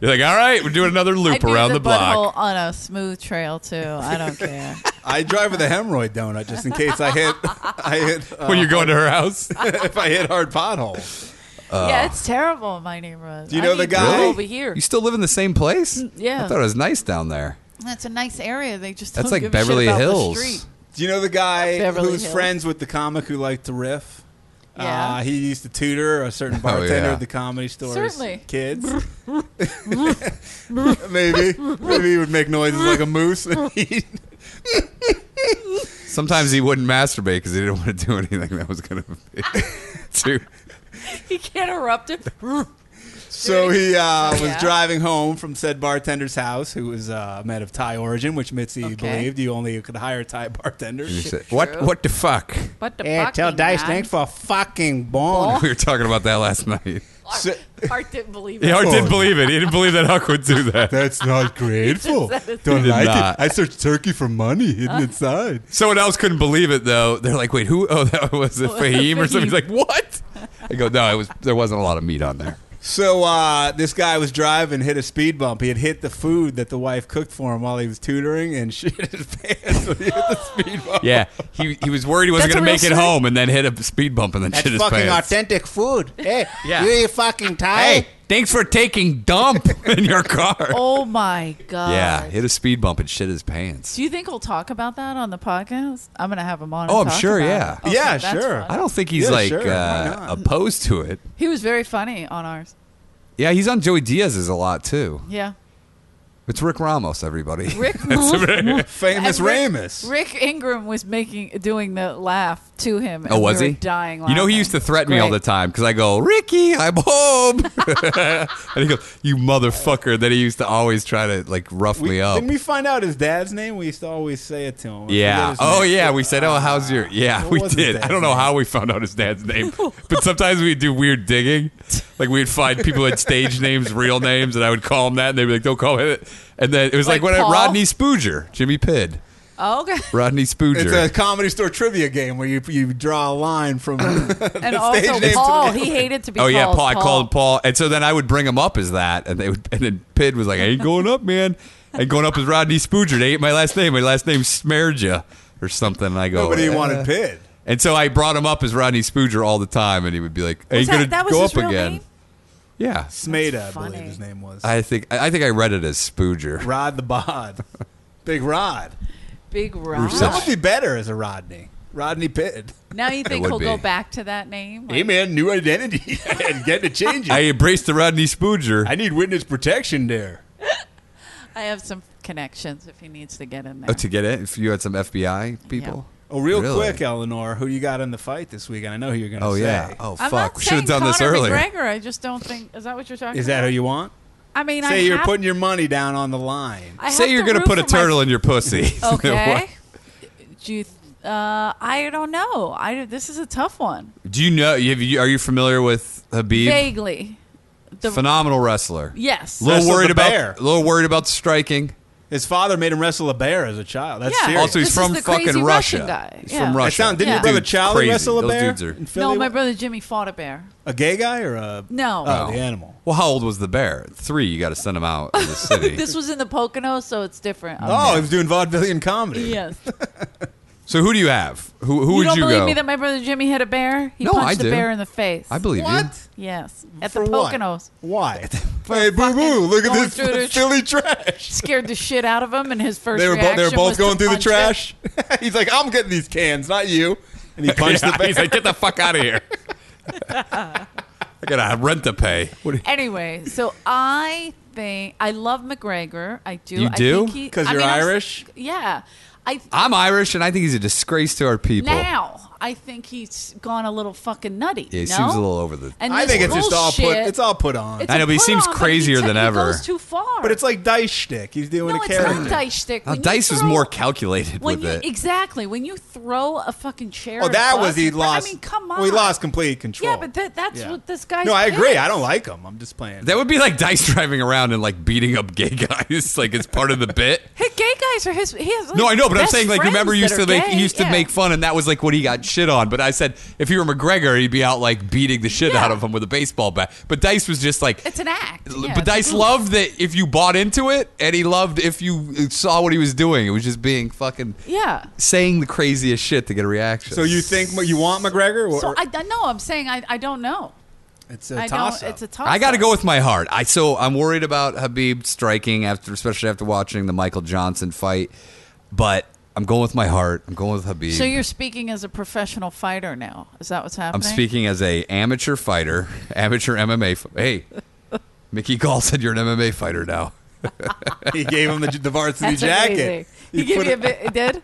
D: You're like, all right, we're doing another
F: I
D: loop
F: do
D: around the, block.
F: butthole on a smooth trail too. I don't care.
E: I drive with a hemorrhoid donut just in case
F: *laughs*
E: I hit. I hit
D: *laughs*
E: uh,
D: when you're going to her house.
E: *laughs* if I hit hard pothole.
F: yeah, it's terrible in my neighborhood.
E: Do you know
F: I
E: the
F: need
E: guy-
F: people *laughs*
E: Really?
F: over here?
D: Oh.
F: Mm,
D: You still live in the same place?
F: yeah.
D: I thought it was nice down there.
F: That's a nice area. They just
D: That's
F: don't
D: like
F: give a shit
D: Beverly
F: about the
D: Hills.
F: street.
E: Do you know the guy
F: Beverly
E: who's
F: Hills.
E: friends with the comic who liked to riff?
F: Yeah.
E: Uh, he used to tutor a certain bartender
D: yeah.
E: at the comedy store.
F: Certainly. *laughs*
E: Kids. *laughs* maybe. Maybe he would make noises like a moose. *laughs*
D: Sometimes he wouldn't masturbate because he didn't *laughs* want to do anything that was going to be
F: *laughs*
D: *laughs* too.
F: He can't
D: *laughs*
F: erupt it.
E: so he uh, was
F: Yeah.
E: driving home from said bartender's house, who was uh, a man of Thai origin, which Mitzi
F: Okay.
E: believed you only could hire Thai *laughs* bartenders.
D: What? What the fuck? *laughs*
F: What the
E: Yeah,
F: fuck?
E: tell
F: man?
E: Dice thanks for fucking bone.
D: We were talking about that last night. Oh.
F: Art,
E: So-
F: *laughs* Art didn't believe
D: *laughs*
F: it.
D: Yeah, Art didn't believe it. *laughs* He didn't believe that Huck would do
G: *laughs*
D: that.
G: That's
D: *laughs*
G: not grateful.
D: He
G: Don't
D: did
G: like
D: not.
G: it. I searched turkey for money
D: *laughs*
G: hidden inside.
D: Someone else couldn't believe it though. They're like, "Wait, who? *laughs* Oh, that was a Fahim or something." He's like, "What?" I go, "No, it was. There wasn't a lot of meat on there."
E: *laughs* So uh, this guy was driving, hit a speed bump. He had hit the food that the wife cooked for him while he was tutoring, and *laughs* shit his pants *laughs* when he hit the speed
D: *laughs*
E: bump.
D: Yeah, he he was worried he wasn't
F: That's a
D: going to
F: real
D: make it
F: story?
D: home, and then hit a speed bump and then shit his pants.
E: authentic *laughs* food. Hey,
D: Yeah. you
E: eat fucking Thai.
D: Hey, thanks for taking dump *laughs* in your car.
F: Oh my god.
D: Yeah, hit a speed bump and shit his pants.
F: Do you think we'll talk about that on the podcast? I'm gonna have him on. and
D: Oh, I'm
F: talk
D: sure,
F: about
D: yeah.
F: it. Okay,
E: Yeah,
F: that's
E: sure.
F: fun.
D: I don't think he's
E: Yeah,
D: like
E: sure, why
D: uh,
E: not?
D: opposed to it.
F: He was very funny on ours.
D: Yeah, he's on Joey Diaz's a lot too.
F: Yeah.
D: *laughs* It's Rick Ramos, everybody. *laughs*
F: Rick
E: Famous
F: And Rick-
E: Ramus.
F: Rick Ingram was making doing the laugh to him.
D: Oh,
F: and
D: was
F: we were
D: he?
F: Dying.
D: You know, he
F: laughing.
D: used to threaten me all the
F: Great.
D: time because I go, Ricky, I'm home. *laughs* and he goes, You motherfucker. Then he used to always try to like rough
E: We,
D: me up.
E: Didn't we find out his dad's name? We used to always say it to him. I forget
D: yeah.
E: his
D: Oh,
E: name.
D: yeah. We said, Oh, how's your. Yeah,
E: What
D: we
E: was his
D: did. I
E: dad's
D: don't know
E: name?
D: how we found out his dad's name, but sometimes we'd do weird digging. Like, we'd find people who had stage names, real names, and I would call them that, and they'd be like, Don't call him it. And then it was like,
F: Like
D: when I-
F: Paul?
D: Rodney Spooger, Jimmy Pidd,
F: Oh, okay.
D: Rodney Spooger.
E: It's a comedy store trivia game where you you draw a
D: *laughs*
E: line from. *laughs*
F: And also
E: stage name
F: Paul.
E: to the-
F: He hated to be.
D: Oh
F: called
D: yeah, Paul. I called Paul, and so then I would bring him up as that, and they would, and then Pid was like, "I ain't going up, man." And going up as Rodney Spooger. They ate my last name. My last name's Smerja or something. And I go.
E: Nobody
D: "Eh."
E: wanted Pitt.
D: And so I brought him up as Rodney Spooger all the time, and he would be like, "Are you
F: Was
D: gonna
F: that, that was
D: go
F: his
D: up
F: real
D: again?"
F: name?
D: Yeah,
E: Smeda, I
F: funny.
E: believe his name was.
D: I think I I think I read it as Spooger.
E: Rod
D: *laughs*
E: the Bod. Big Rod.
F: Big Rod.
E: That would be better as a Rodney. Rodney Pitt.
D: *laughs*
F: Now you think
D: would
F: he'll go
D: be.
F: back to that name? Like,
E: man, new identity. *laughs* and get to change
D: I embraced the Rodney Spooger.
E: need witness protection there.
F: I have some connections if he needs to get in there.
D: Oh, to get it, if you had some FBI people.
E: Oh, real
D: Really?
E: quick, Eleanor, who you got in the fight this weekend? I know who you're going to
D: Oh
E: say.
D: yeah. Oh
F: I'm
D: fuck.
F: not
D: We should have
F: saying
D: done this
F: Conor
D: earlier.
F: McGregor. I just don't think. Is that what you're talking?
E: Is that
F: about?
E: who you want?
F: I mean, I
E: Say you're
F: have-
E: putting your money down on the line.
F: I
D: Say
F: have
D: you're
F: to
D: gonna
F: root
D: put a
F: for my-
D: turtle
F: *laughs*
D: in your pussy. *laughs*
E: *laughs*
F: Okay. Do you? th- Uh, I don't know. I this is a tough one.
D: Do you know? Have you, are you familiar with Habib?
F: Vaguely. The-
D: Phenomenal wrestler.
F: Yes.
D: A little
E: Wrestled
D: worried
E: the
D: about.
E: bear.
D: A little worried about the striking.
E: His father made him wrestle a bear as a child. That's
F: Yeah.
E: serious.
D: Also, he's
F: This
D: from
F: is the
D: fucking
F: crazy
D: Russia.
F: Russian guy.
D: He's
F: Yeah.
D: from
F: That
D: Russia.
E: sound, didn't
F: Yeah.
E: your brother
D: Dude's
E: Charlie
D: crazy.
E: wrestle a
D: Those
E: bear?
D: dudes are-
E: in Philly?
F: no, my brother Jimmy fought a bear.
E: A gay guy or a.
F: No.
E: Oh, the animal.
D: Well, how old was the bear? Three. You got to send him out of the city.
F: *laughs* This was in the Poconos, so it's different.
E: Oh, he was doing vaudevillian comedy.
F: yes.
D: so who do you have? Who, who
F: you
D: would
F: don't
D: you
F: believe
D: go?
F: me that my brother Jimmy hit a bear? He
D: No, I
F: punched
D: do.
F: a bear in the face.
D: I believe you.
E: What?
F: Yes. At
E: For
F: the
E: what?
F: Poconos.
E: Why? *laughs* hey, boo boo! Look at
F: going
E: this
F: through
E: *laughs*
F: the-
E: Philly trash.
F: Scared the shit out of him, and his first
E: They were, bo-
F: reaction
E: they were both
F: was to
E: going through the
F: punch him.
E: trash. He's like, I'm getting these cans, not you. And he
D: *laughs*
E: punched
D: Yeah,
E: the bear. *laughs*
D: He's like, get the fuck out of here. I gotta rent to pay. What do you-
F: Anyway, so I think I love McGregor. I do.
D: You
F: I
D: do?
F: think he-
E: 'Cause
F: I
E: you're
F: mean, I was-
E: Irish?
F: yeah. I
D: I'm Irish, and I think he's a disgrace to our people.
F: now I think he's gone a little fucking nutty.
D: Yeah, he
F: no?
D: seems a little over the.
F: And
E: I
F: this
E: think it's just all put.
F: bullshit-
E: It's all put on.
F: it's
D: I know,
F: a
D: but he
F: put
D: seems
F: on, but
D: crazier
F: he
D: than
F: te- he
D: ever.
F: goes too far.
E: but it's like dice shtick. He's doing
F: no,
E: a
F: it's
E: character.
F: not dice stick.
D: Now,
F: When you
D: Dice was
F: throw-
D: more calculated
F: when
D: with
F: you,
D: it.
F: Exactly. When you throw a fucking chair.
E: Oh,
F: at a
E: that was
F: bus,
E: he
F: I
E: lost.
F: mean, come on.
E: Well, he lost complete control.
F: Yeah, but that, that's
E: Yeah.
F: what this guy's.
E: No, I agree.
F: is.
E: I don't like him. I'm just playing.
D: that would be like Dice *laughs* driving around and like beating up gay guys. *laughs* Like it's part of the bit.
F: Hey, gay guys are his. He has, like,
D: No, I know, but I'm
F: best
D: saying like remember
F: friends
D: he used
F: that
D: to
F: are
D: make
F: gay.
D: he used to
F: Yeah.
D: make fun, and that was like what he got shit on. But I said if he were McGregor, he'd be out like beating the shit
F: Yeah.
D: out of him with a baseball bat. But Dice was just like
F: It's an act.
D: L-
F: Yeah,
D: but
F: it's a
D: Dice
F: goof.
D: loved that if you bought into it, and he loved if you uh, saw what he was doing. It was just being fucking
F: Yeah.
D: saying the craziest shit to get a reaction.
E: so you think you want McGregor? Or,
F: So I, I know. I'm saying I, I don't know.
E: it's
F: I
E: a
F: don't.
E: toss up.
F: It's
E: *laughs*
F: a toss.
D: I got to go with my heart. I so I'm worried about Habib striking after, especially after watching the Michael Johnson fight. But I'm going with my heart. I'm going with Habib.
F: So you're speaking as a professional fighter now. Is that what's
D: I'm
F: happening?
D: speaking as a amateur fighter, *laughs* amateur MMA. F- hey, Mickey Gall said you're an MMA fighter now.
E: he gave him the, the varsity
F: That's
E: jacket.
F: amazing. You give
E: put
F: me a
E: it-
F: bit. It did.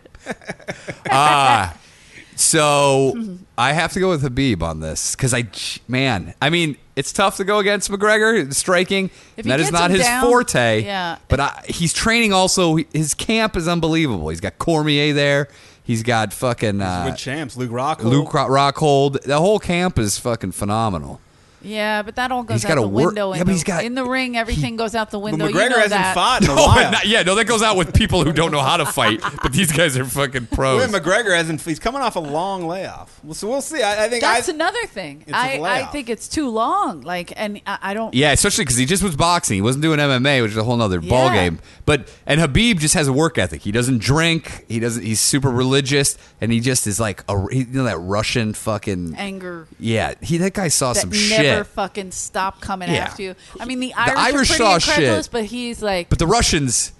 D: So I have to go with Habib on this because I, man, I mean, it's tough to go against McGregor it's striking.
F: If he
D: that is
F: gets
D: not
F: him
D: his
F: down-
D: forte.
F: Yeah.
D: but I, he's training. Also, his camp is unbelievable. He's got Cormier there. He's got fucking uh,
E: with champs, Luke Rockhold.
D: Luke Ro- Rockhold. The whole camp is fucking phenomenal.
F: Yeah, but that all goes
D: He's
F: out
D: gotta
F: the
D: work-
F: window. in
D: yeah, but
F: the-
D: he's got-
F: in the ring. Everything goes out the
E: But
F: window.
E: McGregor
F: you know
E: hasn't
F: that.
E: fought in
D: *laughs*
E: a
D: No,
E: while.
D: not- Oh, yeah, no, that goes out with people who don't know how to fight, but these guys are fucking pros.
E: Well, McGregor hasn't. He's coming off a long layoff. Well, so we'll see. I, I think
F: That's
E: I,
F: another thing.
E: It's a
F: I, I
E: layoff.
F: think it's too long. Like, and I, I don't.
D: Yeah, especially because he just was boxing. He wasn't doing MMA, which is a whole other ball
F: Yeah.
D: game. But and Habib just has a work ethic. He doesn't drink. He doesn't. He's super religious, and he just is like a he- you know that Russian fucking
F: Anger
D: yeah. He that guy saw
F: that
D: some
F: never
D: shit.
F: fucking stop coming
D: Yeah.
F: after you. I mean, the Irish,
D: Irish
F: are
D: saw
F: pretty incredulous,
D: shit.
F: but he's like,
D: but the Russians,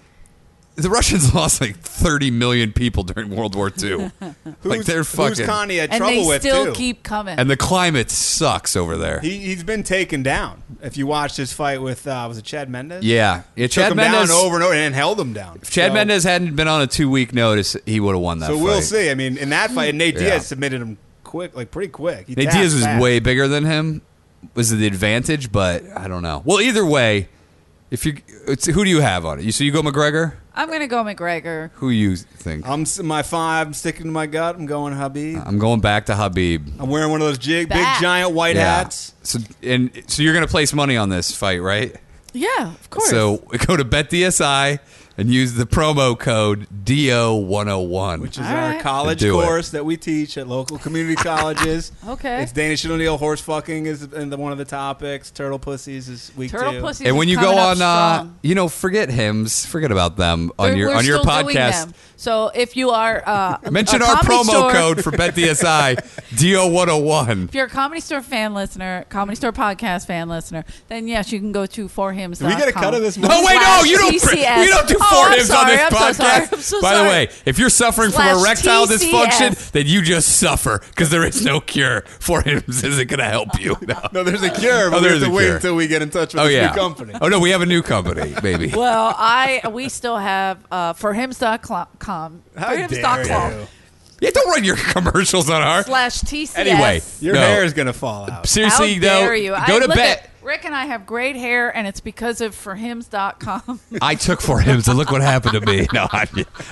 D: the Russians *laughs* lost like thirty million people during World War
F: *laughs*
D: II. like
E: who's,
D: they're
E: who's
D: fucking
E: Connie had
F: and
E: trouble
F: they
E: with
F: still
E: too.
F: keep coming.
D: and the climate sucks over there.
E: He, he's been taken down. If you watched his fight with uh, was it Chad Mendes?
D: yeah, yeah.
E: Took
D: Chad
E: him
D: Mendes
E: down over and over and held him down.
D: If Chad
E: so,
D: Mendes hadn't been on a two week notice, he would have won that.
E: So we'll
D: fight.
E: see. I mean, in that fight, Nate
D: Yeah.
E: Diaz submitted him quick, like pretty quick. He
D: Nate
E: tapped
D: Diaz was
E: fast.
D: way bigger than him. Was the advantage, but I don't know. Well, either way, if you it's, who do you have on it? You so you go McGregor.
F: I'm gonna go McGregor.
D: Who you think?
E: I'm s- my five. I'm sticking to my gut. I'm going Habib.
D: I'm going back to Habib.
E: I'm wearing one of those jig, big
F: Back.
E: giant white hats.
D: So and so you're gonna place money on this fight, right?
F: Yeah, of course.
D: So *laughs* go to BetDSI and use the promo code DO101.
E: Which is
F: All
E: our
F: right.
E: college
D: Do it.
E: course that we teach at
F: *laughs*
E: local community colleges.
F: Okay.
E: It's Danish and O'Neill. Horse fucking is in the, one of the topics. Turtle pussies is week
F: turtle
E: two.
F: pussy.
D: and when you go on, uh, you know, forget hymns, forget about them on your on your podcast.
F: So if you are uh, a-
D: Mention
F: a
D: our
F: Comedy
D: promo
F: Store-
D: code for
F: *laughs*
D: BetDSI DO101.
F: If you're a Comedy Store fan listener, Comedy Store podcast fan listener, then yes, you can go to for him.
E: we get a cut of this
D: No, wait, no, you don't. Pre-
F: TCS.
D: we don't do
F: Oh,
D: four
F: I'm
D: hymns on
F: sorry,
D: this
F: I'm
D: podcast.
F: So sorry, I'm so
D: By the
F: sorry.
D: way, if you're suffering from
F: Slash
D: erectile dysfunction,
F: TCS.
D: then you just suffer because there is no cure. Four hymns isn't going to help
F: *laughs*
D: you. No.
E: No, there's a cure, but
D: Oh,
E: we
D: there's
E: have to
D: a
E: wait
D: cure.
E: until we get in touch with
D: Oh
E: this
D: yeah.
E: new company.
F: *laughs*
D: Oh no, we have a new company, baby.
F: Well, I we still have uh, forhims.com.
E: How dare
F: forhims.com
E: you.
D: yeah, don't run your *laughs* commercials on our.
F: slash TCS.
D: Anyway,
E: Your
D: No.
E: hair is gonna fall out.
D: Seriously
F: How
D: though,
F: dare you? I-
D: go to
F: look
D: bet.
F: at- Rick and I have great hair, and it's because of
D: *laughs*
F: forhims.com.
D: I took four hymns and look what happened to me. *laughs* No, I,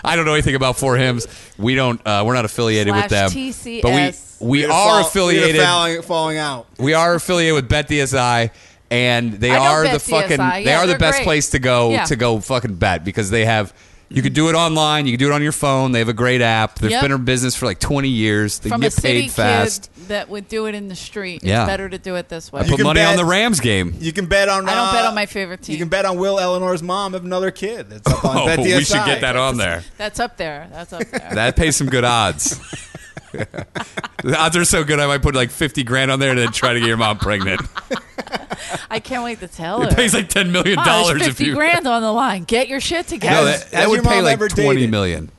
D: I don't know anything about four hymns. We don't. Uh, we're not affiliated with them.
F: Slash TCS.
D: But we we
E: You're
D: are
E: fall-
D: affiliated.
E: You're falling, falling out.
D: We are affiliated with BetDSI, and they
F: I know
D: are the
F: BetDSI.
D: fucking they
F: Yeah,
D: are the
F: they're
D: best
F: great.
D: place to go
F: Yeah.
D: to go fucking bet because they have. You can do it online. You can do it on your phone. They have a great app. They've
F: Yep.
D: been in business for like 20 years. They
F: From a
D: get
F: city
D: paid fast.
F: kid that would do it in the street.
D: Yeah.
F: It's better to do it this way.
D: I put
E: can
D: money on
E: bet-
D: the Rams game.
E: You can bet on.
F: I don't
E: uh,
F: bet on my favorite team.
E: You can bet on Will Eleanor's mom of another kid. That's up
D: *laughs*
E: on
D: Oh,
E: Bet
D: we should
E: DSI.
D: get that on there.
F: That's up there. That's up there.
D: That pays some good odds. *laughs* the odds are so good, I might put like 50 grand on there and then try to get your mom pregnant.
F: I can't wait to tell her.
D: It pays like 10 million
F: Wow, there's
D: dollars if
F: 50
D: you.
F: grand on the line. Get your shit together.
D: No,
E: Has-
D: that, that
E: has
D: would
E: your
D: pay
E: mom
D: like
E: ever
D: 20
E: dated?
D: million.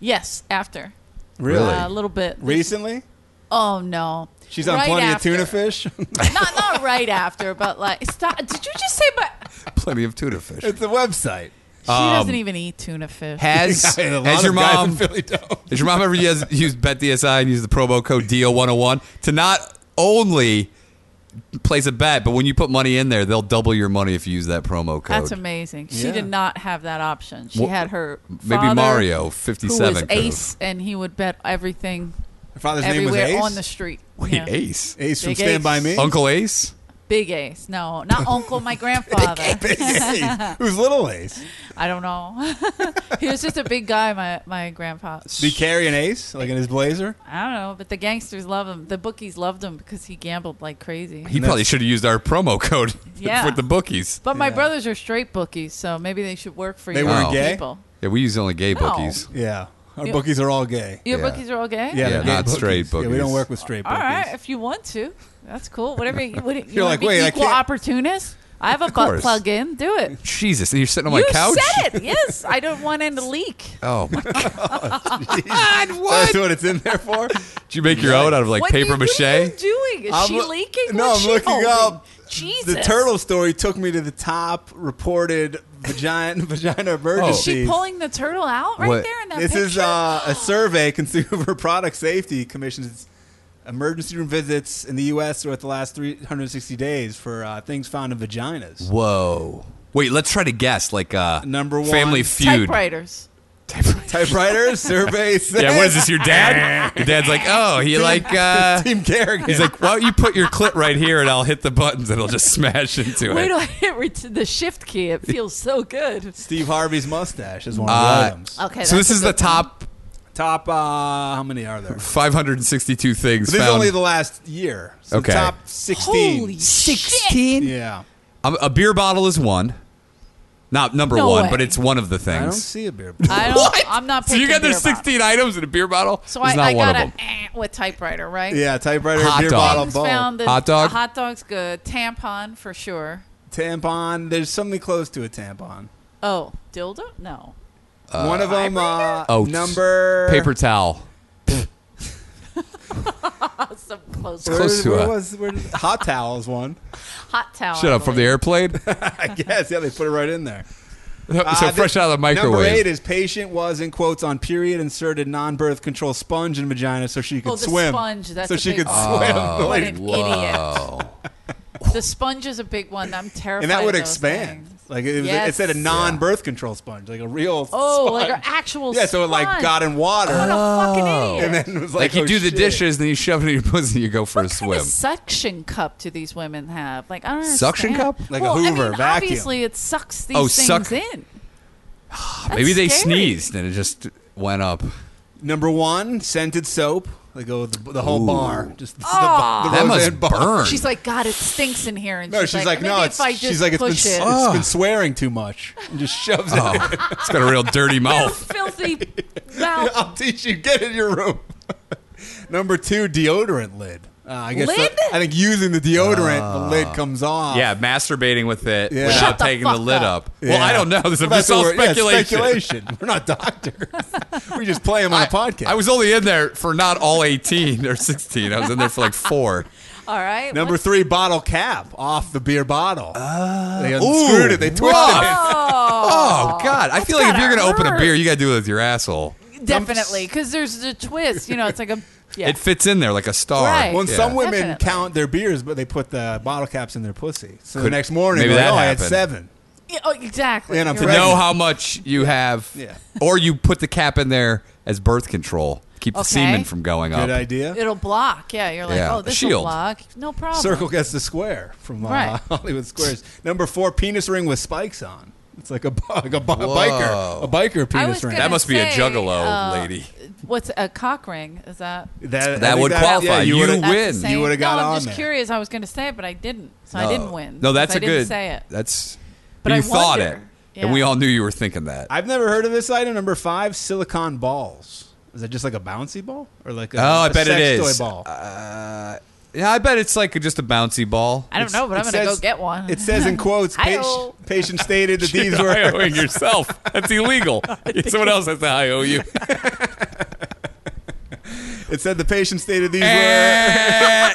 F: yes, after.
E: Really?
F: Uh, a little bit.
E: Recently?
F: Oh no.
E: She's on
F: Right
E: plenty
F: after.
E: of tuna fish.
F: not not right after, but like stop. Did you just say? But
D: Plenty of tuna fish.
E: *laughs* it's the website.
F: she
D: Um,
F: doesn't even eat tuna fish.
D: Has,
E: Yeah, a lot
D: has
E: of
D: your
E: guys
D: mom
E: in Philly don't.
D: Has your mom ever used, used BetDSI and used the promo code DO101 to not only place a bet, but when you put money in there, they'll double your money if you use that promo code.
F: That's amazing. She
E: Yeah.
F: did not have that option. She
D: Well,
F: had her
D: maybe
F: father,
D: Mario,
F: who
D: 57
F: was
D: code.
F: ace, and he would bet everything
E: Her father's
F: everywhere
E: name was
F: on the
E: Ace.
F: street.
D: Wait,
F: Yeah.
D: Ace?
E: Ace from
F: Big
E: Stand
F: Ace.
E: By Me.
D: Uncle Ace?
F: Big Ace.
D: *laughs*
F: No, not Uncle. My grandfather.
E: Big Ace. Who's Little Ace?
F: I don't know. *laughs* he was just a big guy. My my grandpa.
E: Be carrying Ace like in his blazer.
F: I don't know, but the gangsters love him. The bookies loved him because he gambled like crazy.
D: He probably should have used our promo code *laughs*
F: Yeah.
D: with the bookies.
F: But my brothers are straight bookies, so maybe they should work for
E: They
F: you.
E: weren't
D: Oh.
E: gay?
F: People.
D: Yeah, we use only gay
F: No.
D: bookies.
E: Yeah, our
F: Yeah.
E: bookies are all gay.
F: Your
D: Yeah.
F: bookies are all gay.
E: they're
D: Yeah,
E: gay
D: not straight
E: Yeah, we
D: bookies.
E: don't work with straight
F: All
E: bookies. *laughs*
F: right, if you want to, that's cool. Whatever you, what, you
E: You're
F: wanna
E: like,
F: be
E: "Wait, I
F: equal
E: can't-"
F: opportunist. I have a butt
D: course.
F: plug in. Do
E: *laughs*
F: it.
D: Jesus, and you're sitting on my
F: you
D: couch?
F: said it. Yes, I don't want any leak.
E: *laughs*
D: Oh, *laughs* my God.
E: That's
D: what?
E: what it's in there for.
D: Did you make your own out of like
F: what
D: paper
F: do you,
D: mache?
F: What are you doing? Is
E: I'm
F: she
E: loo-
F: leaking?
E: No,
F: What's
E: I'm
F: she
E: looking
F: holding?
E: up.
F: Jesus.
E: The turtle story took me to the top reported vagina *laughs* vagina
F: Is
E: emergencies.
F: she pulling the turtle out right
D: What?
F: there in that
E: This
F: picture?
E: is uh, a survey Consumer *laughs* Product Safety Commission's emergency room visits in the U.S. throughout the last 360 days for uh, things found
D: *laughs*
E: in vaginas.
D: Whoa. Wait, let's try to guess. Like uh,
E: Number one.
D: Family Feud.
F: typewriters.
E: Typewriters, surveys.
D: Yeah, what is this? Your dad? *laughs* Your dad's like, oh, *laughs* he like. Uh,
E: Team Kerrigan.
D: he's like, why don't you put your clit right here and I'll hit the buttons and it'll just smash into
F: Where
D: it.
F: do I hit ret- the shift key? It feels so good.
E: Steve Harvey's mustache is one of
D: Uh,
E: the items.
F: Okay,
D: so
F: that's
D: this
F: a
D: is the
F: good one.
D: top
E: Top, uh, how many are there?
D: 562 things
E: This is
D: found.
E: only the last year. So
D: Okay.
E: Top 16.
F: Holy
A: 16?
E: yeah.
D: a, Um, a beer bottle is one. Not number
F: No
D: one,
F: way.
D: but it's one of the
E: I don't
D: things.
E: see a beer.
F: I don't. I'm not.
D: So you
F: picking
D: got there's
F: beer bottles.
D: 16 items in a beer bottle.
F: So
D: it's
F: I,
D: not
F: I
D: one
F: got
D: of them.
F: a eh, with typewriter, right?
E: yeah, typewriter,
D: Hot
E: beer
D: dog.
E: bottle,
F: Things
E: both.
F: found the
D: Hot dog?
F: a hot dog's good. Tampon for sure.
E: Tampon. There's something close to a tampon.
F: Oh, dildo? No.
E: One of them, uh,
D: Oh,
E: number
D: Paper towel.
F: That's so close.
E: Where-
D: Close to
E: where
D: a-
E: was- where did- *laughs* hot towels one. *laughs*
F: Hot towel.
D: Shut
F: I
D: up from the
F: believe.
D: airplane.
E: I guess yeah, they put it right in there.
D: so
E: Uh,
D: fresh
E: the-
D: out of the
E: Number eight
D: microwave.
E: is patient was in quotes on period inserted non-birth control sponge in vagina so she could
F: Oh, the
E: swim.
F: sponge. That's
E: so
F: a
E: she
F: big
E: could
F: one.
E: swim.
D: Oh.
E: The
F: What
E: lady-
F: an idiot. the sponge is a big one. I'm terrified.
E: and that would
F: of those
E: expand.
F: things.
E: Like it, was,
F: Yes.
E: it said a non-birth control sponge, like a real.
F: Oh,
E: sponge.
F: like an actual
E: yeah. So it like
F: sponge. Oh.
E: got in water
F: What a fucking idiot.
E: and then was
D: Like
E: like,
D: you
E: oh,
D: do the
E: shit.
D: dishes, then you shove it in your *laughs* pussy and you go
E: *laughs*
D: for a
F: What kind
D: swim.
F: of suction cup do these women have? Like I don't understand.
D: Suction cup?
E: Like a
F: well,
E: Hoover,
F: I mean,
E: vacuum.
F: obviously it sucks these
D: Oh,
F: things
D: suck-
F: in. That's
D: Maybe they
F: scary.
D: sneezed and it just went up.
E: Number one, scented soap. They go with the, the whole bar, just the, the,
F: Aw.
E: the
D: That
E: Roseanne
D: must
E: bar.
D: burn.
F: She's like, God, it stinks in here. And
E: No,
F: she's, like,
E: no,
F: maybe if
E: it's,
F: I just
E: she's like, it's been,
F: push it,
E: it's
D: Ah.
E: been swearing too much. *laughs* And just shoves it. in.
D: Oh,
E: *laughs*
D: It's got a real dirty mouth.
F: filthy mouth.
E: I'll teach you. Get in *laughs* your room. Number two, deodorant lid. Uh, I guess
F: Lid?
E: the- I think using the deodorant, the lid comes off.
D: Ah. Yeah, masturbating with it
E: Yeah.
D: without
E: Shut
F: the
D: taking the
F: fuck
D: lid
F: up.
D: up. Well, I don't know. This is this is all
E: what we're- yeah,
D: speculation.
E: speculation. *laughs* We're not doctors. *laughs* we just play them
D: *laughs*
E: on
D: I,
E: a podcast.
D: I was only in there for not all 18 or 16. I was in there for like four.
F: All right.
E: Number
F: what's-
E: three, bottle cap off the beer bottle.
D: Ah.
E: they unscrewed it. They twisted it.
D: rough.
E: *laughs*
F: Oh,
D: Oh, God. I feel like if
F: gotta
D: you're going to open a
F: hurt.
D: beer, you got to do it with your asshole.
F: definitely, because there's the twist. You know, it's like
E: *laughs*
F: a yeah.
D: It fits in there like a star.
F: Right.
E: Well, and
D: Yeah.
E: some women
F: Definitely.
E: count their beers, but they put the bottle caps in their pussy. So the
D: Could-
E: next morning,
D: maybe
E: they're
D: that
E: like, oh, I had
D: happened.
E: seven.
F: Yeah, oh, exactly.
E: And I'm
F: You're
E: to
F: right.
D: know how much you have,
E: Yeah.
D: or you put the cap in there as birth control. Keep the
F: Okay.
D: semen from going up.
E: Good idea.
F: It'll block. Yeah, you're like,
D: Yeah,
F: oh,
D: a
F: this will
D: shield.
F: block. No problem.
E: Circle gets the square from uh,
F: Right.
E: *laughs* Hollywood Squares. Number four, penis ring with spikes on. It's like a, bu- like a bu- biker, a biker
F: I
E: penis
F: was
E: ring.
F: gonna
D: That must be a
F: say,
D: juggalo
F: uh,
D: lady.
F: What's a cock ring? Is that?
E: that, I
D: That
E: think
D: would qualify.
E: yeah,
D: you
E: would've-
F: that's
D: win.
F: the same-
E: You would've got
F: no,
E: on
F: I'm just
E: there.
F: curious. I was going to say it, but I didn't. So I didn't win.
D: No, that's
F: a
D: a good.
F: Didn't say it.
D: That's.
F: But
D: you
F: I
D: thought it,
F: wonder.
D: and we
F: Yeah.
D: all knew you were thinking that.
E: I've never heard of this item. Number five, silicon balls. Is that just like a bouncy ball or like a,
D: Oh, I
E: a
D: bet it
E: sex
D: is. Uh,
E: toy ball?
D: yeah, I bet it's like just a bouncy ball.
F: I don't know, but I'm
E: It
F: going to go
E: says-
F: get one. *laughs*
E: It says in quotes,
F: Hi-oh.
E: patient, patient
D: *laughs*
E: stated that these were
D: IOing
F: *laughs*
D: yourself. That's illegal. Someone else has to IOU.
E: It said the patient stated these were.
D: Eh,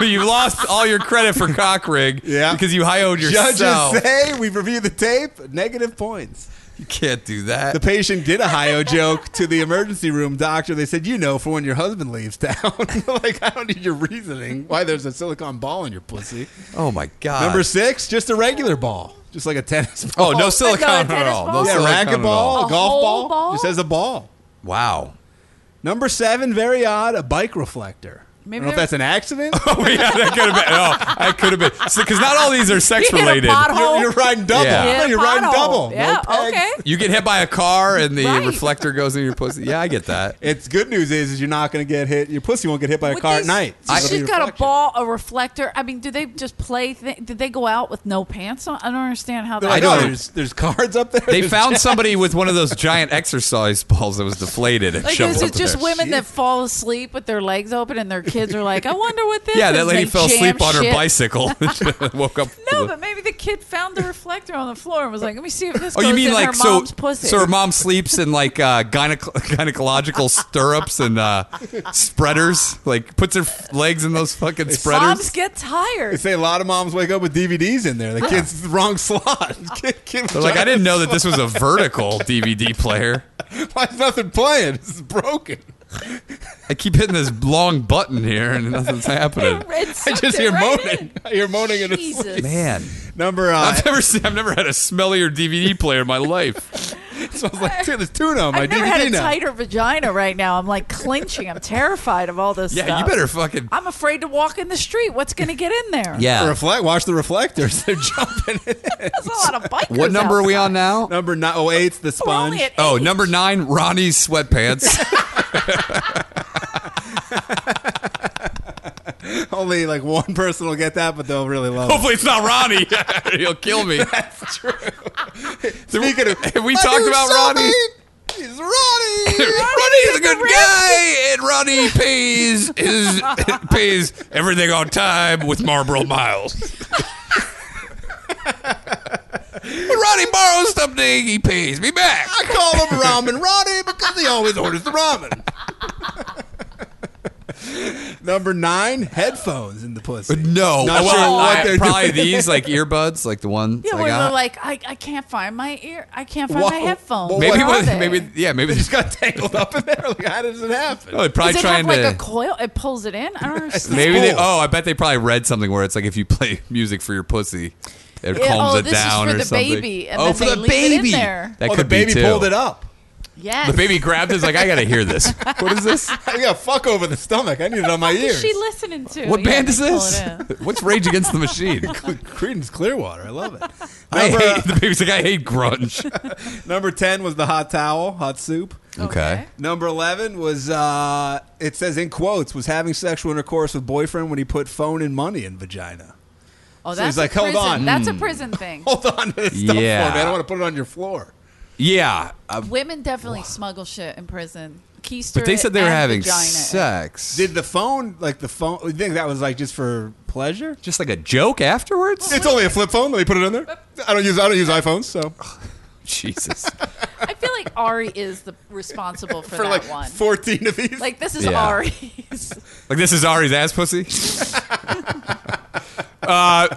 D: *laughs* you lost all your credit for cock rig
E: Yeah.
D: because you hioed
E: Judges
D: yourself.
E: say we reviewed the tape. Negative points.
D: you can't do that.
E: The patient did a hi-yo joke to the emergency room doctor. They said, "You know, for when your husband leaves town." *laughs* like, I don't need your reasoning why there's a silicone ball in your pussy.
D: oh my god.
E: Number six, just a regular ball, just like a tennis *laughs* ball.
D: oh no, silicone
F: no, a
D: at
F: tennis
D: all.
F: ball?
D: No Oh,
E: yeah,
D: silicone at
E: racquetball,
D: all.
E: ball,
F: A
E: golf
F: whole
E: ball,
F: ball?
E: just as a ball.
D: Wow. *laughs*
E: Number seven, very odd, a bike reflector.
F: Maybe
E: I don't know if
F: they're-
E: that's
F: *laughs*
E: an accident.
D: Oh yeah, that could have been. Oh, that could have been. Because not all
F: *laughs*
D: these are sex
F: hit a
D: related.
F: pothole.
E: you're, you're riding double.
D: Yeah.
E: No,
F: Hit a
E: you're riding
F: Oh. pothole.
E: double. No
F: Yeah,
E: pegs.
F: okay.
D: You get hit by a car and the
F: Right.
D: reflector goes in your pussy. Yeah, I get
E: *laughs*
D: that.
E: It's good news is, is you're not going to get hit. Your pussy won't get hit by a
F: With
E: car
F: these-
E: at night.
F: so
E: It'll be
F: she's got a
E: reflection.
F: ball, a reflector. I mean, do they just play? Th- did they go out with no pants on? I don't understand how.
E: They're *laughs*
F: That
E: like,
D: I
E: oh,
D: don't-
E: There's, there's cards up there.
D: They
E: There's-
D: found somebody with one of those giant exercise balls that was deflated and
F: Like,
D: shoved
F: is
D: up
F: it just
D: there.
F: women that fall asleep with their legs open and their kids are like, I wonder what this
D: Yeah,
F: is?
D: that
F: and
D: lady
F: they
D: fell asleep
F: jam
D: on her
F: shit.
D: bicycle. *laughs* Woke up.
F: No, but maybe the kid found the reflector on the floor and was like, let me see if this
D: Oh,
F: goes
D: you mean
F: in
D: like
F: her
D: so?
F: mom's pussy.
D: So her mom sleeps in like uh, gyne- *laughs* gynecological stirrups and uh, spreaders. Like puts her f- legs in those fucking
F: *laughs* Moms
D: spreaders.
F: get
E: They
F: tired.
E: say a lot of moms wake up with DVDs in there. The kid's the wrong *laughs* slot. Kid- kid
D: They're like, I didn't know that this was a vertical DVD player.
E: Why is nothing playing? This is *laughs* broken.
D: I keep hitting this long button here and nothing's happening.
F: *laughs* It's
E: I just hear *laughs* moaning. I hear moaning in the
F: Jesus.
D: Man,
E: number. Uh,
D: I've never seen, I've never had a smellier DVD player in my life.
E: so *laughs* I was like, dude, there's tuna on my
F: I've
E: DVD
F: never had a
E: now.
F: tighter vagina right now. I'm like clenching. I'm terrified of all this
D: Yeah,
F: stuff.
D: you better fucking.
F: I'm afraid to walk in the street. What's going to get in there?
D: Yeah.
E: *laughs* Reflect. Watch the reflectors. *laughs* They're jumping.
F: *laughs* There's a lot of bikers
D: What number are we
F: outside.
D: on now?
E: number nine oh eight's the
F: We're
E: sponge.
F: only at
D: Oh,
F: eight.
D: number nine, Ronnie's sweatpants.
E: Only like one person will get that, but they'll really love it.
D: Hopefully, it's not Ronnie. *laughs* He'll kill me. That's *laughs* true. Speaking of, have we talked about Ronnie?
E: *laughs* He's Ronnie.
D: Ronnie's a good guy, and Ronnie pays
E: *laughs*
D: his pays everything on time with Marlboro Miles. when Ronnie borrows something, he pays me back.
E: I call him Ramen Ronnie because he always orders the *laughs* ramen. Number nine, headphones in the pussy.
D: No,
E: Not
D: well,
E: sure what
D: I-
E: they're
D: probably
E: doing.
D: these
E: *laughs*
D: like earbuds, like the ones
F: Yeah,
D: I
F: where they're
D: got.
F: like, I, I can't find my ear. I can't find my
E: Whoa.
F: headphones.
E: Well,
D: maybe
F: Where are
D: one,
F: they?
D: maybe yeah, maybe
E: They just got tangled up in there. Like, how does it happen?
D: Oh, they're probably
F: Does it
D: trying
F: have
D: to
F: like a coil? It pulls it in.
D: *laughs*
F: I don't understand.
D: Maybe they.
E: Cool.
D: Oh, I bet they probably read something where it's like if you *laughs* play music for your pussy, it
F: Yeah,
D: calms
F: oh,
D: it
F: this is
D: down
F: for
D: or
F: the
D: something.
F: baby, and
D: oh,
F: then
D: for
F: they
D: the
F: leave it in
D: baby.
F: there.
D: That
E: oh, the
D: could
E: baby
D: be too.
E: pulled it up.
F: Yes.
D: The baby grabbed it. It's like I gotta hear
F: *laughs*
D: this. What is *laughs* this?
E: I got fuck over the stomach. I need it on my
F: Who's
E: ears.
F: she listening to?
D: What
F: Yeah,
D: band
F: they
D: is
F: pull
D: this?
F: it
D: *laughs*
F: in.
D: What's Rage Against the Machine?
E: *laughs* Creedence Clearwater. I love it.
D: *laughs* I
E: Number,
D: hate the baby's like I hate
F: *laughs*
D: grunge.
E: number ten was the hot towel, hot soup.
D: Okay.
E: Number eleven was uh, it says in quotes was having sexual intercourse with boyfriend when he put phone and money in vagina. *laughs*
F: Oh,
E: he's
F: that's
E: like,
F: a
E: "Hold
F: prison.
E: on."
F: That's a
D: *laughs*
F: prison thing.
E: Hold on to this stuff
D: Yeah.
E: for me. I don't want to put it on your floor.
D: Yeah, uh,
F: Women definitely smuggle shit in prison. Keister.
D: but they said they were
F: and
D: having
F: vagina.
D: sex.
E: Did the phone like the phone? You think that was like just for pleasure?
D: just like a joke afterwards?
E: It's only a flip phone. Let me put it in there. I don't use I don't use iPhones, so
D: *laughs* Jesus.
F: I feel like Ari is the responsible
D: *laughs*
F: for,
E: for
F: that
E: like
F: one.
E: fourteen of these.
F: like this is
D: Yeah.
F: Ari's.
D: Like this is Ari's ass pussy. *laughs* uh,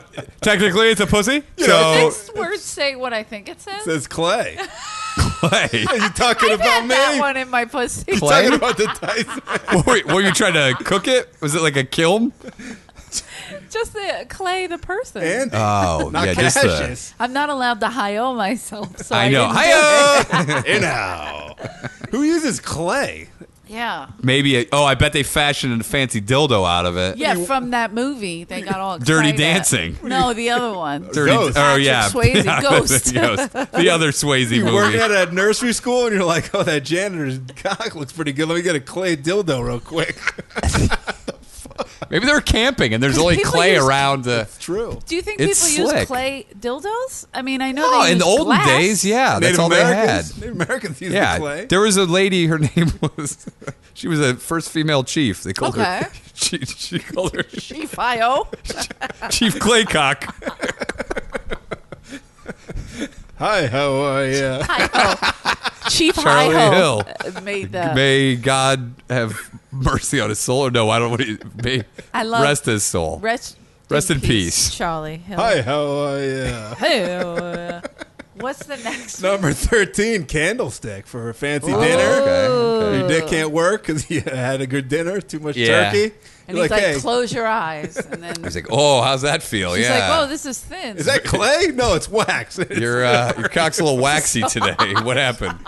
D: technically, it's a pussy. *laughs*
F: *laughs*
D: So
F: Next words say what I think it says.
E: *laughs*
F: *laughs*
E: says Clay.
D: *laughs* play.
E: Are you talking
F: I've
E: about
F: had
E: me?
F: that one in my pussy.
D: Clay?
E: *laughs* Talking about the
F: *laughs*
E: Dyson.
D: what, were, what were you trying to cook it? Was it like a kiln?
F: Just the Clay, the person.
E: Andy.
D: Oh,
E: not
D: yeah, just the.
E: Cassius.
F: I'm not allowed to hi-o myself. So
D: I know.
F: didn't do
D: Hi-yo!
E: Anyhow. Who uses clay?
F: it. Yeah.
D: *laughs* Maybe. A, oh, I bet they fashioned a fancy dildo out of it.
F: Yeah, from that movie, they got all
D: Dirty
F: excited.
D: Dancing.
F: No, the other one.
D: *laughs* Dirty,
E: Ghost.
D: Oh yeah,
F: Patrick
D: *laughs*
F: Swayze,
D: Yeah,
F: Ghost.
D: The other Swayze
E: You work
D: movie.
E: at a nursery school and you're like, oh, that janitor's cock looks pretty good. Let me get a clay dildo real quick. *laughs*
D: Maybe they were camping and there's only
F: people
D: clay
F: use-
D: around. Uh,
E: It's true.
F: Do you think
D: It's
F: people
D: slick.
F: use clay dildos? I mean, I know
D: oh,
F: they
D: in the
F: use
D: olden
F: glass.
D: days, yeah, that's
E: Native
D: all
E: Americans,
D: they had.
E: Native Americans use
D: Yeah,
E: the clay.
D: there was a lady. Her *laughs* name was. She was a first female chief. They called her.
F: Okay.
D: *laughs* She, she called her
F: Chief
D: *laughs*
F: Io.
D: Chief Claycock.
E: Hi, how
D: *laughs*
E: are you?
F: Hi-ho. Chief
D: Charlie
F: Hi-ho
D: Hill.
F: uh, made that.
D: May God have mercy on his soul, or no, I don't want to be.
F: I love-
D: rest his soul.
F: Rest,
D: Rest in peace.
F: Charlie Hill.
E: how
D: *laughs*
E: are you?
F: Ew. What's the next?
E: Number 13, candlestick for her fancy dinner.
D: Oh, Okay, okay.
E: Your dick can't work because you *laughs* had a good dinner, too much
D: Yeah.
E: turkey.
F: And
E: You're
F: he's like,
E: "Hey,
F: close your eyes. And then
D: He's
F: he's
D: like, oh, how's that feel?
F: like,
D: yeah.
F: whoa, this is thin.
E: is that clay? No, it's wax. *laughs* It's-
D: your uh, your cock's a
F: *laughs*
D: little waxy today. What happened?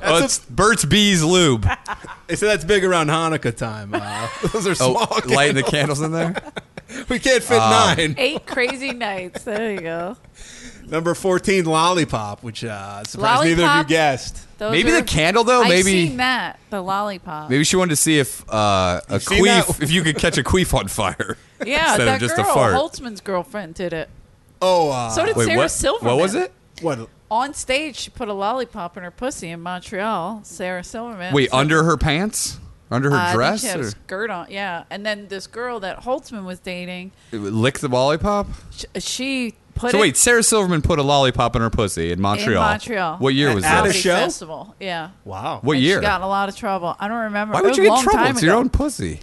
D: Oh,
E: a-
D: it's Burt's Bees lube.
E: They say that's big around Hanukkah time. Uh, *laughs* those are small.
D: Oh,
E: candles.
D: lighting the candles in there.
E: We can't fit
D: um,
E: nine.
F: Eight crazy nights. There you go.
E: Number 14, lollipop, which uh, surprised neither of you
F: Lollipop.
E: guessed.
F: Those
D: Maybe
F: are-
D: the candle though.
F: I've
D: maybe
F: seen that. The lollipop.
D: maybe she wanted to see if uh, a
E: seen
D: queef,
E: that?
D: if you could catch a queef on fire.
F: yeah,
D: *laughs* instead
F: that
D: of just
F: girl,
D: a fart.
F: Holtzman's girlfriend, did it.
E: Oh, uh,
F: So did
D: Wait,
F: Sarah
D: what?
F: Silverman.
D: What was it?
E: what?
F: On stage, she put a lollipop in her pussy in Montreal. Sarah Silverman.
D: Wait,
F: So-
D: under her pants, under her
F: Uh, I think
D: dress,
F: She had a
D: or
F: skirt on. Yeah, and then this girl that Holtzman was dating,
D: lick the lollipop.
F: sh- she put
D: So
F: it
D: wait, Sarah Silverman put a lollipop in her pussy in
F: in
D: Montreal.
F: Montreal.
D: What year was
E: At a
F: comedy
D: that?
E: show?
F: Festival. Yeah.
E: Wow.
D: What
F: And
D: year?
F: She got in a lot of trouble. I don't remember.
D: Why
F: It
D: would
F: was
D: you
F: a
D: get
F: long
D: in trouble?
F: time
D: It's your
F: ago.
D: own pussy.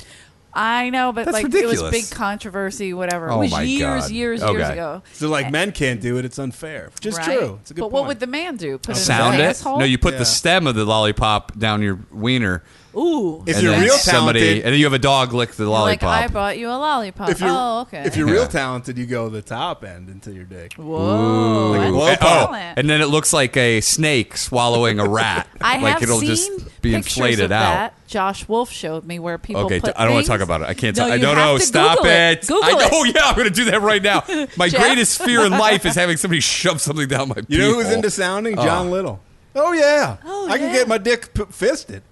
F: I know, but
D: That's
F: like it
D: ridiculous.
F: was big controversy, whatever.
D: Oh
F: it was
D: my
F: years,
D: God.
F: years, years
D: Okay.
F: ago.
E: So like men can't do it. It's unfair. Which is
F: Eh. right?
E: true. It's a good
F: but
E: point.
F: what would the man do? Put it in his
D: Sound it?
F: asshole?
D: No, you put
E: Yeah.
D: the stem of the lollipop down your wiener.
F: Ooh.
E: if
D: and
E: you're
D: then
E: real
D: somebody,
E: talented,
D: and then you have a dog lick the
F: like
D: lollipop.
F: I bought you a lollipop.
E: if you're
F: oh, okay.
E: if you're
D: Yeah.
E: real talented, you go the top end into your dick.
F: Whoa.
E: Like a
F: that's
E: blow
D: And- oh,
F: talent.
D: and then it looks like a snake swallowing a rat.
F: *laughs* I
D: like
F: have
D: it'll
F: seen
D: just be
F: pictures
D: inflated
F: of
D: out.
F: That. Josh Wolf showed me where people.
D: Okay,
F: put
D: I don't want
F: things.
D: to talk about it. I can't.
F: No,
D: tell I
F: you
D: don't
F: have
D: know.
F: to
D: Stop
F: Google
D: it.
F: it. Google
D: I know. *laughs*
F: it.
D: Yeah, I'm going to do that right now. My
F: *laughs* Jeff?
D: greatest fear in life is having somebody *laughs* shove something down my.
E: You know who's
D: peehole.
E: into sounding? John Little. Oh yeah.
F: Oh,
E: I can
F: yeah.
E: get my dick p- fisted.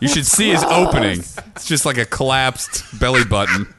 D: You should see his opening. It's just like a collapsed belly button.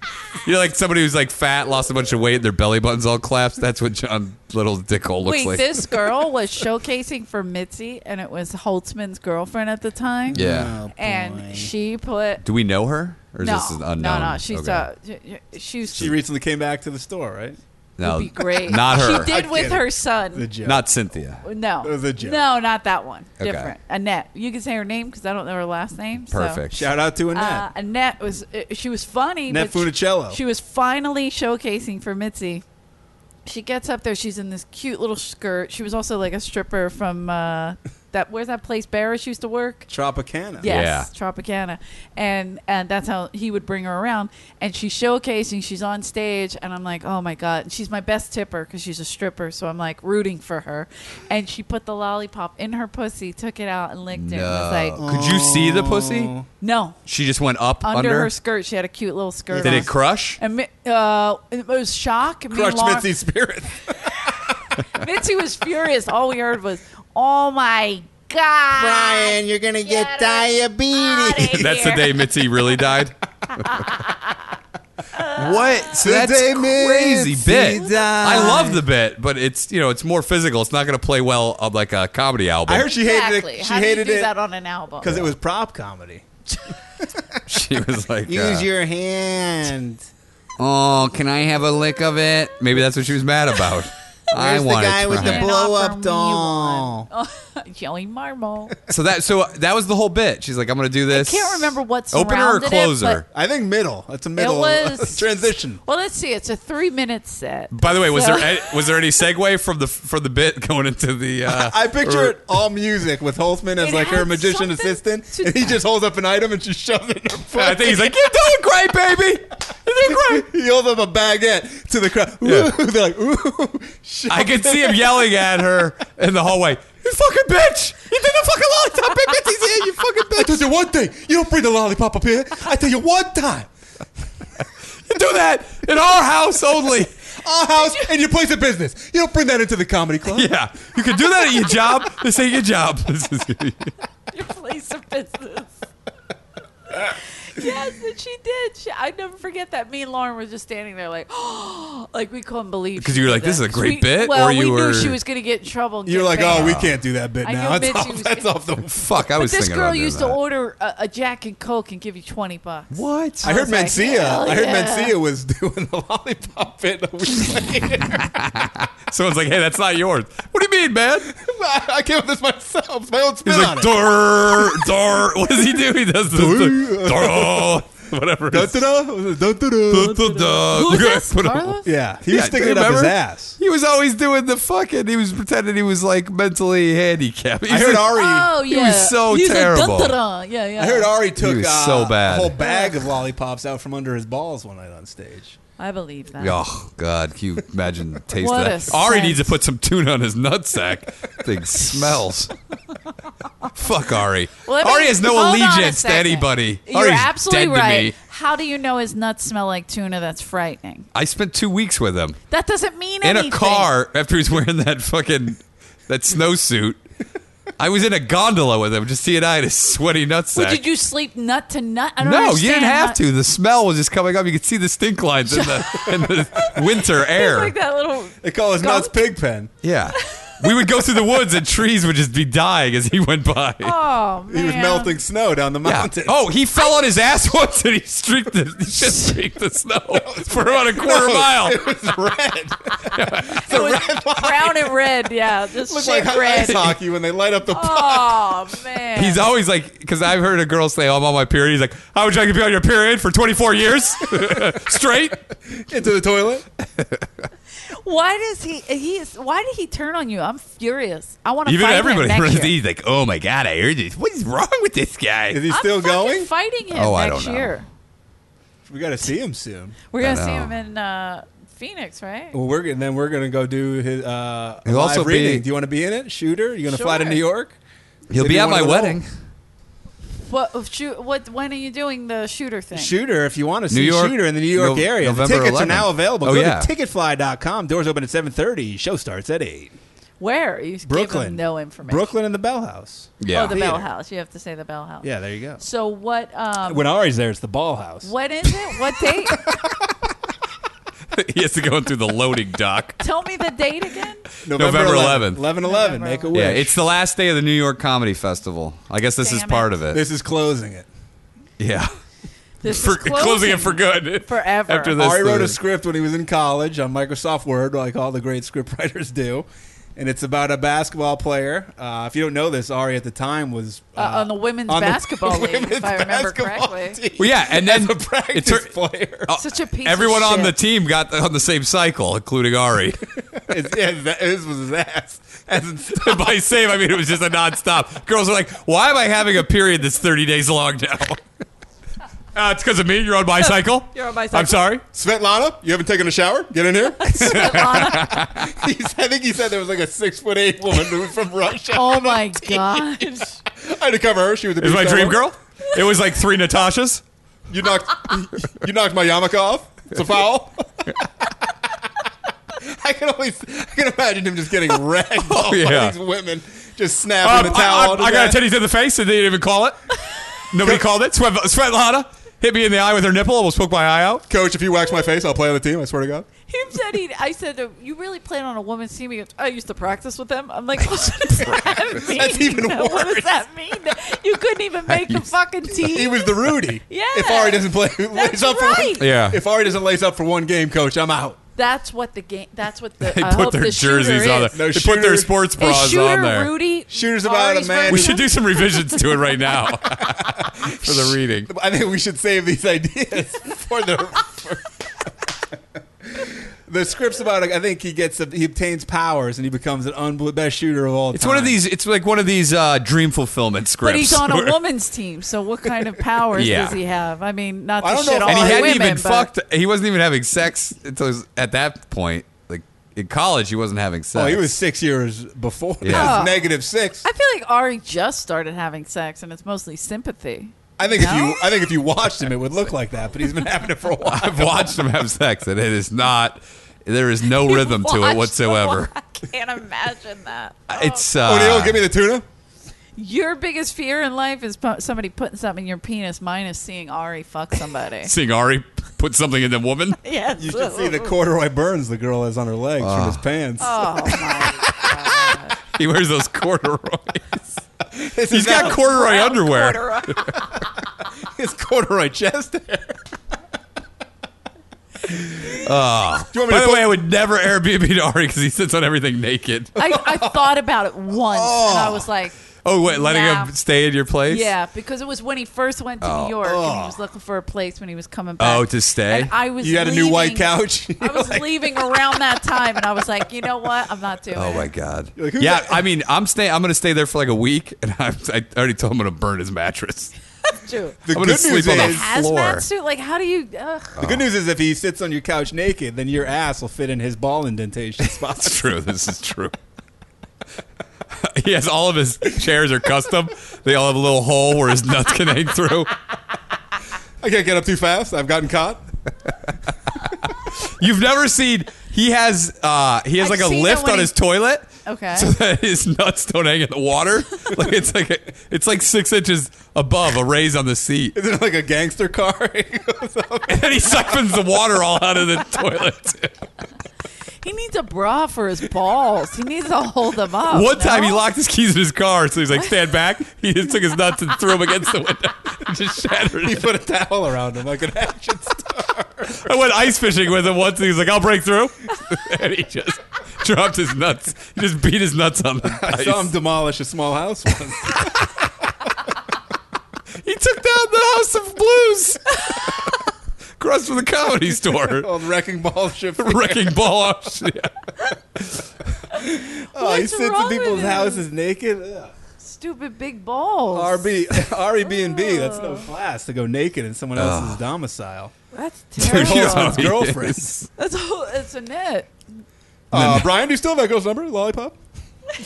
D: You're like somebody who's like fat, lost a bunch of weight, their belly button's all collapsed. That's what John Little's dick hole looks
F: Wait,
D: like. *laughs*
F: this girl was showcasing for Mitzi, and it was Holtzman's girlfriend at the time.
D: yeah.
E: Oh,
F: and she put
D: Do we know her? Or is
F: no,
D: this an unknown?
F: no, no. She's
D: Okay.
F: uh, she- she's
E: She recently came back to the store, right?
D: no,
F: would be
D: *laughs*
F: great.
D: Not her.
F: She did
E: I
F: with
E: get it.
F: her
E: The
F: son.
E: joke.
D: Not Cynthia.
F: No,
E: was a joke.
F: no, not that one.
D: Okay.
F: Different. Annette. You can say her name because I don't know her last name. so-
D: Perfect.
E: Shout out to Annette.
F: Uh, Annette was uh, she was funny.
E: Annette
F: but she-
E: Funicello.
F: She, was finally showcasing for Mitzi. She gets up there. She's in this cute little skirt. She was also like a stripper from uh, that. Where's that place? Barris used to work.
E: Tropicana.
F: Yes, Tropicana, and and that's how he would bring her around. And she's showcasing. She's on stage, and I'm like, oh my god, and she's my best tipper because she's a stripper. So I'm like rooting for her. And she put the lollipop in her pussy, took it out, and licked it. And was like,
D: Could you see the pussy?
F: no,
D: She just went up
F: under,
D: under.
F: her skirt. She had a cute little skirt.
D: Did
F: on.
D: it crush?
F: And Mi- uh, it was shock. Me and
E: Crushed
F: Laura-
E: Mitzi's
F: *laughs*
E: spirit.
F: Mitzi was furious. All we heard was, "Oh my god, Brian, you're gonna get, diabetes."
D: *laughs* That's the day Mitzi really died. what? So
E: The
D: that's
E: day
D: crazy
E: Mitzi
D: bit.
E: died.
D: I love the bit, but it's you know it's more physical. It's not going to play well on like a comedy album.
E: I heard she hated
F: Exactly.
E: it. She
F: How do you
E: hated
F: do
E: it
F: that on an album?
E: because it was prop comedy.
D: *laughs* she
E: *laughs*
D: was like, uh,
E: your hand.
D: "Oh, can I have a lick of it?" Maybe that's what she was mad
E: *laughs*
D: about. I
E: Where's the
D: want it
E: guy with
D: from
E: the
D: him.
E: bl- blow-up
F: Offer me
E: doll.
F: *laughs* one. Oh, Joey Marble.
D: so that so that was the whole bit. She's like, "I'm going to do this."
F: can't remember what's
D: opener or
F: surrounded it,
D: closer.
E: I think middle. That's a middle
F: It was
E: *laughs* transition.
F: Well, let's see. It's a three-minute set.
D: By the way, was
F: So-
D: there
F: *laughs*
D: any, was there any segue from the from the bit going into the? Uh,
E: *laughs* I picture
D: or-
E: it all music with Holtzman as
F: It
E: like her
F: had
E: magician
F: something
E: assistant,
F: to-
E: and he just holds up an item and she shoves it in her
D: *laughs*
E: foot.
D: I think he's like, "You're doing great, baby. You're doing great."
E: he holds up a baguette to the crowd. Ooh, *laughs*
D: Yeah.
E: they're like, ooh. shit.
D: I could see him yelling at her in the hallway. You fucking bitch! You did the fucking lollipop. Big Mitzi's here. You fucking
E: I told you one thing. You don't bring the lollipop up here. I tell you one time.
D: you do that in our house only.
E: Our house and your place of business. You don't bring that into the comedy club.
D: Yeah, you could do that at your job. *laughs* This ain't your job. This is *laughs*
F: Your place of business. yes, and she did. She, I never forget that. Me and Lauren were just standing there, like, *gasps* oh, like we couldn't believe.
D: Because
F: she
D: you were
F: did
D: like, this
F: that.
D: is a great
F: We-
D: bit,
F: Well,
D: or
F: we
D: you
F: knew
D: were-
F: she was going to get in trouble. And
E: You're
F: get
E: like,
F: banned.
E: oh, we can't do that bit
F: I
E: now.
F: knew
E: That's
F: bitch
E: off,
F: she was
E: that's
F: gonna-
E: off the.
D: Fuck, I
F: But
D: was
F: this
D: thinking
F: girl
D: about doing
F: used
D: that.
F: to order a, a Jack and Coke and give you twenty bucks.
A: What?
E: *laughs* I heard
F: like,
E: Mencia.
F: hell
E: I heard
F: yeah.
E: Mencia was *laughs* doing the lollipop bit. a week later.
D: Someone's like, hey, that's not yours. What do you mean, man? *laughs*
E: I came up with this myself. It's my own spin
D: He's
E: on
D: like,
E: it.
D: "Durr, durr." *laughs* What does he do? He does the, the durr, whatever. it is.
E: Dun-da-da,
D: *laughs*
E: dun-da-da.
D: Duh, duh.
F: Who
D: Look
F: is
D: at-
F: this,
D: put a-
F: Carlos?
E: Yeah, he was
D: Yeah,
E: sticking
D: do
E: it
D: you
E: up his
D: remember?
E: ass.
D: He was always doing the fucking. He was pretending he was like mentally handicapped.
E: I heard Ari.
F: Oh
D: He
F: yeah,
D: was so
F: He's
D: terrible.
F: A dun-dun-dun. yeah, yeah.
E: I heard Ari took
D: was
E: uh,
D: so bad.
E: a whole bag of lollipops out from under his balls one night on stage.
F: I believe that.
D: Oh God! Can you imagine the taste
F: What
D: of that?
F: a
D: Ari
F: scent.
D: needs to put some tuna on his nutsack.
E: *laughs*
D: Thing smells. Fuck Ari.
F: Let me-
D: Ari has no
F: hold on a
D: allegiance to
F: second.
D: anybody.
F: You're
D: Ari's
F: absolutely
D: dead
F: right.
D: to me.
F: How do you know his nuts smell like tuna? That's frightening.
D: I spent two weeks with him
F: That doesn't mean
D: in
F: anything.
D: a car after he's wearing that fucking that snowsuit. I was in a gondola with him, just he and I in his sweaty nutsack.
F: Well, did you sleep nut to nut? I don't
D: No, you
F: understand
D: didn't have
F: how-
D: to. The smell was just coming up. You could see the stink lines in
E: *laughs*
D: the, in the winter
F: It's
D: air.
F: like
D: *laughs*
F: that little.
E: They call his nuts pig pen.
D: Yeah. We would go through the woods and trees would just be dying as he went by.
F: Oh man.
E: He was melting snow down the
D: Yeah.
E: mountain.
D: Oh, he fell on his ass once and he streaked the, he just streaked the
E: *laughs*
D: snow for about a quarter
E: No,
D: mile.
E: It was red.
F: It was brown and red.
E: *laughs*
F: Yeah, just
E: Looks
F: shit
E: *laughs* like ice
F: red.
E: hockey when they light up the.
F: *laughs* Oh man.
D: He's always like, because I've heard a girl say, oh, I'm on my period. He's like, how would you like to be on your period for 24 years *laughs* straight?
E: *laughs* into the toilet.
F: why does he? He is. Why did he turn on you? I'm furious. I want to
D: Even
F: fight
D: everybody.
F: him next year.
D: He's like, oh my God, I heard this. What is wrong with this guy?
E: Is he
F: I'm
E: still
F: fucking
E: going?
F: Fighting him
D: Oh, I
F: next
D: don't know.
F: year.
E: We got to see him soon.
F: We're gonna
D: I
F: see
D: know.
F: him in uh, Phoenix, right?
E: Well, we're gonna- then we're gonna go do his uh, a
D: He'll
E: live
D: also be-
E: reading. Do you want to be in it, shooter? You gonna fly to
F: Sure.
E: New York?
D: He'll
E: Did
D: be
E: he
D: at
E: wanna
D: my
E: roll?
D: wedding.
F: What? What? shoot- what- When are you doing the shooter thing?
E: Shooter, if you want to see
D: York,
E: Shooter in the New York
D: Nov-
E: area, the
D: November
E: tickets are
D: 11th.
E: now available.
D: Oh,
E: Go
D: yeah.
E: to ticketfly.com. Doors open at 7:30. Show starts at 8.
F: Where? You gave
E: Brooklyn.
F: him no information.
E: Brooklyn and the Bell House.
F: Oh, the Bell
E: Theater.
F: House. You have to say the Bell House.
E: Yeah, there you go.
F: So what? Um,
E: When Ari's there, it's the Ball House.
F: what is it? What
E: *laughs*
F: date?
D: *laughs* he has to go in through the loading dock.
F: Tell me the date again.
D: November 11th.
E: 11 11.
F: November
E: Make a
F: 11th.
D: *laughs*
E: wish.
D: Yeah, it's the last day of the New York Comedy Festival. I guess this is
F: Damn
D: part
F: it.
D: of it.
E: This is closing it.
D: yeah,
F: This
D: *laughs* for
F: is closing,
D: closing it for good
F: Forever.
D: After this, uh,
E: Ari wrote
D: the-
E: a script when he was in college on Microsoft Word, like all the great *laughs* script writers do. And it's about a basketball player. Uh, if you don't know this, Ari at the time was uh,
F: Uh, on the women's
E: on the *laughs*
F: basketball league,
E: women's
F: if I remember
E: basketball
F: correctly.
E: team
D: Well, yeah, and
E: as
D: then
E: a practice
D: it tur-
E: *laughs*
D: Oh.
E: player.
F: Such a piece.
D: everyone
F: of
D: on the
F: shit.
D: team got *laughs* on the same cycle, including Ari.
E: It's- yeah, that- this was his ass. As in-
D: By same, I mean it was just a nonstop. Girls are like, "Why am I having a period that's thirty days long now?" Uh, it's because of me. You're on my cycle.
F: You're on my cycle.
D: I'm sorry.
E: Svetlana, you haven't taken a shower? Get in here. *laughs*
F: *laughs* Svetlana.
E: He said- I think he said there was like a six foot eight woman who was
F: *laughs*
E: from Russia. *laughs*
F: oh my god.
E: I had to cover her. She was a
D: It was
E: beach
D: my dream
E: model.
D: girl. It was like three Natashas.
E: You knocked you knocked my yarmulke off. *laughs* It's a foul. I can only I can imagine him
D: *laughs*
E: just getting wrecked oh,
D: yeah.
E: these women just snapping
D: Um,
E: the towel.
D: I, I, I got a titties in the face and they didn't even call it. *laughs* Nobody called it. Svet- Svetlana hit me in the eye with her nipple. Almost poked my eye out.
E: Coach, if you wax my face, I'll play on the team. I swear to God.
F: He said he. I said uh, you really plan on a woman's team. He goes, I used to practice with them. I'm like, what does that mean?
E: That's
F: *laughs*
E: even
F: What
E: worse.
F: does that mean? You couldn't even make the fucking team.
E: *laughs* He was the Rudy.
F: *laughs* Yeah.
E: If Ari doesn't play, *laughs* lace up
F: right.
E: for one,
D: Yeah.
E: If Ari doesn't lace up for one game, Coach, I'm out.
F: That's what the game. That's what the.
D: *laughs* They
F: I
D: put
F: hope
D: their
F: the shooter
D: jerseys on there.
F: is.
E: No,
D: they put their
E: shooter-
D: sports
F: Is
D: bras
F: shooter
D: on there.
F: Rudy.
E: Shooter's about a
F: Ari's
E: man-
D: we
F: representing-
D: should do some revisions to it right *laughs* now for the reading.
E: I think we should save these ideas *laughs* for the. For the script's about. I think he gets he obtains powers and he becomes an unbelievable best shooter of all time.
D: It's one of these. It's like one of these uh, dream fulfillment scripts.
F: But he's on
D: *laughs* where-
F: a woman's team, so what kind of powers
D: Yeah.
F: does he have? I mean, not to
E: I don't know
F: shit
E: if-
F: all
D: and he
E: All
F: the
D: hadn't
F: women,
D: even
F: but
D: fucked. He wasn't even having sex until he was- at that point. Like in college, he wasn't having sex.
E: Oh, he was six years before. This
D: Yeah.
E: is negative six.
F: I feel like Ari just started having sex, and it's mostly sympathy.
E: I think if
F: No?
E: you, I think if you watched him, it would look like that. But he's
D: *laughs*
E: been *laughs* having it for a while.
D: I've watched him have sex, and it is not. There is no *laughs* rhythm to
F: Watch
D: it
F: the *laughs*
D: whatsoever.
F: wa- I can't imagine that.
E: Oh,
D: It's uh, *laughs*
E: O'Neill, give me the tuna.
F: Your biggest fear in life is pu- somebody putting something in your penis. Mine is seeing Ari fuck somebody.
D: Seeing Ari put something in the woman.
F: yes.
E: *laughs* You
D: *laughs*
E: should see the corduroy burns the girl has on her legs
D: Ah.
E: from his pants.
F: *laughs* Oh my!
D: He wears those corduroys. He's got corduroy underwear. *laughs*
E: his corduroy chest hair. Do you want me
D: By
E: to
D: the
E: put-
D: way, I would never Airbnb to Ari because he sits on everything naked.
F: I, I thought about it once, and I was like,
D: Oh, wait, letting
F: Yeah.
D: him stay in your place?
F: "Yeah," because it was when he first went to New York, and he was looking for a place when he was coming back.
D: Oh, to stay?
F: And I was.
E: you had a new white
F: leaving-
E: couch.
F: *laughs*
D: *laughs*
F: I was leaving around that time, and I was like, "You know what? I'm not doing."
D: Oh
F: it.
D: my god!
E: like, who's
D: yeah,
E: that?
D: I mean, I'm staying. I'm gonna stay there for like a week, *laughs* and I'm, I already told him I'm gonna burn his mattress.
F: *laughs*
D: *laughs*
F: Dude.
D: I'm
E: the
D: gonna
E: good news
D: sleep on the
E: is,
F: hazmat
D: floor.
F: suit? Like, how do you?
D: *laughs*
F: Ugh.
E: the good news is, if he sits on your couch naked, then your ass will fit in his ball indentation *laughs* spot.
D: It's true. This is true. *laughs* he has all of his chairs are custom. They all have a little hole where his nuts can hang through.
E: I can't get up too fast. I've gotten caught.
D: You've never seen. He has. uh He has like
F: I've
D: a
F: seen it
D: lift
F: when
D: on
F: he-
D: his toilet. *laughs*
F: Okay.
D: So that his nuts don't hang in the water. like it's like a, it's like six inches above a raise on the seat. *laughs*
E: Isn't it like a gangster car? *laughs* He goes up.
D: And
E: *laughs*
D: then he siphons the water all out of the toilet.
F: He needs a bra for his balls. He needs to hold them up.
D: One time
F: Oh, no?
D: he locked his keys in his car, so he's like, stand back. He just took his nuts and threw them against the window. *laughs* It just shattered
E: he
D: it.
E: put a towel around him like an action star.
D: I went ice fishing with him once, and he was like, I'll break through. *laughs* And he just dropped his nuts. He just beat his nuts on the
E: I
D: ice.
E: saw him demolish a small house
D: *laughs*
E: once.
D: He took down the House of Blues. *laughs* Across from the comedy store. *laughs*
E: Old wrecking ball shift.
D: Wrecking ball off.
E: Oh, he
F: What's
E: sits in
F: wrong
E: people's
F: with him?
E: houses naked. Ugh.
F: Stupid big balls.
E: *laughs* RB,
F: Oh.
E: R-E-B-N-B, that's no class to go naked in someone else's domicile.
F: That's
D: you
F: terrible.
D: know
E: Someone's
D: *laughs* he
E: girlfriend.
F: That's all. It's a net.
E: Uh, Brian, do you still have that girl's number, Lollipop?
D: Uh,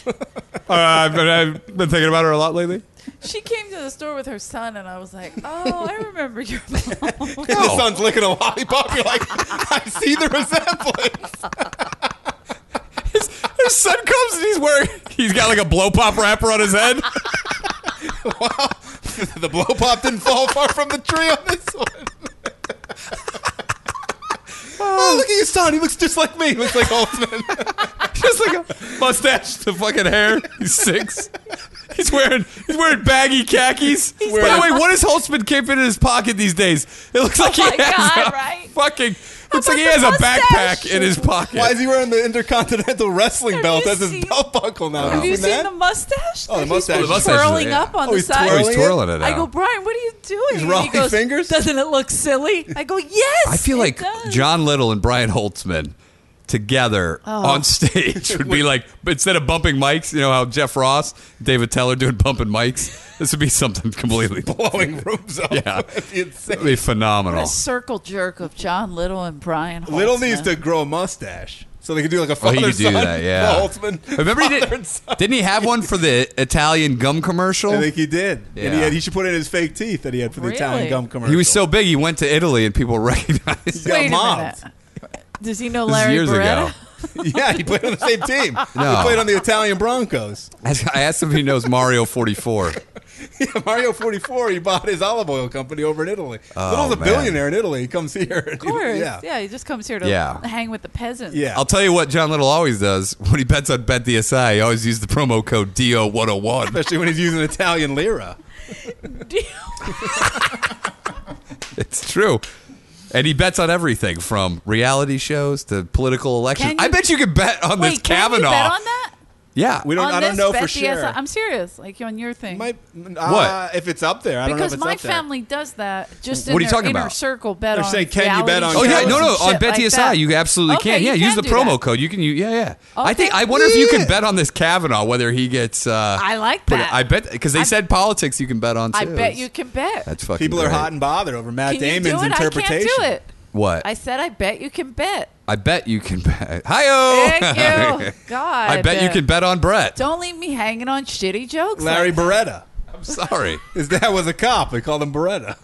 D: I've, been, I've been thinking about her a lot lately.
F: She came to the store with her son, and I was like, "Oh, I
D: *laughs*
F: remember your mom."
E: *laughs* The son's licking a lollipop. You're like, *laughs* I see
D: *laughs*
E: the resemblance.
D: Her son comes and he's wearing, he's got like a blow pop wrapper on his head.
E: the blow pop didn't fall far from the tree on this one. *laughs* oh, look at your son. He looks just like me. He looks like *laughs* Altman.
D: just like a mustache to fucking hair. He's six. He's wearing he's wearing baggy khakis. By the
E: wearing-
D: way, what is Holtzman keeping in his pocket these days? It looks like
F: Oh my
D: he has
F: God,
D: a
F: right?
D: fucking. Looks like he
F: about
D: has
F: the
D: a
F: mustache?
D: backpack in his pocket.
E: Why is he wearing the Intercontinental Wrestling
F: Have
E: belt?
F: you
E: That's his
F: seen-
E: belt buckle now.
F: Have you
E: seen
F: seen
E: that?
F: the mustache?
E: Oh, the
F: that *laughs*
E: mustache.
F: He's
D: mustache
E: Oh, the
D: is
F: twirling
D: there, yeah.
F: up on
E: Oh,
F: the
E: he's
F: side.
E: twirling. twirling
D: it
F: I go, Brian, what are you doing?
E: He's
F: And
E: rolling
F: he goes,
E: fingers?
F: Doesn't it look silly? I go, yes.
D: I feel
F: it
D: like
F: does."
D: John Little and Brian Holtzman together
F: Oh.
D: on stage would be like instead of bumping mics, you know how Jeff Ross, David Teller doing bumping mics. This would be something completely
E: blowing rooms up?
D: Yeah,
E: *laughs* That'd be insane.
D: That'd be phenomenal.
F: A circle jerk of John Little and Brian. Holtzman.
E: Little needs to grow a mustache so they can do like a
D: Oh,
E: father
D: he could do
E: son.
D: that, yeah.
E: Altman.
D: Remember, he
E: Father
D: did,
E: and son.
D: didn't he have one for the Italian gum commercial?
E: I think he did. And he,
D: Yeah.
E: had, he should put in his fake teeth that he had for the Italian
F: Really?
E: gum commercial.
D: He was so big, he went to Italy and people *laughs* recognized him.
E: got
F: Wait a
E: mobbed.
F: minute. Does he know
D: This is
F: Larry
D: years
F: Beretta?
D: ago.
E: *laughs* yeah, he played on the same team.
D: No.
E: He played on the Italian Broncos.
D: I I asked him if he knows Mario 44.
E: *laughs* Yeah, Mario 44, he bought his olive oil company over in Italy. Little's a
D: Oh, man.
E: billionaire in Italy. *laughs* He comes here.
F: Of course.
E: Yeah.
F: Yeah. he just comes here to
D: Yeah.
F: hang with the peasants.
E: Yeah.
D: I'll tell you what John Little always does. When he bets on BetDSI, he always uses the promo code
E: *laughs*
D: DO101.
E: Especially when he's using Italian lira.
D: *laughs*
F: Do you-
D: It's true. And he bets on everything from reality shows to political elections.
F: Can
D: I
F: you-
D: bet you could bet on this
F: Wait, can you
D: Kavanaugh.
F: bet on that?
D: Yeah.
E: We don't.
F: on
E: I
F: this
E: don't know for
F: bet the
E: sure.
F: SI I'm serious. Like on your thing.
E: Might- uh, If it's up there, I don't know if
F: because
E: it's
F: my
E: up there.
F: family does that. Just in
D: What are you
F: their
D: talking
F: inner
D: about?
F: circle bet
E: They're
F: on.
E: saying, can you bet
F: reality
D: Oh
E: on
D: yeah,
E: Shows
F: shows
D: no, no.
F: and
D: On
F: shit like
D: BetDSI,
F: that.
D: you absolutely
F: Okay,
D: can. Yeah,
F: you
D: use
F: can
D: the
F: do
D: promo
F: that.
D: code. You can. u- Yeah, yeah. I
F: Okay.
D: think I wonder if you can bet on this Kavanaugh whether he gets. Uh,
F: I like
D: put-
F: that.
D: I bet because they
F: I-
D: said politics, you can bet on. Too.
F: I bet you can bet.
D: That's fucking.
E: People are
D: great.
E: hot and bothered over Matt
F: can you
E: Damon's
F: do it? I
E: interpretation.
F: can't do it.
D: What?
F: I
D: I,
F: said I bet you
D: *laughs*
F: can bet.
D: bet you can bet. *laughs* Hi-yo!
F: Thank you. God.
D: Oh. *laughs* I bet you can bet on Brett.
F: Don't leave me hanging on shitty jokes.
E: Larry
F: like that.
E: Beretta.
D: I'm sorry,
E: His dad was a cop. They called him
F: *laughs*
E: Beretta.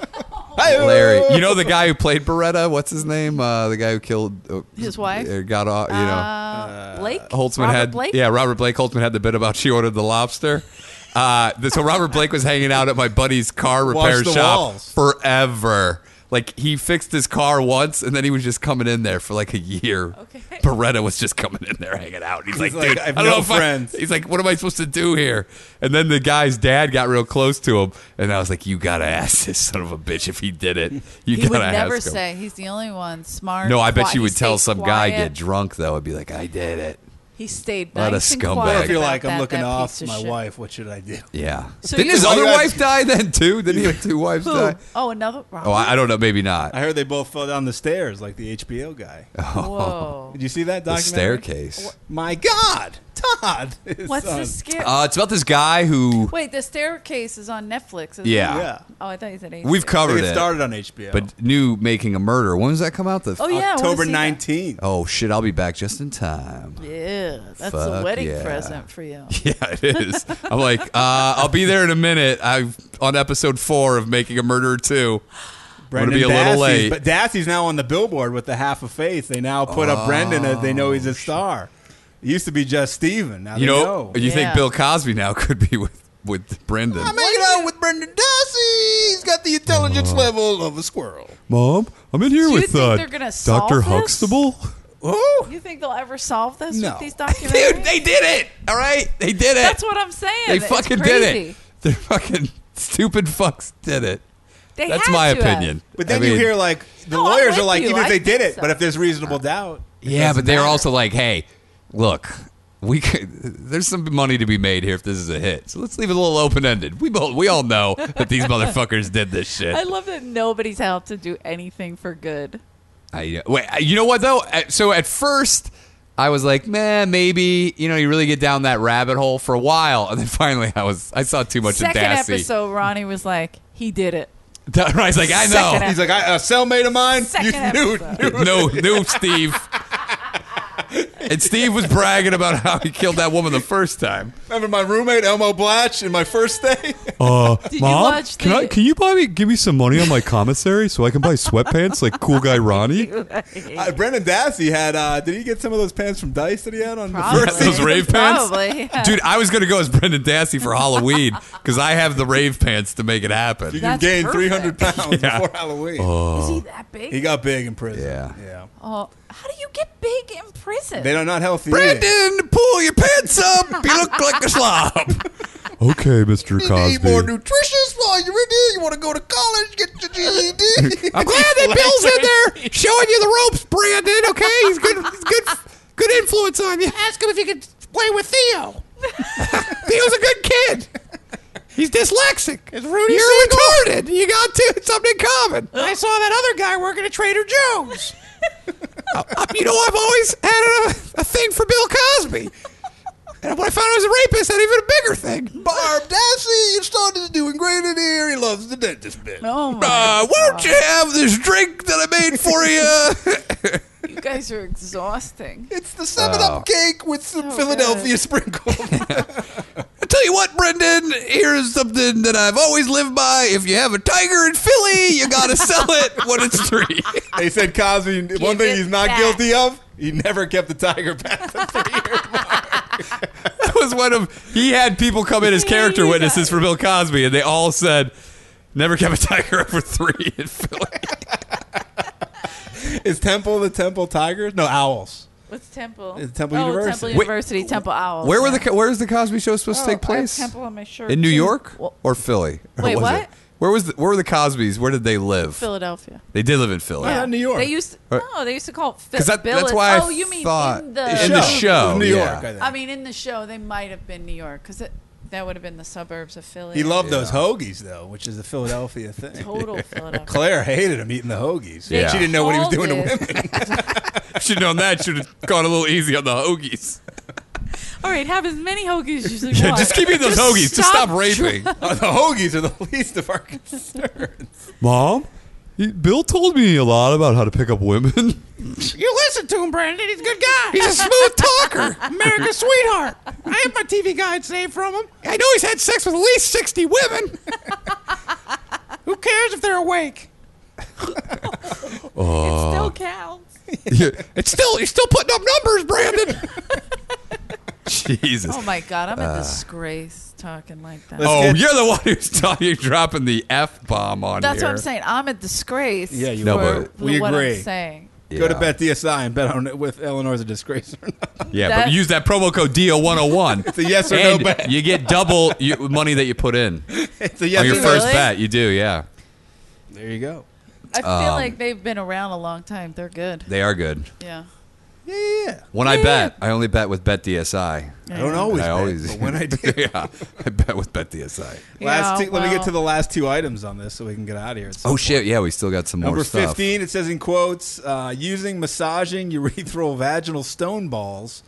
E: Hi-yo.
D: Larry. You know the guy who played Beretta? What's his name? Uh, the guy who killed uh,
F: His wife?
D: uh, Got off. You know.
F: Uh, Blake.
D: Holtzman
F: Robert
D: had
F: Blake?
D: yeah Robert Blake Holtzman had the bit about she ordered the lobster. Uh, th- so Robert Blake was hanging out at my buddy's car
E: Wash
D: repair
E: the
D: shop
E: walls.
D: forever. Like he fixed his car once, and then he was just coming in there for like a year.
F: Okay.
D: Beretta was just coming in there hanging out. He's, like,
E: like,
D: dude,
E: "I have
D: I don't
E: no
D: know if I-"
E: friends.
D: he's like, what am I supposed to do here? And then the guy's dad got real close to him, and I was like, you gotta ask this son of a bitch if he did it. You
F: He
D: gotta
F: would
D: ask
F: never
D: him.
F: say. He's the only one smart.
D: No, I bet
F: qui-
D: you
F: he
D: would tell
F: stayed
D: some guy
F: quiet.
D: get drunk though. I'd be like, I did it.
F: He stayed
D: What a
F: nice and
D: scumbag.
F: quiet.
D: If
E: If you're
F: about
E: like, I'm
F: that-
E: looking
F: that
E: off
F: piece of
E: my
F: shit.
E: wife. What should I do?
D: Yeah.
F: So
D: Didn't
F: you-
D: his
F: Why
D: other
E: you
D: wife die then too? Didn't he have
F: *laughs*
D: two wives
F: Who?
D: die?
F: Oh, another.
D: Oh, I, I don't know. Maybe not.
E: I heard they both fell down the stairs like the HBO guy.
D: *laughs*
F: Whoa.
E: Did you see that
D: Uh, The
E: documentary?
D: staircase.
E: My God, Todd. is
F: What's
E: on-
F: the scare?
D: Uh, it's about this guy who.
F: Wait, the staircase is on Netflix. Isn't
D: Yeah.
F: It?
E: Yeah.
F: Oh, I thought you said eight.
D: We've
E: I think
D: covered
E: it
D: it,
E: started on HBO.
D: but new Making a Murder. When does that come out? The
F: Oh yeah. I wanna
E: October
F: see that.
E: 19th.
D: Oh, shit! I'll be back just in time.
F: Yeah, that's a
D: Fuck
F: wedding
D: yeah.
F: present for you.
D: *laughs* Yeah, it is. I'm like, uh, I'll be there in a minute. I'm on episode four of Making a Murderer two.
E: Brendan
D: be a little
E: Dassey's-
D: late.
E: But Dassey's now on the billboard with the half of faith. They now put up Brendan as they know he's a star. It used to be just Steven. Now
D: Oh, You
E: they
D: know,
E: know.
D: you think
F: Yeah.
D: Bill Cosby now *laughs* could be with with Brendan?
G: Hanging out with Brendan Dassey. He's got the intelligence
D: Oh.
G: level of a squirrel.
D: Mom, I'm in here
F: Do you
D: with
F: think
D: uh,
F: they're gonna solve
D: Doctor
F: this?
D: Huxtable.
E: Ooh.
F: You think they'll ever solve this
E: No.
F: with these documentaries?
D: Dude, *laughs* they did it. All right, they did it.
F: That's what I'm saying.
D: they
F: It's
D: fucking did
F: crazy.
D: it. They fucking stupid fucks did it.
F: They
D: That's
F: had
D: my
F: to have.
D: opinion.
E: But then
D: I
E: you
D: mean,
E: hear like the
F: No, Oh, I'm
E: lawyers are
F: with
E: like,
F: you.
E: even if
F: I
E: they did
F: think
E: it,
F: so.
E: but if there's reasonable doubt, it
D: yeah,
E: doesn't
D: but they're
E: matter.
D: also like, hey, look, we *laughs* could, there's some money to be made here if this is a hit. So let's leave it a little open ended. We both we all know
F: *laughs*
D: that these motherfuckers did this shit.
F: I love that nobody's out to do anything for good.
D: I, wait, you know what though? At- So at first, I was like, man, maybe you know, you really get down that rabbit hole for a while, and then finally, I was I saw too much
F: Second
D: of Dassey.
F: episode, Ronnie was like, he did it.
D: *laughs* I was like, I know.
F: Second
E: He's like, I, a cellmate of mine.
F: Second
E: you
F: *laughs* episode.
E: knew, knew.
D: no, no, Steve. and Steve was bragging about how he killed that woman the first time.
E: Remember my roommate Elmo Blatch in my first day?
I: Uh,
F: Did you
I: mom,
F: watch
I: can
F: the-
I: I? Can you buy me? Give me some money on my commissary so I can buy sweatpants like cool guy
F: *laughs*
I: Ronnie.
E: Uh, Brendan Dassey had. Uh, did he get some of those pants from Dice that he had on
F: Probably.
E: the first?
D: those rave pants?
F: Probably. yeah.
D: Dude, I was gonna go as Brendan Dassey for Halloween because I have the rave pants to make it
E: You
D: happen.
E: can
F: That's
E: gain
F: perfect. *laughs*
E: 300 pounds before Halloween.
F: Is he that big?
E: He got big in prison.
D: Oh. Yeah.
E: yeah.
F: oh, how do you get big in prison?
E: They don't not healthy. eating.
D: Brendan, pull your pants up. You look like a slob.
I: Okay, Mr.
G: Need more
I: Cosby.
G: nutritious while you're in here. You want to go to college, get your E GED.
D: *laughs*
G: *laughs*
D: I'm glad that Bill's in there showing you the ropes, Brandon. Okay, he's good. He's good. Good influence on you.
H: Ask him if he could play with Theo.
D: *laughs* Theo's a good kid.
H: He's dyslexic. Is Rudy
D: You're
H: single?
D: retarded. You got two something in common.
H: I saw that other guy working at Trader Joe's.
D: You know, I've always had a, a thing for Bill Cosby. And when I found I was a rapist, that's even a bigger thing.
G: Barb Dassey, your son is doing great in here. He loves the dentist bit.
F: oh my
D: Uh, why don't you have this drink that I made for
A: *laughs*
D: you?
F: you guys are exhausting.
G: It's the 7 Up cake with some
F: Oh,
G: Philadelphia
F: good. *laughs*
G: sprinkles.
D: *laughs* I tell you what, Brendan, here's something that I've always lived by. If you have a tiger in Philly, you gotta sell it when it's three. *laughs*
E: They said Cosby. one
F: it
E: thing he's not
F: back.
E: guilty of. He never kept the tiger back.
D: That was one of he had people come in as character witnesses for Bill Cosby, and they all said, "Never kept a tiger *laughs* over three in Philly."
E: Is Temple the Temple Tigers? No, owls.
F: What's Temple?
E: It's Temple
F: oh,
E: University.
F: Temple
E: Wait,
F: University, Temple Owls.
D: Where were
F: yeah.
D: the Where is the Cosby Show supposed
F: Oh,
D: to take
F: I have
D: place?
F: Temple on my shirt.
D: In New
F: too.
D: York
F: Well,
D: or Philly? Or
F: Wait,
D: was
F: what?
D: it? Where was the, Where were the Cosbys? Where did they live?
F: Philadelphia.
D: They did live in Philly.
E: Yeah. not New York.
F: They used to,
D: Or-
F: no, they used to call it Phil.
D: 'Cause that-
F: Bill-
D: that's why I
F: oh, you mean
D: thought-
F: in the
D: In the show,
E: New
D: yeah.
E: York. I think.
F: I mean, in the show, they might have been New York because that would have been the suburbs of Philly.
E: he loved those hoagies though, which is a
F: *laughs*
E: Philadelphia thing.
D: *laughs*
F: total Philadelphia.
E: Claire hated him eating the hoagies.
D: Yeah.
E: She didn't know what he was
F: Called
E: doing to
F: it.
E: women. *laughs*
D: should have known that. Should have gone a little easy on the hoagies.
F: All right, have as many hoagies as you
D: Yeah,
F: want.
D: just
F: *laughs*
D: keep eating those
F: Just
D: hoagies. Just stop raping.
E: Uh, the hoagies are the least of our
F: *laughs*
E: concerns.
I: Mom, he- Bill told me a lot about how to pick up women.
H: *laughs* You listen to him, Brendan. He's a good guy.
D: He's a smooth talker.
H: America's sweetheart. I have my TV guide saved from him.
D: I know he's had sex with at least sixty women.
H: Who cares if they're awake?
F: It still counts.
D: *laughs* it's still you're still putting up numbers, Brandon. *laughs* Jesus.
F: *laughs* Oh my God, I'm
D: Uh,
F: a disgrace talking like that.
D: Oh,
E: Let's get-
D: you're the one who's *laughs* talking, you're dropping the F bomb on
F: That's
D: here.
F: what I'm saying. I'm a disgrace.
E: Yeah, you
D: No,
F: for
D: but-
F: for
E: We
F: what I'm
E: agree.
F: saying.
E: Go to
D: Yeah.
E: Bet DSI and bet on it with Eleanor's a disgrace or not.
D: Yeah,
F: That-
D: but use that promo code *laughs* DO101.
E: It's a yes or
D: and
E: no bet.
D: you get double you, money that you put in
E: *laughs* It's a
D: on
E: yes
D: your
F: you
E: or no.
D: first
F: really?
D: bet. You do, yeah.
E: There you go.
F: I feel
D: Um,
F: like they've been around a long time. They're good.
D: They are good.
F: Yeah.
E: Yeah, yeah, yeah.
D: When I bet, I only bet with Bet DSI.
E: I don't always.
D: I
E: bet,
D: always
E: but
D: *laughs*
E: when I do.
D: yeah, I bet with Bet DSI.
F: Yeah,
E: Last two, let me get
F: well.
E: to the last two items on this so we can get out of here.
D: Oh shit! Yeah, we still got some
E: Number
D: more stuff.
E: 15, it says in quotes, uh, using massaging *laughs* urethral vaginal stone balls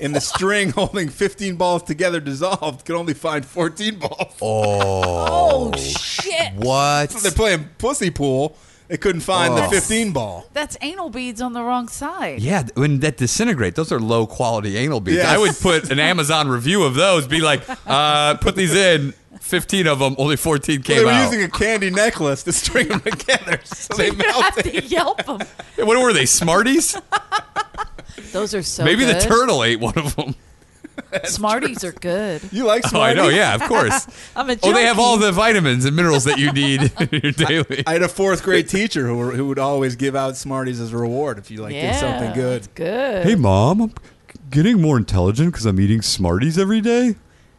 E: and the string *laughs* holding 15 balls together dissolved can only find 14 balls.
F: Oh, shit.
E: So
D: What?
E: they're playing pussy pool. They couldn't find the
D: Oh.
E: 15 ball.
F: That's anal beads on the wrong side. *laughs*
D: Yeah, when that disintegrate, those are low quality anal beads.
E: Yes.
D: I would put an Amazon review of those. Be like, uh, put these in. Fifteen of them, only fourteen
E: They
D: came
E: were
D: out.
E: using a candy necklace to string them *laughs* together. So they
F: You have
E: melted.
F: to *laughs* yelp 'em.
D: what were they? Smarties?
F: Those are so
D: Maybe the
F: good.
D: turtle ate one of them.
F: Smarties
D: *laughs*
F: are good.
E: You like
D: Oh, I
E: Smarties?
D: know. Yeah, of course.
F: I'm a
D: Oh, they have
F: junkie.
D: all the vitamins and minerals that you need in your daily.
E: I had a fourth grade teacher who, who would always give out Smarties as a reward if you like
F: yeah,
E: did something good.
F: It's good.
D: *laughs*
I: Hey, mom, I'm getting more intelligent because I'm eating Smarties every day.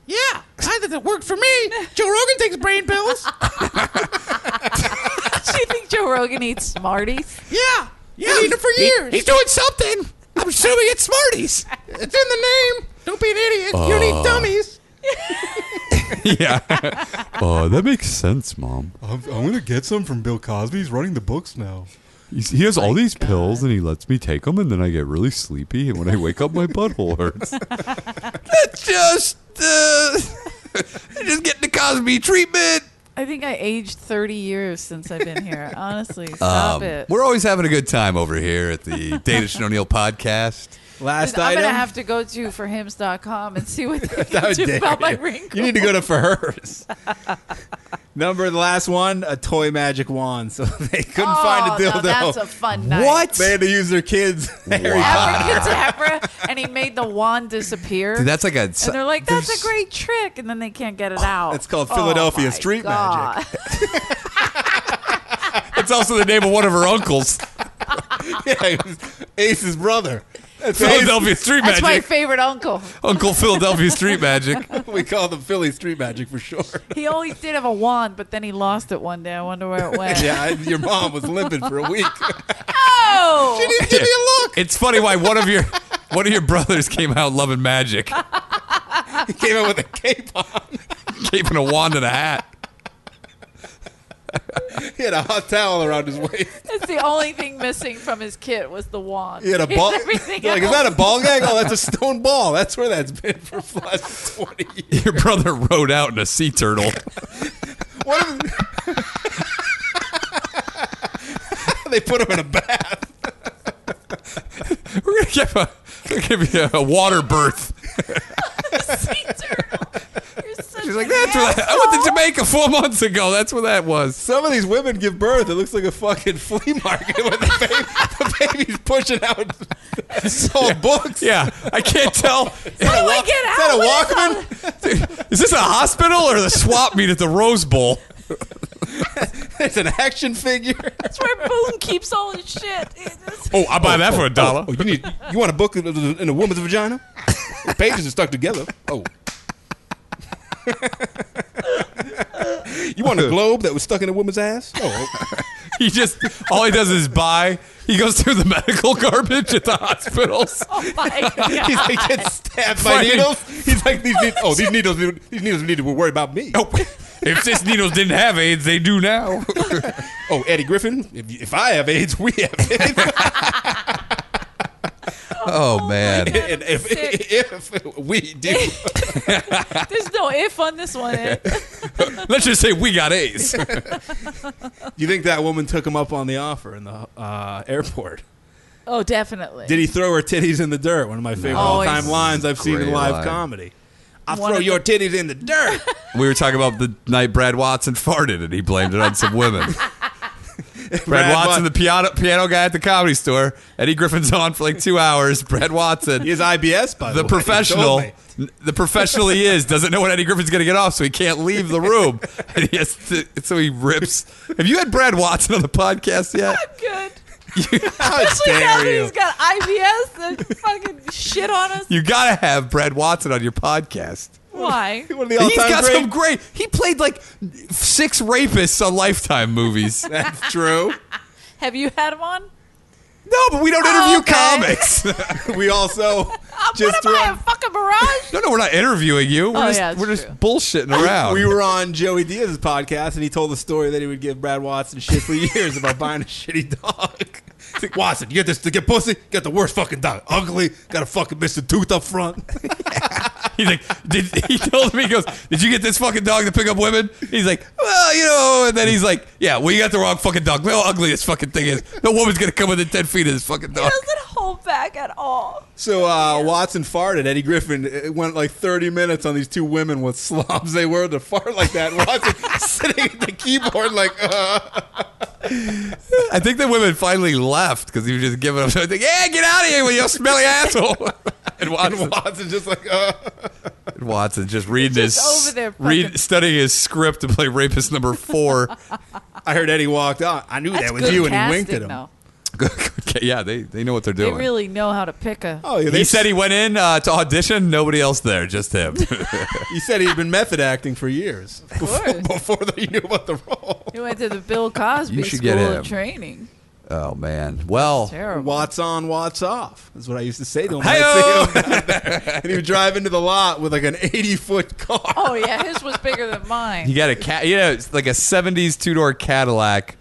H: Yeah, that doesn't work for me. Joe Rogan takes brain pills.
F: Do you think Joe Rogan eats Smarties?
H: Yeah, yeah, I've eaten it for years. he's doing something. I'm assuming it's Smarties. It's in the name. Don't be an idiot. You don't eat
I: *laughs*
H: dummies.
D: yeah.
I: Uh, that makes sense, mom.
G: I'm, I'm going to get some from Bill Cosby. He's running the books now.
I: He he has all these pills and he lets me take them, and then I get really sleepy, and when I wake up, my
H: *laughs*
I: butthole hurts.
D: just uh,
H: *laughs*
D: just getting the Cosby treatment.
F: I think I aged 30 years since I've been here.
D: *laughs* Um,
F: Honestly, stop it.
D: We're always having a good time over here at the Danish and O'Neill podcast.
E: Last
F: I'm
E: item.
F: gonna have to go to forhims.com and see
E: *laughs*
F: what they
E: How
F: can do
E: dare
F: about my
E: you.
F: wrinkles.
E: You need to go to for hers. *laughs* Number the last one, a toy magic wand. So *laughs* they couldn't find a
F: Oh, now
E: dildo.
F: that's a fun night.
E: They had to use their *laughs* kids.
F: *laughs*
E: Harry
F: Abracadabra, and he made the wand disappear.
D: Dude, that's like a.
F: and they're like, "That's a great trick," and then they can't get it out.
E: Oh,
F: Oh
E: it's called Philadelphia
F: my
E: street
F: God.
E: magic.
D: It's also the name of one of her uncles.
E: Potter. *laughs* Yeah, it was Ace's brother. That's
D: Philadelphia Street
F: That's my
D: Magic.
F: favorite uncle.
D: *laughs* Uncle Philadelphia Street Magic.
E: Ace. We call them Philly street magic for sure.
F: He always did have a wand, but then he lost it one day. I wonder where
E: *laughs*
F: it went.
E: *laughs* Yeah, I- your mom was limping for a week. *laughs*
F: Oh,
E: Give me a look.
D: It's funny why one of your one of your brothers came out loving magic,
E: He came out with a cape on.
D: keeping a wand and a hat.
E: He had a hot towel around his
F: *laughs*
E: waist.
F: that's the only thing missing from his kit was the wand.
E: He had a
F: Here's
E: ball.
F: Everything
E: They're like, is
F: else.
E: that a ball gag? Oh, that's a stone ball. That's where that's been for the last 20 years.
D: Your brother rode out in a sea turtle.
E: What if *laughs* they put him in a bath?
D: We're gonna give a we're gonna give you a water birth.
F: sea turtle.
E: *laughs*
F: You're such
D: She's like,
F: an
D: that's where that, I went to Jamaica four months ago. That's where that was.
E: Some of these women give birth. It looks like a fucking flea market when the, baby, *laughs* the baby's pushing out *laughs* sold books.
D: Yeah, I can't tell.
F: How do I get out?
E: Is that a
F: What
E: Walkman?
D: Is this a hospital or the swap meet at the Rose Bowl?
E: It's an action figure.
F: That's where Boone keeps all his shit. It's-
D: Oh, I buy that for a dollar.
E: Oh, you need you want a book in a, in a woman's vagina? The pages are stuck together. Oh. you want a globe that was stuck in a woman's ass? Oh,
D: *laughs* He just all he does is buy. He goes through the medical *laughs* garbage at the hospitals.
F: *laughs* Oh my god!
E: *laughs* he's like gets stabbed by
D: Fucking-
E: needles. He's like these. Need- oh, these needles. These needles need to worry about me.
D: Oh, if this needles didn't have AIDS, they do now.
E: Oh, Eddie Griffin, if, if I have AIDS, we have *laughs* AIDS.
D: Oh man.
E: and if, *laughs* if, we do,
F: There's no if on this one.
E: *laughs*
F: eh?
D: Let's just say we got AIDS.
E: you think that woman took him up on the offer in the uh, airport?
F: Oh, definitely.
E: Did he throw her titties in the dirt? One of my favorite
F: Always.
E: all-time lines I've seen in
D: Great
E: live
D: line.
E: comedy. I
F: One
E: throw
F: of
E: your titties in the dirt.
F: *laughs*
E: *laughs*
D: We were talking about the night Brad Watson farted and he blamed it on some women. Brad Watson,
E: Wa-
D: the piano piano guy at the comedy store. Eddie Griffin's on for like two hours. Brad Watson,
E: He is IBS, by the,
D: the
E: way.
D: professional,
E: He told me.
D: the professional he is, doesn't know when Eddie Griffin's going to get off, so he can't leave the room. And he has to, so he rips. Have you had Brad Watson on the podcast yet?
F: *laughs* Good.
E: *laughs*
F: *laughs*
E: How
F: Especially now that
E: dare you.
F: he's got IBS and fucking shit on
E: *laughs*
F: us.
D: You got to have Brad Watson on your podcast.
F: Why?
E: *laughs* One of the
D: He's
E: all-time
D: got
E: great-
D: some great. He played like six rapists on Lifetime movies.
E: That's true.
F: Have you had him on?
D: No, but we don't
E: Oh,
D: interview
F: Okay.
D: comics. *laughs*
E: *laughs* We also
F: Uh,
E: just
F: what am I,
E: were
F: a fucking
E: *laughs*
F: barrage?
D: no, no, we're not interviewing you. We're
F: Oh,
D: just,
F: yeah, it's
D: we're just
F: true.
D: bullshitting around.
E: on, *laughs* we were on Joey Diaz's podcast, and he told the story that he would give Brad Watson shit for years about buying a shitty dog.
H: It's like, Watson, you get this to get pussy, got the worst fucking dog. Ugly, got a fucking missing tooth up front.
D: *laughs* He's like, did, *laughs* he told me, he goes, did you get this fucking dog to pick up women? He's like, well, you know, and then he's like, yeah, well, you got the wrong fucking dog. Look how ugly this fucking thing is. No woman's going to come within 10 feet of this fucking
F: He
D: dog.
F: doesn't hold back at all.
E: *laughs* So uh, Watson farted. Eddie Griffin it went like 30 minutes on these two women, what slobs they were to fart like that. *laughs* And Watson sitting at the keyboard like, uh.
D: I think the women finally left because he was just giving up. *laughs* So I think, yeah, get out of here with your smelly asshole. *laughs* and Watson,
E: Watson just like, uh.
D: and Watson just reading
F: Just
D: his,
F: over there fucking-
D: read, studying his script to play rapist number four. *laughs*
E: I heard Eddie walked on. I knew
F: That's
E: that was
F: good
E: you, and he
F: casting,
E: winked at him.
F: though.
D: Good- good- yeah, they, they know what they're
F: They
D: doing.
F: really know how to pick a.
E: Oh, yeah,
D: he said he went in uh, to audition, nobody else there, just him. *laughs*
E: he said he'd been method acting for years
F: course.
E: before, *laughs* before that he knew about the role.
F: He went to the
E: *laughs*
F: Bill Cosby
D: You should
F: School
D: get him.
F: of Training.
D: oh, man. Well,
F: Terrible.
E: Watts on, Watts off is what I used to say to him. when
D: Hey-o!
E: I'd see him *laughs*
D: *laughs*
E: out there. and he would drive into the lot with like an 80 foot car.
F: Oh yeah, his was bigger
E: *laughs*
F: than mine.
D: He got a cat, you know, it's like a '70s two-door Cadillac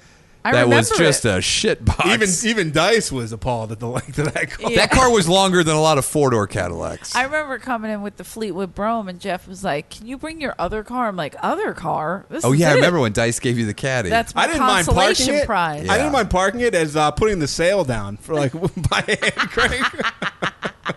F: I
D: that was
F: remember
D: just
F: it.
D: a shit box.
E: Even even Dice was appalled at the length of oh, that car.
F: Yeah.
D: that car was longer than a lot of four-door Cadillacs.
F: I remember coming in with the Fleetwood Brome, and Jeff was like, "Can you bring your other car?" I'm like, "Other car? This
D: oh
F: is
D: yeah, I
F: it. *laughs*
D: remember when Dice gave you the caddy.
F: That's my
E: I didn't mind
F: consolation
E: parking it.
F: prize.
E: I
D: Yeah.
E: didn't mind parking it as uh, putting the sail down for like *laughs* by hand *laughs* crank.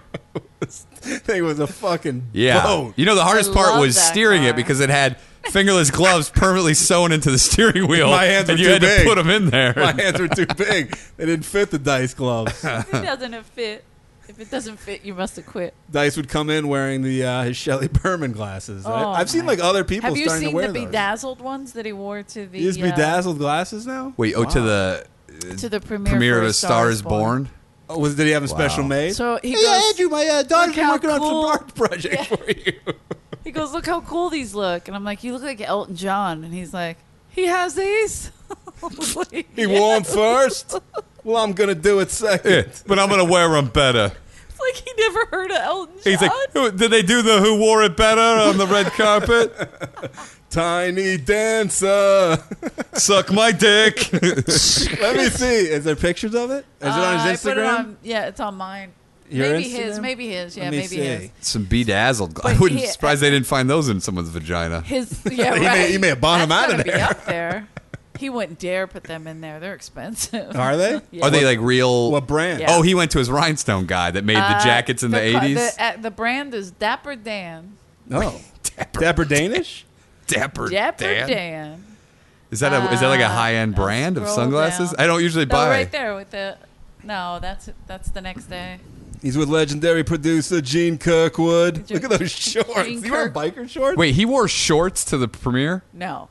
E: this thing was a fucking
D: yeah.
E: boat.
D: You know, the hardest
F: I
D: part
F: love
D: was
F: that
D: steering it
F: car.
D: because it
F: *laughs*
D: had fingerless gloves permanently sewn into the steering wheel.
E: My hands
D: and
E: were
D: you
E: too
D: had to
E: big.
D: put them in there.
E: *laughs* My hands were too big. They didn't fit the dice gloves.
F: It doesn't fit. If it doesn't fit, you must have quit.
E: Dice would come in wearing the uh, his Shelly Berman glasses.
F: Oh,
E: I, I've seen
F: my-
E: like other people
F: Have you
E: starting
F: seen
E: to wear
F: the
E: those.
F: bedazzled ones that he wore to the
E: He has
F: uh,
E: bedazzled glasses now.
D: *laughs* Wait, oh, to the
F: to the premiere,
D: premiere
F: for
D: of A Star Is Born.
E: Oh, was did he have a special made?
F: So he
E: hey,
F: goes,
E: Andrew, my uh, daughter's been
F: how
E: working
F: cool-
E: on some art project for you.
F: He goes, "Look how cool these look," and I'm like, "You look like Elton John," and he's like, "He has these." *laughs* I was like,
E: He
F: "Yeah."
E: wore 'em first. *laughs* Well, I'm gonna do it second.
D: Yeah, but I'm gonna wear them better.
F: It's like he never heard of Elton John.
D: He's like, "Who- did they do the "Who wore it better" on the red carpet?
F: *laughs*
E: Tiny dancer.
D: Suck my dick.
E: Let me see. Is there pictures of it? Is it
F: Uh,
E: on
F: I
E: his
F: put it
E: Instagram?
F: on- yeah, it's on mine.
E: Your
F: maybe his,
E: Instagram?
F: maybe his. Yeah,
E: Let me
F: maybe
E: see.
F: his.
D: *laughs* Some bedazzled. gla- I
F: But
D: wouldn't be
F: he-
D: surprised they didn't find those in someone's vagina.
F: His. Yeah,
E: He
F: right.
E: may, he may have bought
F: That's
E: him out
F: gotta
E: of
F: be
E: there.
F: up there. He wouldn't dare put them in there. They're expensive. *laughs*
E: Are they?
F: Yeah.
D: Are they like real?
E: What brand?
F: Yeah.
D: Oh, he went to his rhinestone guy that made the
F: Uh,
D: jackets in the
F: co-
D: eighties.
F: The, uh, the brand is Dapper Dan.
E: No. Dapper, Danish?
D: Dapper,
F: Dapper Dan. Uh,
D: Is that a, is that like a high end brand of
F: scroll
D: sunglasses?
F: down.
D: I don't usually
F: No,
D: buy.
F: right there with the. No, that's that's the next day.
E: He's with legendary producer Gene Kirkwood.
F: Gene-
E: Look at those shorts.
F: Gene
E: you wear
F: Kirk-
E: biker shorts?
D: Wait, he wore shorts to the premiere.
F: No,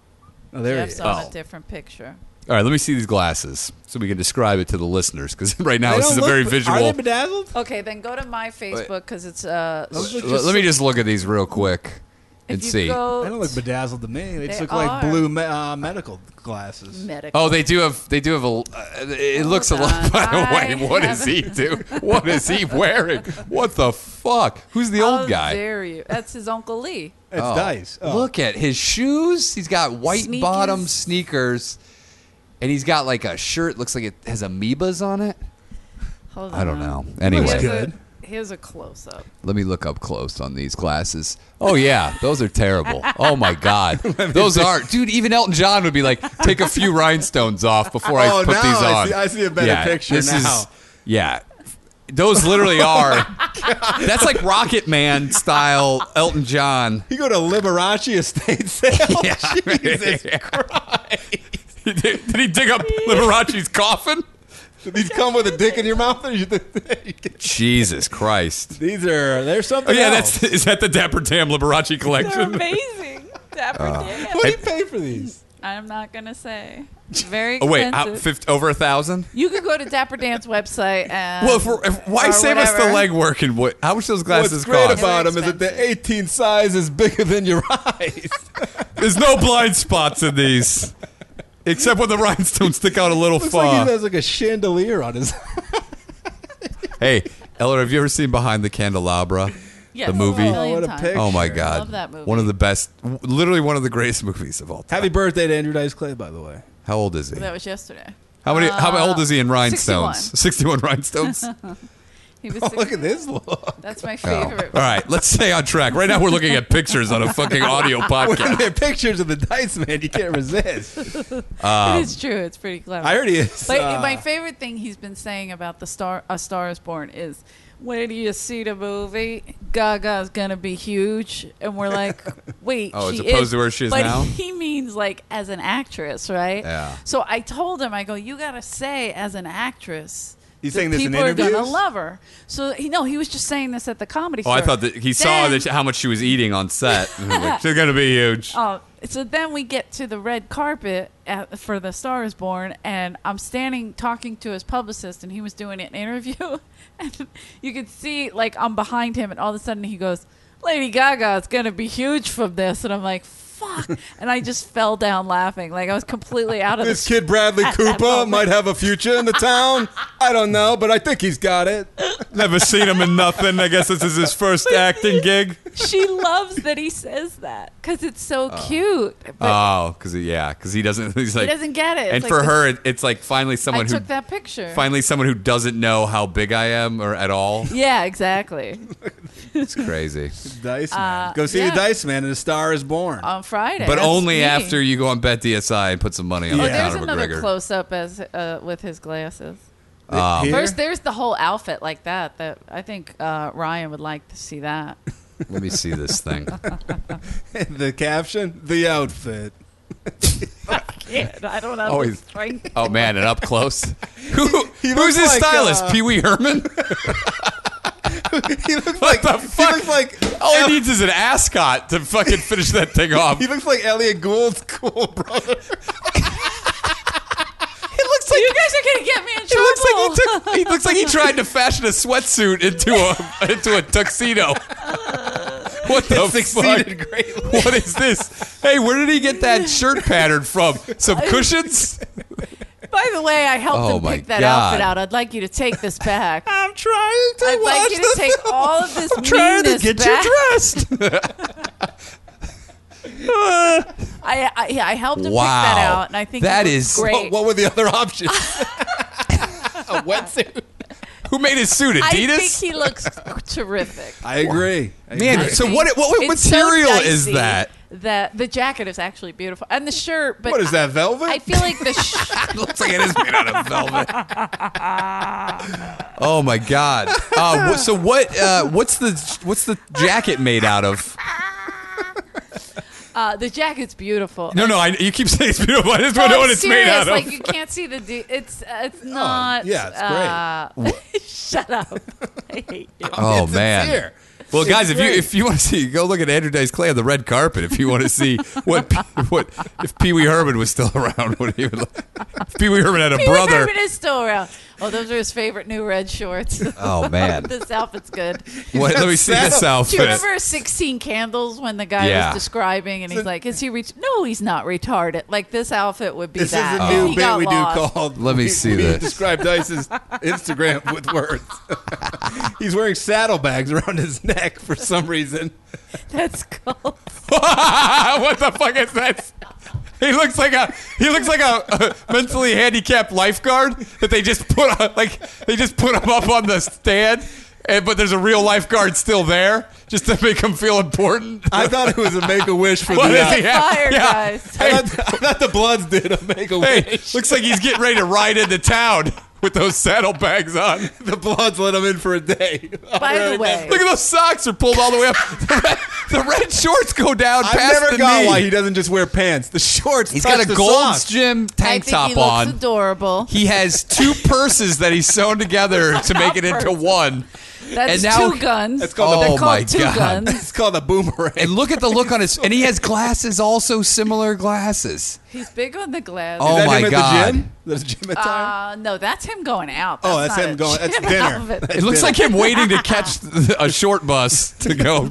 E: Oh, there he
F: Jeff's
E: is.
F: on
D: Oh.
F: a different picture.
D: All right, let me see these glasses so we can describe it to the listeners because *laughs* right now
E: They
D: this
E: don't
D: is a
E: look-
D: very
E: Are
D: visual.
E: they bedazzled?
F: Okay, then go to my Facebook because it's uh.
E: Those look
D: Let
E: just-
D: let me just look at these real quick and
F: If you
D: see.
F: go
E: They don't look bedazzled to me. They just
F: They
E: look like
F: are.
E: blue me- uh, medical glasses.
F: medical.
D: Oh, they do have. They do have a. Uh, it looks a lot. *laughs*
F: Hold
D: By
F: on.
D: the way,
F: I
D: what is he do? What is he wearing? What the fuck? Who's the
F: How
D: old guy?
F: dare Oh, you? That's his uncle Lee.
E: It's
D: Oh.
E: dice. Oh.
D: Look at his shoes. He's got white
F: Sneakers.
D: bottom sneakers, and he's got like a shirt. Looks like it has amoebas on it.
F: Hold on.
D: I don't know. Anyway,
E: Uh-huh. Looks
F: Here's
E: good.
F: A, here's a close up.
D: let me look up close on these glasses. Oh yeah, those are terrible. Oh my
E: *laughs*
D: god, those are, dude. Even Elton John would be like, take a few rhinestones off before I
E: Oh,
D: put
E: now
D: these
E: I
D: on.
E: see- I see a better picture
D: this
E: now. Oh,
D: Is, yeah, those
E: *laughs*
D: literally are. *laughs* that's like Rocket Man style Elton John. *laughs*
E: *laughs*
J: *laughs*
E: You go to Liberace estate sale? *laughs*
D: Yeah.
E: Jesus Christ.
D: He did, did he dig
E: *laughs*
D: up Liberace's coffin?
J: Did these come with a dick in your mouth? *laughs*
D: Jesus Christ!
E: These are there's
D: Oh
E: something.
D: yeah,
E: else.
D: that's is that the Dapper Dam Liberace
F: They're
D: collection?
F: amazing. Dapper
J: Uh.
F: Dan.
J: What do you pay for these?
F: I'm not
D: *laughs*
F: gonna say. It's very
D: Oh
F: expensive.
D: wait, how, 50, over a thousand?
F: you could go to Dapper Dan's website and
D: Well, if we're, if, why
F: or
D: save us the
F: whatever.
D: legwork and what? How much those
J: What's
D: glasses
J: great
D: cost?
J: about them is that the 18 size is bigger than your eyes.
D: There's no blind spots in these, except when the rhinestones stick out a little
J: Looks
D: far.
J: like he has like a chandelier
E: *laughs*
J: on his.
D: hey, Eller, have you ever seen Behind the Candelabra?
F: Yes,
D: the movie.
F: a million
J: Oh, what a
F: times.
J: picture.
D: Oh my God!
F: Love that movie.
D: One of the best, literally one of the greatest movies of all time.
E: Happy birthday to Andrew Dice Clay, by the way.
D: How old is he?
F: That was yesterday.
D: How many?
F: uh,
D: how old is he in rhinestones?
F: 61.
D: Sixty-one
F: *laughs*
D: rhinestones.
J: *laughs*
F: He was
J: Oh, Look
F: 60.
J: at this look.
F: That's my
D: Oh.
F: favorite.
D: All right, let's stay on track. Right now, we're looking at pictures on a fucking *laughs* audio
J: When
D: podcast.
J: they're pictures of the dice man, you
E: *laughs*
J: can't resist.
F: it
D: um,
F: is true. *laughs* It's pretty clever.
J: I already is.
F: But
J: uh,
F: my favorite thing he's been saying about the star A Star Is Born is when do you see the movie? Gaga's gonna be huge, and
D: *laughs*
F: we're like, wait,
D: Oh, as
F: she
D: opposed
F: is,
D: to where she is
F: but
D: now?
F: he means like as an actress, right?
D: Yeah.
F: So I told him, I go, you gotta say as an actress.
J: He's
F: that
J: saying this in
F: people are gonna
J: interviews?
F: love her. So he no, he was just saying this at the comedy.
D: Oh, I
F: store.
D: thought that he saw
F: Then-
D: that how much she was eating on set. *laughs* And was like, She's gonna be huge.
F: Oh, so then we get to the red carpet at, for The Star Is Born, and I'm standing talking to his publicist, and he was doing an interview, *laughs* and you could see like I'm behind him, and all of a sudden he goes, "Lady Gaga is gonna be huge from this," and I'm like,
D: *laughs*
F: "Fuck!" and I just fell down laughing, like I was completely out of
J: This
F: the
J: kid Bradley
F: At that
J: Cooper
F: moment.
J: might have a future in the town. I don't know, but I think he's got it.
D: *laughs* Never seen him in nothing. I guess this is his *laughs* first acting gig.
F: She loves that he says that because it's so cute, but
D: Oh, because yeah, because he doesn't. *laughs* He's like
F: doesn't get it. It's
D: And
F: like
D: for
F: this-
D: her, it, it's like finally
F: I
D: someone who
F: took that picture.
D: finally someone who doesn't know how big I am or at all.
F: yeah, exactly.
D: *laughs* It's crazy.
E: Dice Man.
F: Uh,
E: Go see
F: yeah. Oh.
E: the Dice Man, and a star is born.
F: On Friday,
D: But
F: That's
D: only
F: me.
D: after you go on Bet DSI and put some money on
F: Oh,
D: the
F: there's
D: Conor
F: another
D: McGregor.
F: close up as uh, with his glasses.
D: Um,
E: Here?
F: First, there's the whole outfit like that. That I think uh, Ryan would like to see that.
D: *laughs* Let me see this thing.
E: the caption, the outfit.
F: Kid, I don't know.
D: Oh,
F: the
D: he's- *laughs*
F: strength.
D: Oh man, and up *laughs* close. Who, who's
J: looks
D: his
J: like,
D: stylist?
J: uh,
D: Pee Wee *laughs* Herman.
J: He looks
D: What
J: like
D: the fuck?
J: he looks like
D: All he needs is an ascot to fucking finish that thing off. *laughs*
J: he looks like Elliot Gould's cool brother.
F: you guys are gonna get me
D: *laughs*
F: in trouble.
D: Looks like he took. *laughs* He looks like he tried to fashion a sweatsuit into a into a
F: *laughs*
D: tuxedo. What the *laughs*
J: succeeded
D: fuck?
F: *laughs*
D: What is this? Hey, where did he get that shirt pattern from? Some cushions?
F: *laughs* By the way, I helped
D: Oh,
F: him
D: my
F: pick that
D: God.
F: outfit out. I'd like you to
D: *laughs*
F: take this back.
J: I'm trying to
F: I'd like you to take all of this meanness back.
D: dressed.
F: I, I, yeah, I helped him
D: Wow.
F: pick that out, and I think
D: That
F: it
D: is- Oh,
F: looks great.
J: What, what were the
D: *laughs*
J: other options? a wetsuit.
D: Who made his suit?
F: I
D: Adidas.
F: think he looks *laughs* terrific.
E: I agree. I agree.
D: Man, so what? What,
F: It's so
D: material is
F: dicey
D: that? *laughs*
F: That the jacket is actually beautiful, and the shirt. But
J: What is that velvet?
F: I, I feel like the sh- *laughs*
D: looks like it is made out of velvet. oh my god! Uh, wh- so what? Uh, what's the what's the jacket made out of?
F: uh, the jacket's beautiful.
D: No, no. I, you keep saying it's beautiful. I just want to know
F: I'm
D: what it's
F: serious.
D: made out of.
F: Like you can't see the. De- it's uh, it's not.
J: yeah, it's
F: great. Uh, *laughs* shut up. I hate you.
D: *laughs* oh
J: It's
D: man.
J: sincere.
D: Well,
J: It's
D: guys, if you
J: great.
D: if you want to see, go look at Andrew Dice Clay on the red carpet. If you want to see what P- what if Pee Wee Herman was still around, what he would look. If Pee Wee Herman had a
F: Pee Wee
D: brother.
F: Herman is still around. Oh, those are his favorite new red shorts.
D: *laughs* Oh man.
F: *laughs* this outfit's good.
D: What, let me see this
F: Do
D: outfit.
F: you remember 16 Candles when the guy
D: Yeah.
F: was describing and he's like, is he reached? No, he's not retarded. Like, this outfit would be
J: This is
F: that.
J: a new
F: He
J: bit
F: got
J: we
F: lost.
J: do called.
D: Let me
J: we-
D: see
J: we
D: this.
J: Describe
D: *laughs*
J: Dice's Instagram with words. *laughs* He's wearing saddlebags around his neck for some
D: *laughs*
J: reason.
F: That's called.
D: *laughs* what the fuck is that? He looks like a he looks like a, a Uh, mentally handicapped lifeguard that they just put on, like they just put him up on the stand, and, but there's a real lifeguard still there just to make him feel important.
J: I thought it was a make a wish for
D: *laughs* What
J: the.
D: is
J: uh,
D: he?
F: Fire,
D: Yeah.
F: guys.
J: I thought, I thought the Bloods did a make
D: *laughs*
J: a
D: Hey,
J: wish.
D: looks like he's getting ready to ride into town. *laughs* with those saddlebags on.
E: the Bloods let him in for a day.
F: *laughs* By the way,
D: Look at those socks are pulled all the way up. *laughs* The red, the red shorts go down
E: I've
D: past
E: never
D: the
E: got
D: knee.
E: why he doesn't just wear pants. The shorts.
D: He's
E: touch
D: got a
E: the
D: Gold's
J: *laughs*
E: socks.
D: Gym
F: I
D: tank
F: think
D: top
F: he looks
D: on.
F: adorable.
D: He has
F: *laughs*
D: two purses that he's sewn together to make it into one.
F: That's
D: and now-
F: two guns.
D: That's called the-
F: They're
D: Oh,
F: called
D: my
F: two
D: God.
F: guns.
E: It's called a boomerang.
D: And look at the look on his and he has glasses also similar glasses.
F: He's big on the glass.
D: Oh,
E: Is that
D: my
E: him at
D: God.
E: The gym? Is that a gym attire?
F: Uh, no, that's him going out.
E: Oh, that's
F: not
E: him
F: a
E: going- that's
F: gym
E: dinner.
F: outfit.
D: It looks like him waiting
F: *laughs*
D: to catch a short bus to go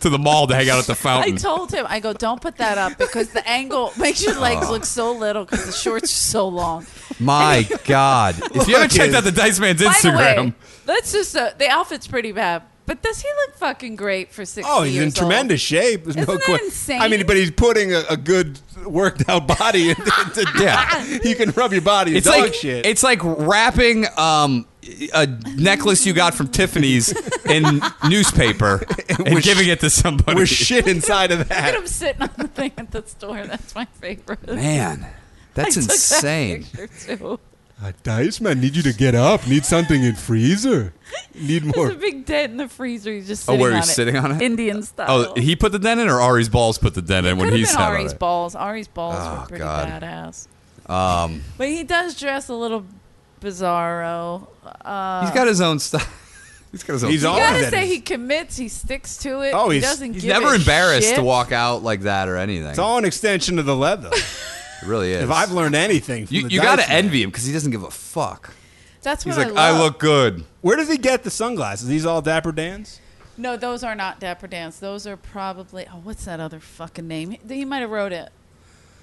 D: to the mall to hang out at the
F: I
D: fountain.
F: told him, I go, don't put that up because the angle *laughs* makes your legs look so little because the shorts are so long. *laughs*
K: My God.
D: If you haven't checked out the Dice Man's
F: By the
D: Instagram,
F: way, that's just uh, the outfit's pretty bad, but does he look fucking great for six?
E: Oh, he's in tremendous shape. There's
F: Isn't
E: no
F: that
E: que-
F: insane?
E: I mean, but he's putting a, a good worked out
F: *laughs*
E: body into, into
D: Yeah.
E: You can rub your body. in
D: it's
E: dog
D: like
E: shit.
D: it's like wrapping um, a necklace you got from Tiffany's in
E: *laughs*
D: newspaper and
E: We're sh-
D: giving it to somebody.
E: We're shit inside of
F: Look at
E: that.
F: him sitting on the thing at the store. That's my favorite.
K: Man, that's
F: *laughs* I took that
K: insane.
F: picture, too.
E: Uh, Dice man, need you to get up. Need something in freezer. Need
F: There's a
E: more.
F: big dent in the freezer. He's just
D: Oh,
F: sitting
D: where
F: on
D: he's
F: it.
D: sitting on it?
F: Indian style.
D: Oh, he put the dent in, or Ari's balls put the dent in
F: Could
D: when
F: have
D: he's
F: been
D: out on
F: Ari's
D: it?
F: balls. Ari's balls
D: Oh,
F: were pretty
D: God.
F: badass. Um, but he does dress a little bizarro. Uh,
D: He's got his own stuff. *laughs* He's got his own.
E: He's
D: stuff.
E: all
F: you gotta
E: that
F: say
E: is-
F: he commits. He sticks to it.
E: Oh,
F: he
E: he's-
F: doesn't.
D: He's
F: give
D: never
F: a
D: embarrassed
F: shit.
D: to walk out like that or anything.
E: It's all an extension of the leather.
D: it really is.
E: If I've learned anything, from
D: you,
E: the
D: you
E: Dice
D: gotta
E: Man.
D: envy him because he doesn't give a fuck.
F: That's what
D: He's like,
F: I,
D: I
F: love.
D: look good.
E: Where does he get the sunglasses? These all Dapper Dan's.
F: No, those are not Dapper Dance. Those are probably. Oh, what's that other fucking name? He, he might have wrote it.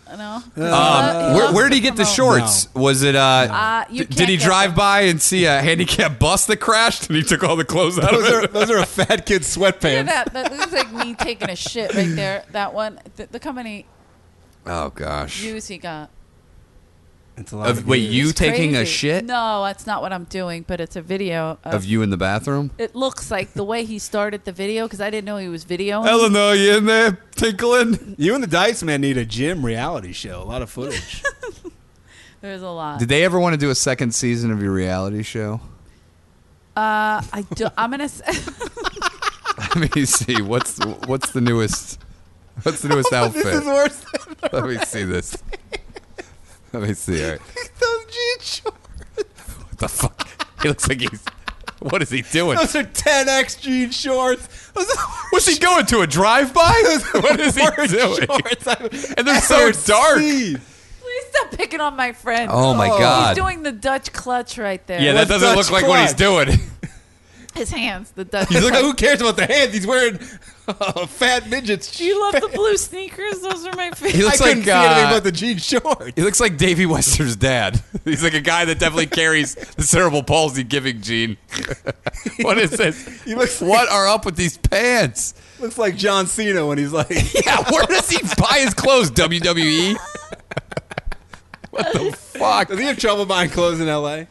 F: No.
D: Um, where, where did he get the shorts? Was it? Uh,
F: Uh, you
D: d-
F: can't
D: did he
F: get
D: drive
F: them.
D: by and see a handicapped bus that crashed and he took all the clothes out of
E: Those
D: it?
E: are those are a fat kid's
F: Yeah,
E: sweatpants.
F: that, that looks like me taking a shit right there. That one, the, the company
D: Oh gosh.
F: views he got.
E: It's a lot
D: Of, wait, you
F: It's
D: taking a
F: crazy.
D: shit
F: No, that's not what I'm doing. But it's a video of,
D: of you in the bathroom?
F: It looks like the way he started the video because I didn't know he was videoing.
D: Eleanor, you in there tinkling?
E: You and the Dice Man need a gym reality show. A lot of footage.
F: There's a lot.
D: Did they ever want to do a second season of your reality show? *laughs*
F: Uh, I do, I'm gonna. s- *laughs*
D: Let me see. What's what's the newest? What's the newest outfit?
E: *laughs* this is worse than
D: Let me see this. Let me see. All right.
E: those jean shorts.
D: What the fuck? He looks like he's. What is he doing?
E: *laughs* Those are 10x jean shorts. Those are the
D: Was
E: *laughs*
D: he going to a drive-by? *laughs* What is he doing?
E: worst shorts I've
D: And they're so
E: ever
D: dark.
E: seen.
F: please stop picking on my friend.
D: Oh my
F: He's
D: god.
F: doing the Dutch clutch right there.
D: yeah, that
E: What's
D: doesn't look
E: Dutch
D: like what he's doing.
F: his hands. The Dutch.
E: He's like,
F: clutch.
E: who cares about the hands? He's wearing uh, fat midgets.
F: you love the blue sneakers. Those are my
D: oh, He
F: favorite.
E: I
D: looks
E: couldn't
D: like
E: see anything
D: uh,
E: about the jean shorts.
D: he looks like Davy Wester's dad. *laughs* He's like a guy that definitely carries the cerebral palsy giving gene. *laughs* what is this?
E: He looks like-
D: what are up with these pants?
E: Looks like John Cena when he's like,
D: Yeah, *laughs* where does he buy his clothes? WWE. what the fuck?
E: does he have trouble buying clothes in L.A.?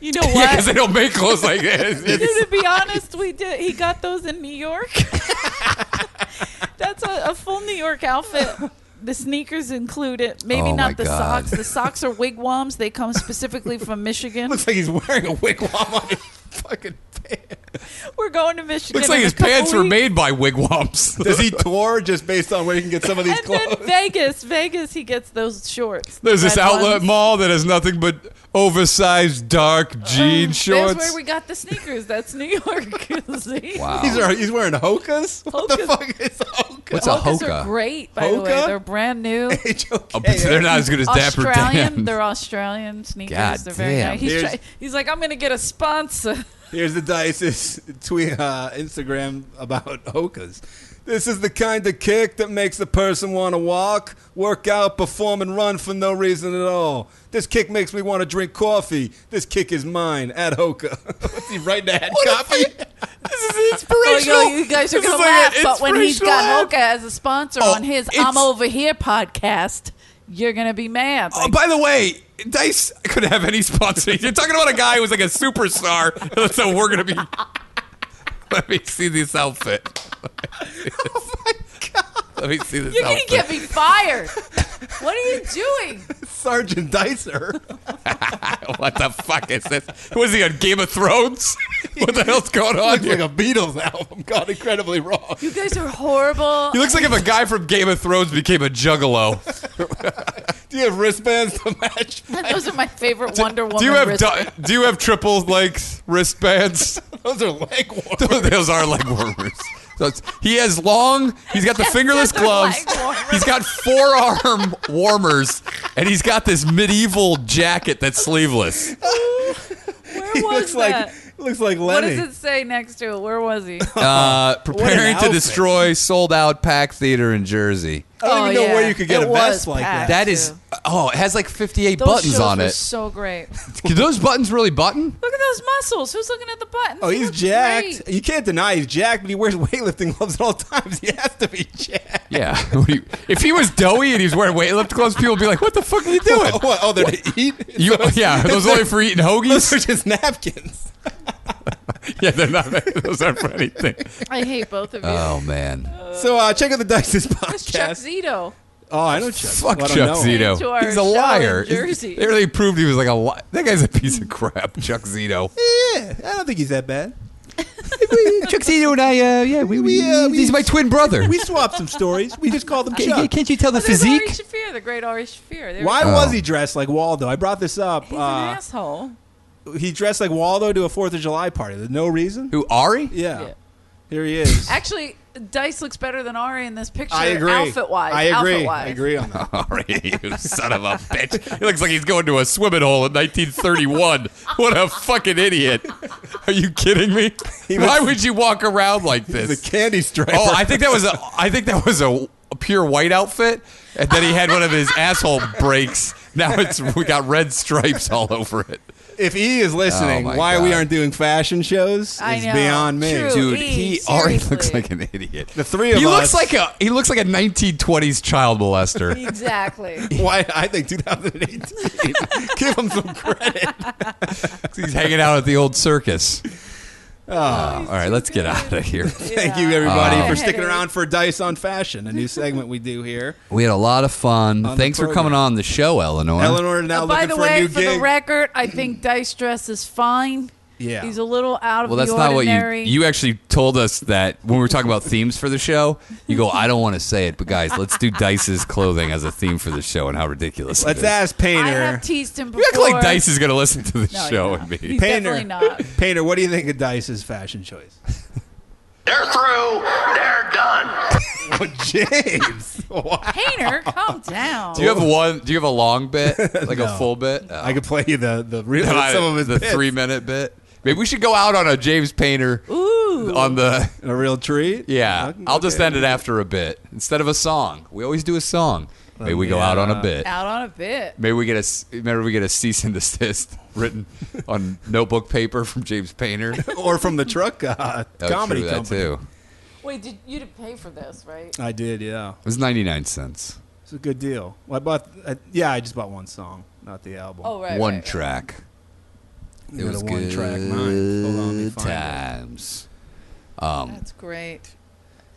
F: You know
D: *laughs*
F: what?
D: Yeah, because they don't make clothes like this.
F: *laughs*
D: It's-
F: to be honest, we did. He got those in New York. *laughs* That's a, a full New York outfit. The sneakers included. Maybe
D: Oh, my
F: not the
D: God.
F: socks. The socks are wigwams. They come specifically
D: *laughs*
F: from Michigan.
E: Looks like he's wearing a wigwam on his fucking pants.
F: We're going to Michigan.
D: looks like
F: in a
D: his
F: couple
D: pants were
F: weeks.
D: made by wigwams.
E: Does he tour just based on where he can get some of these
F: *laughs* And
E: clothes?
F: then Vegas, Vegas, he gets those shorts. the
D: There's this
F: red
D: outlet
F: ones.
D: mall that has nothing but oversized dark jean
F: Mm. That's
D: shorts.
F: where we got the sneakers. That's New York. *laughs* See?
E: These are he's wearing hokas. What the
F: Hokas.
E: fuck is hoka?
D: What's a
F: Hokas
D: hoka?
F: Oh, are great, by the way.
E: Hoka?
F: They're brand new.
E: *laughs*
D: Oh, but they're not as good as Dapper
F: Australian.
D: Dan.
F: They're Australian sneakers.
D: God
F: they're very
D: damn.
F: nice. He's,
E: There's-
F: try- he's like, I'm going to get a sponsor.
E: Here's the Dice's tweet uh, Instagram about hokas. This is the kind of kick that makes the person want to walk, work out, perform, and run for no reason at all. This kick makes me want to drink coffee. This kick is mine at Hoka. *laughs* What's he writing to add *laughs* coffee?
D: *laughs* this is inspirational.
F: Oh, yo, you guys are
D: This
F: going
D: is
F: to
D: like
F: laugh,
D: an
F: but when he's got
D: inspirational
F: Hoka
D: ad.
F: as a sponsor
D: Oh,
F: on his
D: it's-
F: I'm Over Here podcast, you're going to be mad.
D: Oh,
F: Like,
D: by the way, Dice could have any sponsor. *laughs* You're talking about a guy who was like a superstar. *laughs* So we're gonna be. *laughs* Let me see this outfit.
F: *laughs*
D: Oh my god! Let me see this
F: you're going
D: outfit.
F: to get me fired. what are you doing?
J: Sergeant Dicer.
D: *laughs* what the fuck is this? Was he on Game of Thrones? *laughs* what the hell's going on?
J: Looks like a Beatles album gone incredibly wrong.
F: You guys are horrible.
D: He looks like if a guy from Game of Thrones became a juggalo.
F: *laughs*
J: Do you have wristbands to match?
F: *laughs* Those are my favorite Wonder Woman.
D: Do you have
F: wristbands.
D: du- do you have triple length
F: *laughs*
D: wristbands? *laughs*
J: Those are leg warmers.
D: Those are leg warmers. So it's- he has long. He's got the
F: *laughs*
D: fingerless
F: Those are leg
D: gloves.
F: warmers.
D: He's got forearm warmers, and he's got this medieval jacket that's sleeveless.
F: Where
D: *laughs*
F: was
J: He looks
F: that?
J: like looks like
F: what
J: Lenny.
F: does it say next to it? Where
D: *laughs*
F: was he?
D: Uh, preparing to
J: outfit.
D: destroy sold out Pack Theater in Jersey.
J: I don't
F: Oh,
J: even know
F: yeah.
J: where you could get
F: It
J: a
F: was
J: vest like
F: packed.
J: that.
D: That is.
F: too.
D: Oh, it has like 58
F: Those
D: buttons
F: shows
D: on
F: were
D: it.
F: So great.
D: Do those buttons really button?
F: Look at those muscles. Who's looking at the buttons?
J: Oh,
F: They
J: he's
F: look
J: jacked.
F: great.
J: You can't deny he's jacked, but he wears weightlifting gloves at all times. He has to be jacked.
D: Yeah. *laughs* What do you- if he was doughy and he was wearing weight lift gloves, people would be like, "What the fuck are you doing?"
F: *laughs*
J: What, what, oh, they're to eat?
D: You, yeah, are those only for eating
J: Those
F: *laughs*
J: are
D: hoagies.
J: just napkins.
D: *laughs* yeah, they're not. Those aren't for anything.
F: I hate both of you.
D: *laughs* Oh man,
J: So uh, check out the Dice's
F: That's Chuck
J: podcast.
F: Zito.
J: Oh, I know Chuck.
D: fuck
J: Well, I don't
D: Chuck
J: know.
D: Zito.
F: Into our
D: He's a
F: show in
D: liar.
F: Jersey.
D: They really proved he was like a li- that guy's a piece of crap. Chuck *laughs* Zito.
J: Yeah, I don't think he's that bad.
A: Chuck Zito and I, uh, yeah, we, we,
J: uh, we-
A: he's my twin brother.
J: We swapped some stories. We just called them
A: Can't-
J: Chuck.
A: Can't you tell the
F: There's Ari
A: physique?
F: Shaffir, the great Ari Shaffir. There
J: Why
F: he is.
J: was he dressed like Waldo? I brought this up.
F: He's an
J: Uh,
F: asshole.
J: he dressed like Waldo to a Fourth of July party. There's no reason.
D: Who *laughs* Ari?
J: Yeah.
F: Yeah.
J: Here he is.
F: Actually, Dice looks better than Ari in this picture.
J: I agree.
F: Outfit wise.
J: I agree.
F: Outfit-wise.
J: I agree
D: *laughs*
J: on that.
D: Ari, you son of a bitch. He looks like he's going to a swimming hole in 1931. What a fucking idiot. Are you kidding me? Why would you walk around like
J: He's
D: this?
J: a candy striper.
D: Oh, I think that was a I think that was a, a pure white outfit, and then he had one of his asshole breaks. Now it's we got red stripes all over it.
J: if he is listening,
D: Oh, my
J: why we
D: God.
J: aren't doing fashion shows
F: I
J: is
F: know.
J: beyond me.
F: True.
D: Dude,
F: Eve,
D: he already looks
F: seriously.
D: like an idiot.
J: The three of
D: he
J: us.
D: looks like a he looks like a 1920s child
F: *laughs*
D: molester.
F: Exactly.
J: Why I think 2018.
D: *laughs*
J: Give him some
F: *laughs*
J: credit.
D: He's hanging out at the old circus.
J: Ah.
D: all right, let's get out of here.
J: Thank you everybody
F: Yeah.
J: for sticking
F: Headache.
J: around for Dice on Fashion, a new segment we
D: *laughs*
J: do here.
D: We had a lot of fun.
J: the
D: Thanks for
J: program.
D: coming on the show, Eleanor.
J: Eleanor now
F: Uh,
J: looking
F: by the
J: for a
F: way,
J: new
F: for
J: gig.
F: the record, I think Dice Dress is fine.
J: Yeah.
F: He's a little out of
D: well, that's
F: the
D: not what you
F: ordinary.
D: you actually told us that when we were talking about themes for the show. You go, I don't want to say it, but guys, let's do Dice's clothing as a theme for the show and how ridiculous. it
J: Let's
D: is.
J: ask
F: I
J: Painter.
F: have teased him before.
D: You act like Dice is going to listen to the
F: No, he's
D: show
F: not.
D: and me.
F: He's
J: Painter.
F: definitely not.
J: Painter, what do you think of Dice's
D: *laughs*
J: fashion choice?
C: They're through. They're done.
J: Oh, James. *laughs*
F: Painter, calm down.
D: Do you have one? Do you have a long bit, like a full bit?
J: I could play you the the real
D: No, I-
J: some of his
D: the
J: bits.
D: three minute bit. Maybe we should go out on a James Painter
F: Ooh.
D: on the
J: And a real treat.
D: yeah.
J: Okay.
D: I'll just end it after a bit instead of a song. We always do a song. Maybe we go out on a bit.
F: out on a bit.
D: Maybe we get a s- maybe we get a cease and desist *laughs* written on notebook paper from James
J: *laughs*
D: Painter.
J: or from the truck uh,
D: Oh,
J: comedy
D: true, that
J: company.
D: too.
F: Wait, did you did pay for this, right?
J: *laughs* I did, yeah.
D: It was ninety nine cents,
J: It's a good deal. Well, I bought, I, yeah, I just bought one song, not the album.
F: Oh, right.
D: one
F: right, right.
D: track.
J: You
D: It
J: got
D: was
J: a
D: good
J: one-track mind. Hold
B: Uh.
J: on, let me find it.
D: times.
F: That's great.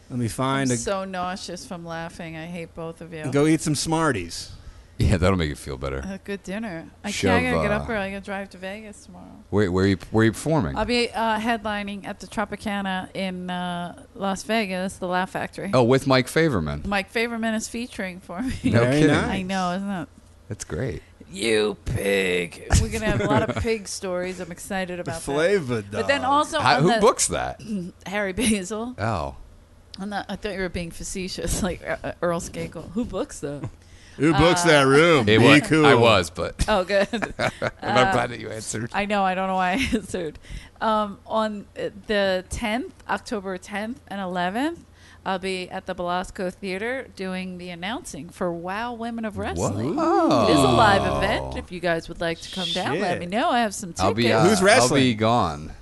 J: Let me
F: I'm
J: find a
F: so nauseous from laughing. I hate both of you.
J: go eat some Smarties.
D: Yeah, that'll make you feel better.
F: A good dinner. I
D: Shove,
F: can't. I gotta get
D: uh,
F: up early. I gotta drive to Vegas tomorrow.
D: Where where are you where are you performing?
F: I'll be uh, headlining at the Tropicana in uh, Las Vegas, the Laugh Factory.
D: Oh, with Mike Favorman.
F: Mike Favorman is featuring for me.
D: No
J: Very
D: kidding.
J: nice.
F: I know, isn't that?
D: That's great.
F: You pig. We're gonna have a lot of pig stories. I'm excited about that.
J: Flavor
F: But then also
D: How,
F: on
D: who
F: the-
D: books that?
F: Harry Basil.
D: Oh,
F: I'm not, I thought you were being facetious, *laughs* like uh, uh, Earl Skakel. Who books
J: *laughs*
F: them?
J: Who books that
F: uh,
J: room?
D: it
J: Be
D: was.
J: cool.
D: I was, but *laughs*
F: Oh, good.
D: I'm glad that you answered.
F: Uh, I know. I don't know why I *laughs* answered. Um, on uh, the 10th, October 10th and 11th, I'll be at the Belasco Theater doing the announcing for Wow Women of Wrestling. It is a live event. If you guys would like to come down, let me
J: Oh. Shit.
F: know. I have some tickets.
D: I'll be.
J: Who's wrestling?
D: I'll be gone.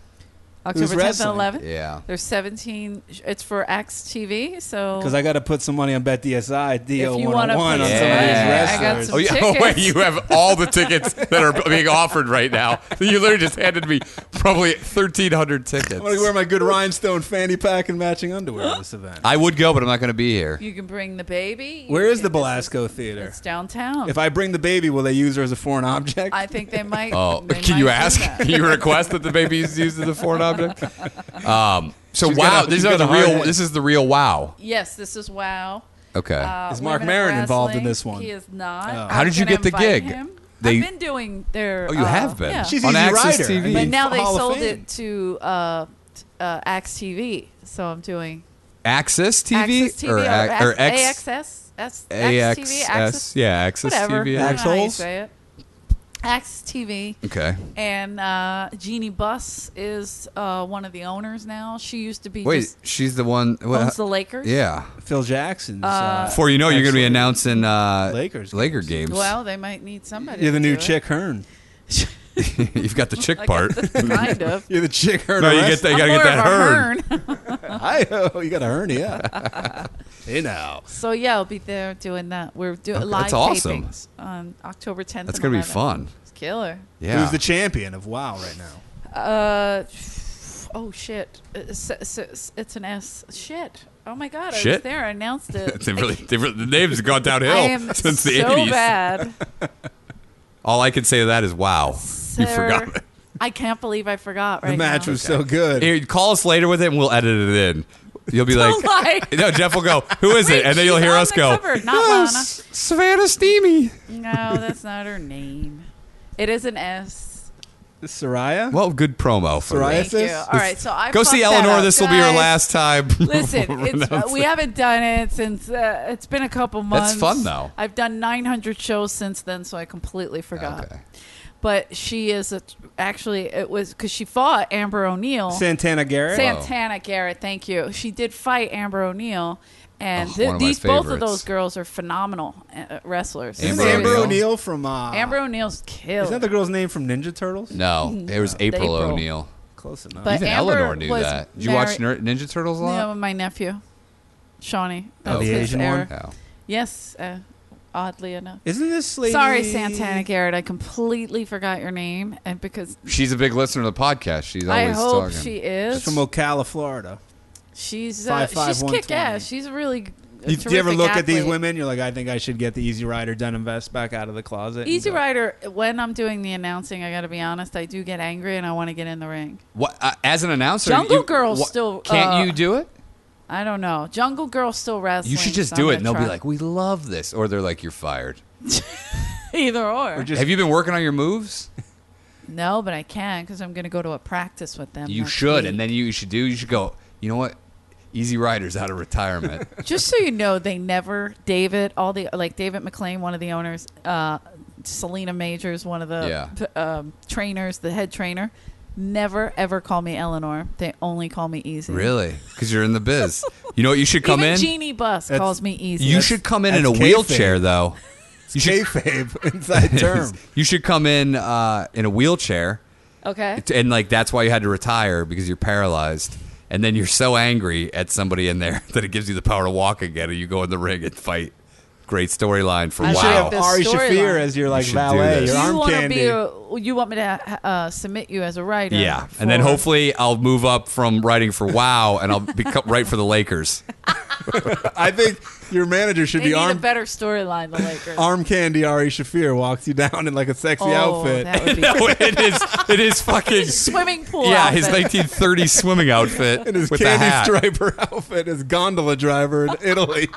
F: October 10th
J: wrestling?
F: and 11th.
D: Yeah.
F: There's 17. It's for Axe TV. So
J: Because I got to put some money on Bet DSI, DO
F: If you
J: 101
F: wanna
J: on
F: put
J: some
F: some
J: of
F: money-
J: these
F: I
J: wrestlers.
F: got
D: Oh
F: some- *laughs*
D: yeah! *laughs*
F: tickets.
D: Wait, you have all the tickets that are being offered right now. You literally just handed me probably 1,300
J: I'm gonna
D: tickets.
J: wear my good rhinestone fanny pack and matching underwear to this event.
D: I would go, but I'm not going to be here.
F: You can bring the baby.
J: Where is the Belasco Theater?
F: It's downtown.
J: If I bring the baby, will they use her as a foreign object?
F: I think they
J: *laughs*
F: might.
D: Oh, can
F: they might
D: you
F: do
D: ask?
F: that.
D: Can *laughs* you request that the baby is used as a foreign object?
F: *laughs*
D: Um, so
J: She's
D: wow,
J: got a-
D: these
J: she's
D: are
J: got
D: the
J: a hard
D: real.
J: head.
D: This is the real wow.
F: Yes, this is wow.
D: Okay.
F: Uh,
J: Is Mark
F: women
J: Maron
F: wrestling.
J: involved in this one?
F: He is not.
J: Oh.
F: I
D: How
F: was
D: did you
F: gonna
D: get the
F: invite
D: gig?
F: Him.
D: They-
F: I've been doing their.
D: oh, you
F: uh,
D: have been
F: yeah.
J: She's
D: on
J: Easy
D: Access
J: Rider.
D: TV.
F: But
J: It's
F: now
J: the
F: they
J: Hall of
F: sold
J: Fame.
F: it to uh, t- uh, Axe TV, so I'm doing
D: Access TV
F: Axis TV
D: or, ac- or X
F: AXS, S- Axe TV,
D: AXS?
F: Axis,
D: Yeah, Access
F: whatever.
D: TV.
F: I don't know how you
J: Axles?
F: say it. Axe TV.
D: Okay.
F: And uh, Jeannie Buss is uh, one of the owners now. She used to be
D: Wait,
F: just
D: she's the one. well,
F: owns the Lakers.
D: yeah.
J: Phil Jackson's. Uh,
D: Before you know, it, you're going to be
J: excellent.
D: announcing uh,
J: Lakers
D: Laker games.
F: Well, they might need somebody.
J: You're the
F: to
J: new
F: do it.
J: Chick Hearn.
D: *laughs* You've got the chick
F: Like,
D: part.
F: *laughs* kind of.
J: You're the Chick Hearn.
D: no, you
J: arrest-
D: get that. You got
F: I'm
D: to get
F: more of
D: that
F: a
D: herd. *laughs*
F: Hearn.
J: Hi-ho, you got a hernia. *laughs* hey now.
F: So yeah, I'll be there doing that. We're doing
D: Okay,
F: live
D: that's awesome.
F: tapings on October 10th.
D: That's
F: and
D: going to be
F: 11th.
D: fun.
F: It's killer.
D: *laughs* Yeah.
J: Who's the champion of WoW right now?
F: Uh, oh shit! It's, it's, it's an S. Shit! Oh my god! I was
D: Shit.
F: there. I announced
D: *laughs*
F: it.
D: They really- they really- the name's gone downhill *laughs*
F: I am
D: since the
F: so
D: 80s.
F: bad.
D: All I can say to that is wow. *laughs* You forgot.
F: Sir, I can't believe I forgot. Right
J: the match
F: now.
J: was so good.
D: Here, call us later with it and we'll edit it in. You'll be
F: Don't
D: like, *laughs*
F: lie.
D: no, Jeff will go, who is
F: Wait,
D: it? And then
F: she's
D: you'll hear
F: on
D: us
F: the
D: go,
F: cover, not
D: "Oh,
F: Lana."
D: S- Savannah Steamy.
F: No, that's not her name. It is an S.
J: Soraya?
D: *laughs* Well, good promo for
J: Soraya?
D: that.
F: Thank you.
J: This-
F: All right, so I
D: Go see
F: fucked that
D: Eleanor.
F: up.
D: This will be your
F: Guys,
D: last time.
F: *laughs* Listen, it's, uh,
D: Pronounce
F: we
D: it.
F: haven't done it since uh, it's been a couple months.
D: That's fun, though.
F: I've done 900 shows since then, so I completely forgot.
D: Okay.
F: But she is a, actually it was because she fought Amber O'Neill.
J: Santana Garrett? Oh,
F: Santana Garrett, thank you. She did fight Amber O'Neill, and
D: Oh,
F: th-
D: one of my
F: these both of
D: favorites.
F: those girls are phenomenal uh, wrestlers.
J: Isn't
D: Amber
J: Amber
D: O'Neill.
J: O'Neill from. Uh,
F: Amber O'Neill's killed.
J: Isn't that the girl's name from Ninja
D: *laughs*
J: Turtles?
D: No, it was April,
F: April.
D: O'Neil.
J: Close enough.
F: But-
D: Even
F: Amber
D: Eleanor knew
F: was
D: that. Did you watch
F: married-
D: Ner- Ninja Turtles a
F: yeah,
D: lot?
F: with my nephew, Shawnee.
D: Oh,
F: That's
D: the
F: his
J: Asian
F: era.
J: one?
D: No.
F: Yes, uh, oddly enough.
J: Isn't this lady.
F: Sorry, Santana Garrett. I completely forgot your name, and because
D: She's a big listener to the podcast. She's
F: I
D: always
F: hope
D: talking.
F: she
J: She's
F: is.
J: from Ocala, Florida.
F: she's uh,
J: Five, five,
F: she's
J: one,
F: kick ass.
J: 20.
F: She's really. a
J: You, do you ever
F: terrific
J: look at these
F: athlete.
J: women? You're like, I think I should get the Easy Rider denim vest back out of the closet. and
F: Easy
J: go-
F: Rider. When I'm doing the announcing, I got to be honest. I do get angry, and I want to get in the ring.
D: What, uh, as an announcer,
F: Jungle
D: you,
F: Girl's
D: wha-
F: still,
D: Can't
F: uh,
D: you do it?
F: I don't know. Jungle Girl still wrestling.
D: You should just
F: so
D: do
F: I'm
D: it, and they'll
F: gonna
D: be
F: try.
D: like, "We love this," or they're like, "You're fired."
F: *laughs* either or.
J: Or just
D: Have you been working on your moves?
F: no, but I can because I'm going to go to a practice with them.
D: You
F: next
D: should,
F: week.
D: and then you should do. You should go. You know what? Easy Rider's out of
F: *laughs*
D: retirement.
F: Just so you know, they never David. All the like David McLean, one of the owners. Uh, Selena Majors, one of the
D: Yeah.
F: p- um, trainers, the head trainer. Never ever call me Eleanor. They only call me Easy.
D: really? Because you're in the biz. You know what? You should come
F: Even
D: in.
F: Jeannie Buss
J: That's-
F: calls me Easy.
D: you should come in in a
J: that's
D: wheelchair,
J: kayfabe.
D: though. You should. *laughs*
J: kayfabe inside *laughs* term.
D: you should come in uh, in a wheelchair,
F: okay.
D: t- and like that's why you had to retire because you're paralyzed. And then you're so angry at somebody in there *laughs* that it gives you the power to walk again, and you go in the ring and fight. Great storyline for
F: I
J: You
F: Wow.
J: should have
F: This
J: Ari Shafir
F: storyline.
J: as your like
D: should do
J: valet,
D: this.
J: your
F: you
J: arm
F: wanna
J: candy.
F: Be a, you want me to uh, submit you as a writer?
D: Yeah, and then
F: for-
D: hopefully I'll move up from writing for WoW, and I'll become right for the
J: *laughs*
D: Lakers.
J: I think your manager should
F: they
J: be
F: need
J: arm
F: a better storyline. The Lakers.
J: arm candy. Ari Shafir walks you down in like a sexy
F: oh,
J: outfit.
D: *laughs*
F: that would be
D: no, it is it is
J: *laughs*
D: fucking
F: swimming pool.
D: yeah, his
F: outfit.
D: 1930s swimming outfit
J: and his
D: with the
J: candy
D: hat.
J: striper *laughs* outfit is gondola
F: *laughs*
J: driver in Italy.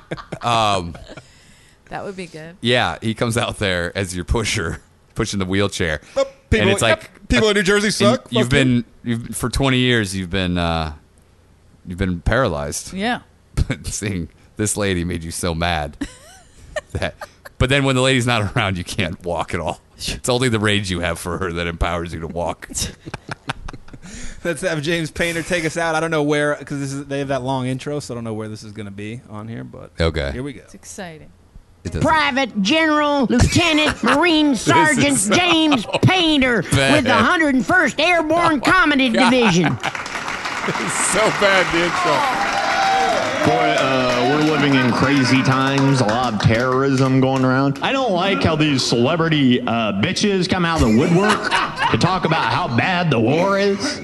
F: That would be good.
D: Yeah, he comes out there as your pusher, *laughs* pushing the wheelchair,
J: But
D: and it's like
J: yep, Oh, *laughs* people in New Jersey
D: and
J: suck.
D: you've
J: Fuck you.
D: been you've for 20 years you've been uh, you've been paralyzed.
F: Yeah.
D: *laughs* But seeing this lady made you so
E: *laughs*
D: mad that. But then when the lady's not around, you can't walk at all. It's only the rage you have for her that empowers you to
E: *laughs*
D: walk.
J: Let's have James Painter take us out. I don't know where because this is they have that long intro, so I don't know where this is going to be on here. But
D: Okay.
J: here we go.
F: It's exciting.
D: It doesn't-
L: Private General Lieutenant Marine Sergeant
D: so
L: James Painter with the 101st Airborne Comedy Division.
D: so bad the intro.
M: Boy, uh, we're living in crazy times. A lot of terrorism going around. I don't like how these celebrity uh, bitches come out of the woodwork to talk about how bad the war is.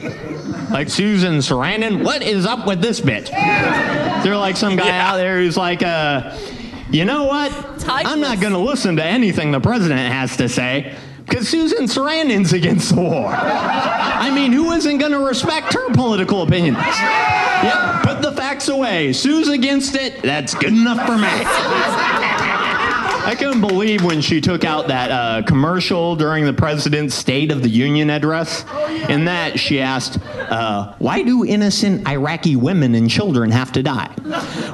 M: Like Susan Sarandon, what is up with this bitch? They're like some guy out there who's like, uh, you know what? I'm not going to listen to anything the president has to say because Susan Sarandon's against the war. I mean, who isn't going to respect her political opinions? Yeah, put the facts away. Sue's against it. That's good enough for me. I couldn't believe when she took out that uh, commercial during the president's State of the Union address. In that, she asked, uh, Why do innocent Iraqi women and children have to die?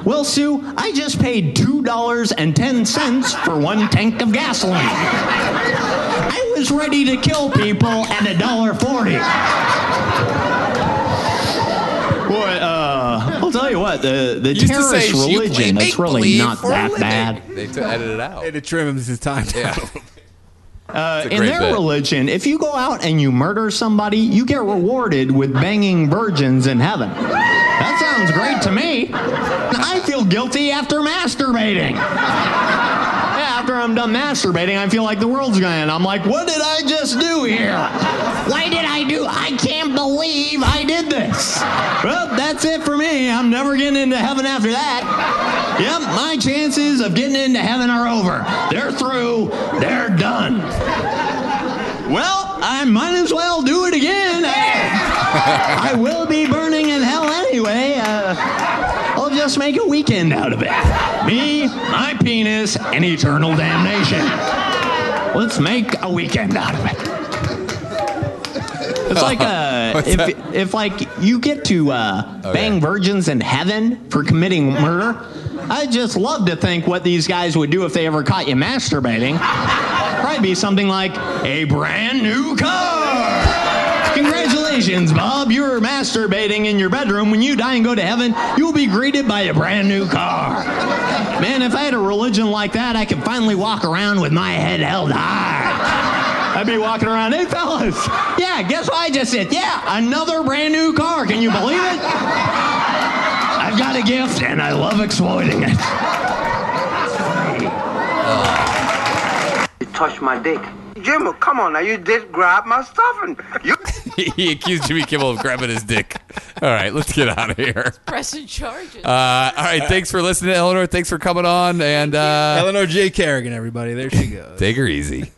M: Well, Sue, I just paid $2.10 for one tank of gasoline. I was ready to kill people at $1.40. Boy, uh, I'll tell you what, the, the
D: Used to say
M: terrorist
D: she
M: religion,
D: play
M: it's really
D: make-believe
M: not
D: for a
M: that
D: living.
M: bad.
D: They t- edited it out.
E: Hey, to trim him his time. *laughs* Yeah.
M: Uh, in
E: great
M: their
E: bit.
M: religion, if you go out and you murder somebody, you get rewarded with banging virgins in heaven. That sounds great to me. I feel guilty after masturbating. Yeah, after I'm done masturbating, I feel like the world's gonna end. I'm like, what did I just do here? Why did I do? I can't believe I did this. Well, that's it for me. I'm never getting into heaven after that. Yep, my chances of getting into heaven are over. They're through. They're done. Well, I might as well do it again. I, I will be burning in hell anyway. Uh, I'll just make a weekend out of it. Me, my penis, and eternal damnation. Let's make a weekend out of it. It's like uh,
H: What's
M: if, if like you get to uh, bang virgins in heaven for committing murder. I just love to think what these guys would do if they ever caught you masturbating. Probably be something like a brand new car. Congratulations, Bob. You were masturbating in your bedroom. When you die and go to heaven, you will be greeted by a brand new car. Man, if I had a religion like that, I could finally walk around with my head held high. I'd be walking around, hey fellas, yeah, guess what I just did? Yeah, another brand new car. Can you believe it? I've got a gift and I love exploiting it.
N: You touched my dick. Jimbo, come on now, you did grab my stuff and you.
D: *laughs* he accused Jimmy Kimmel of grabbing his dick. All right, let's get out of here.
F: Pressing charges.
D: Uh, all right, thanks for listening, Eleanor. Thanks for coming on, and uh,
E: Eleanor J. Kerrigan, everybody. There she goes.
D: take her easy.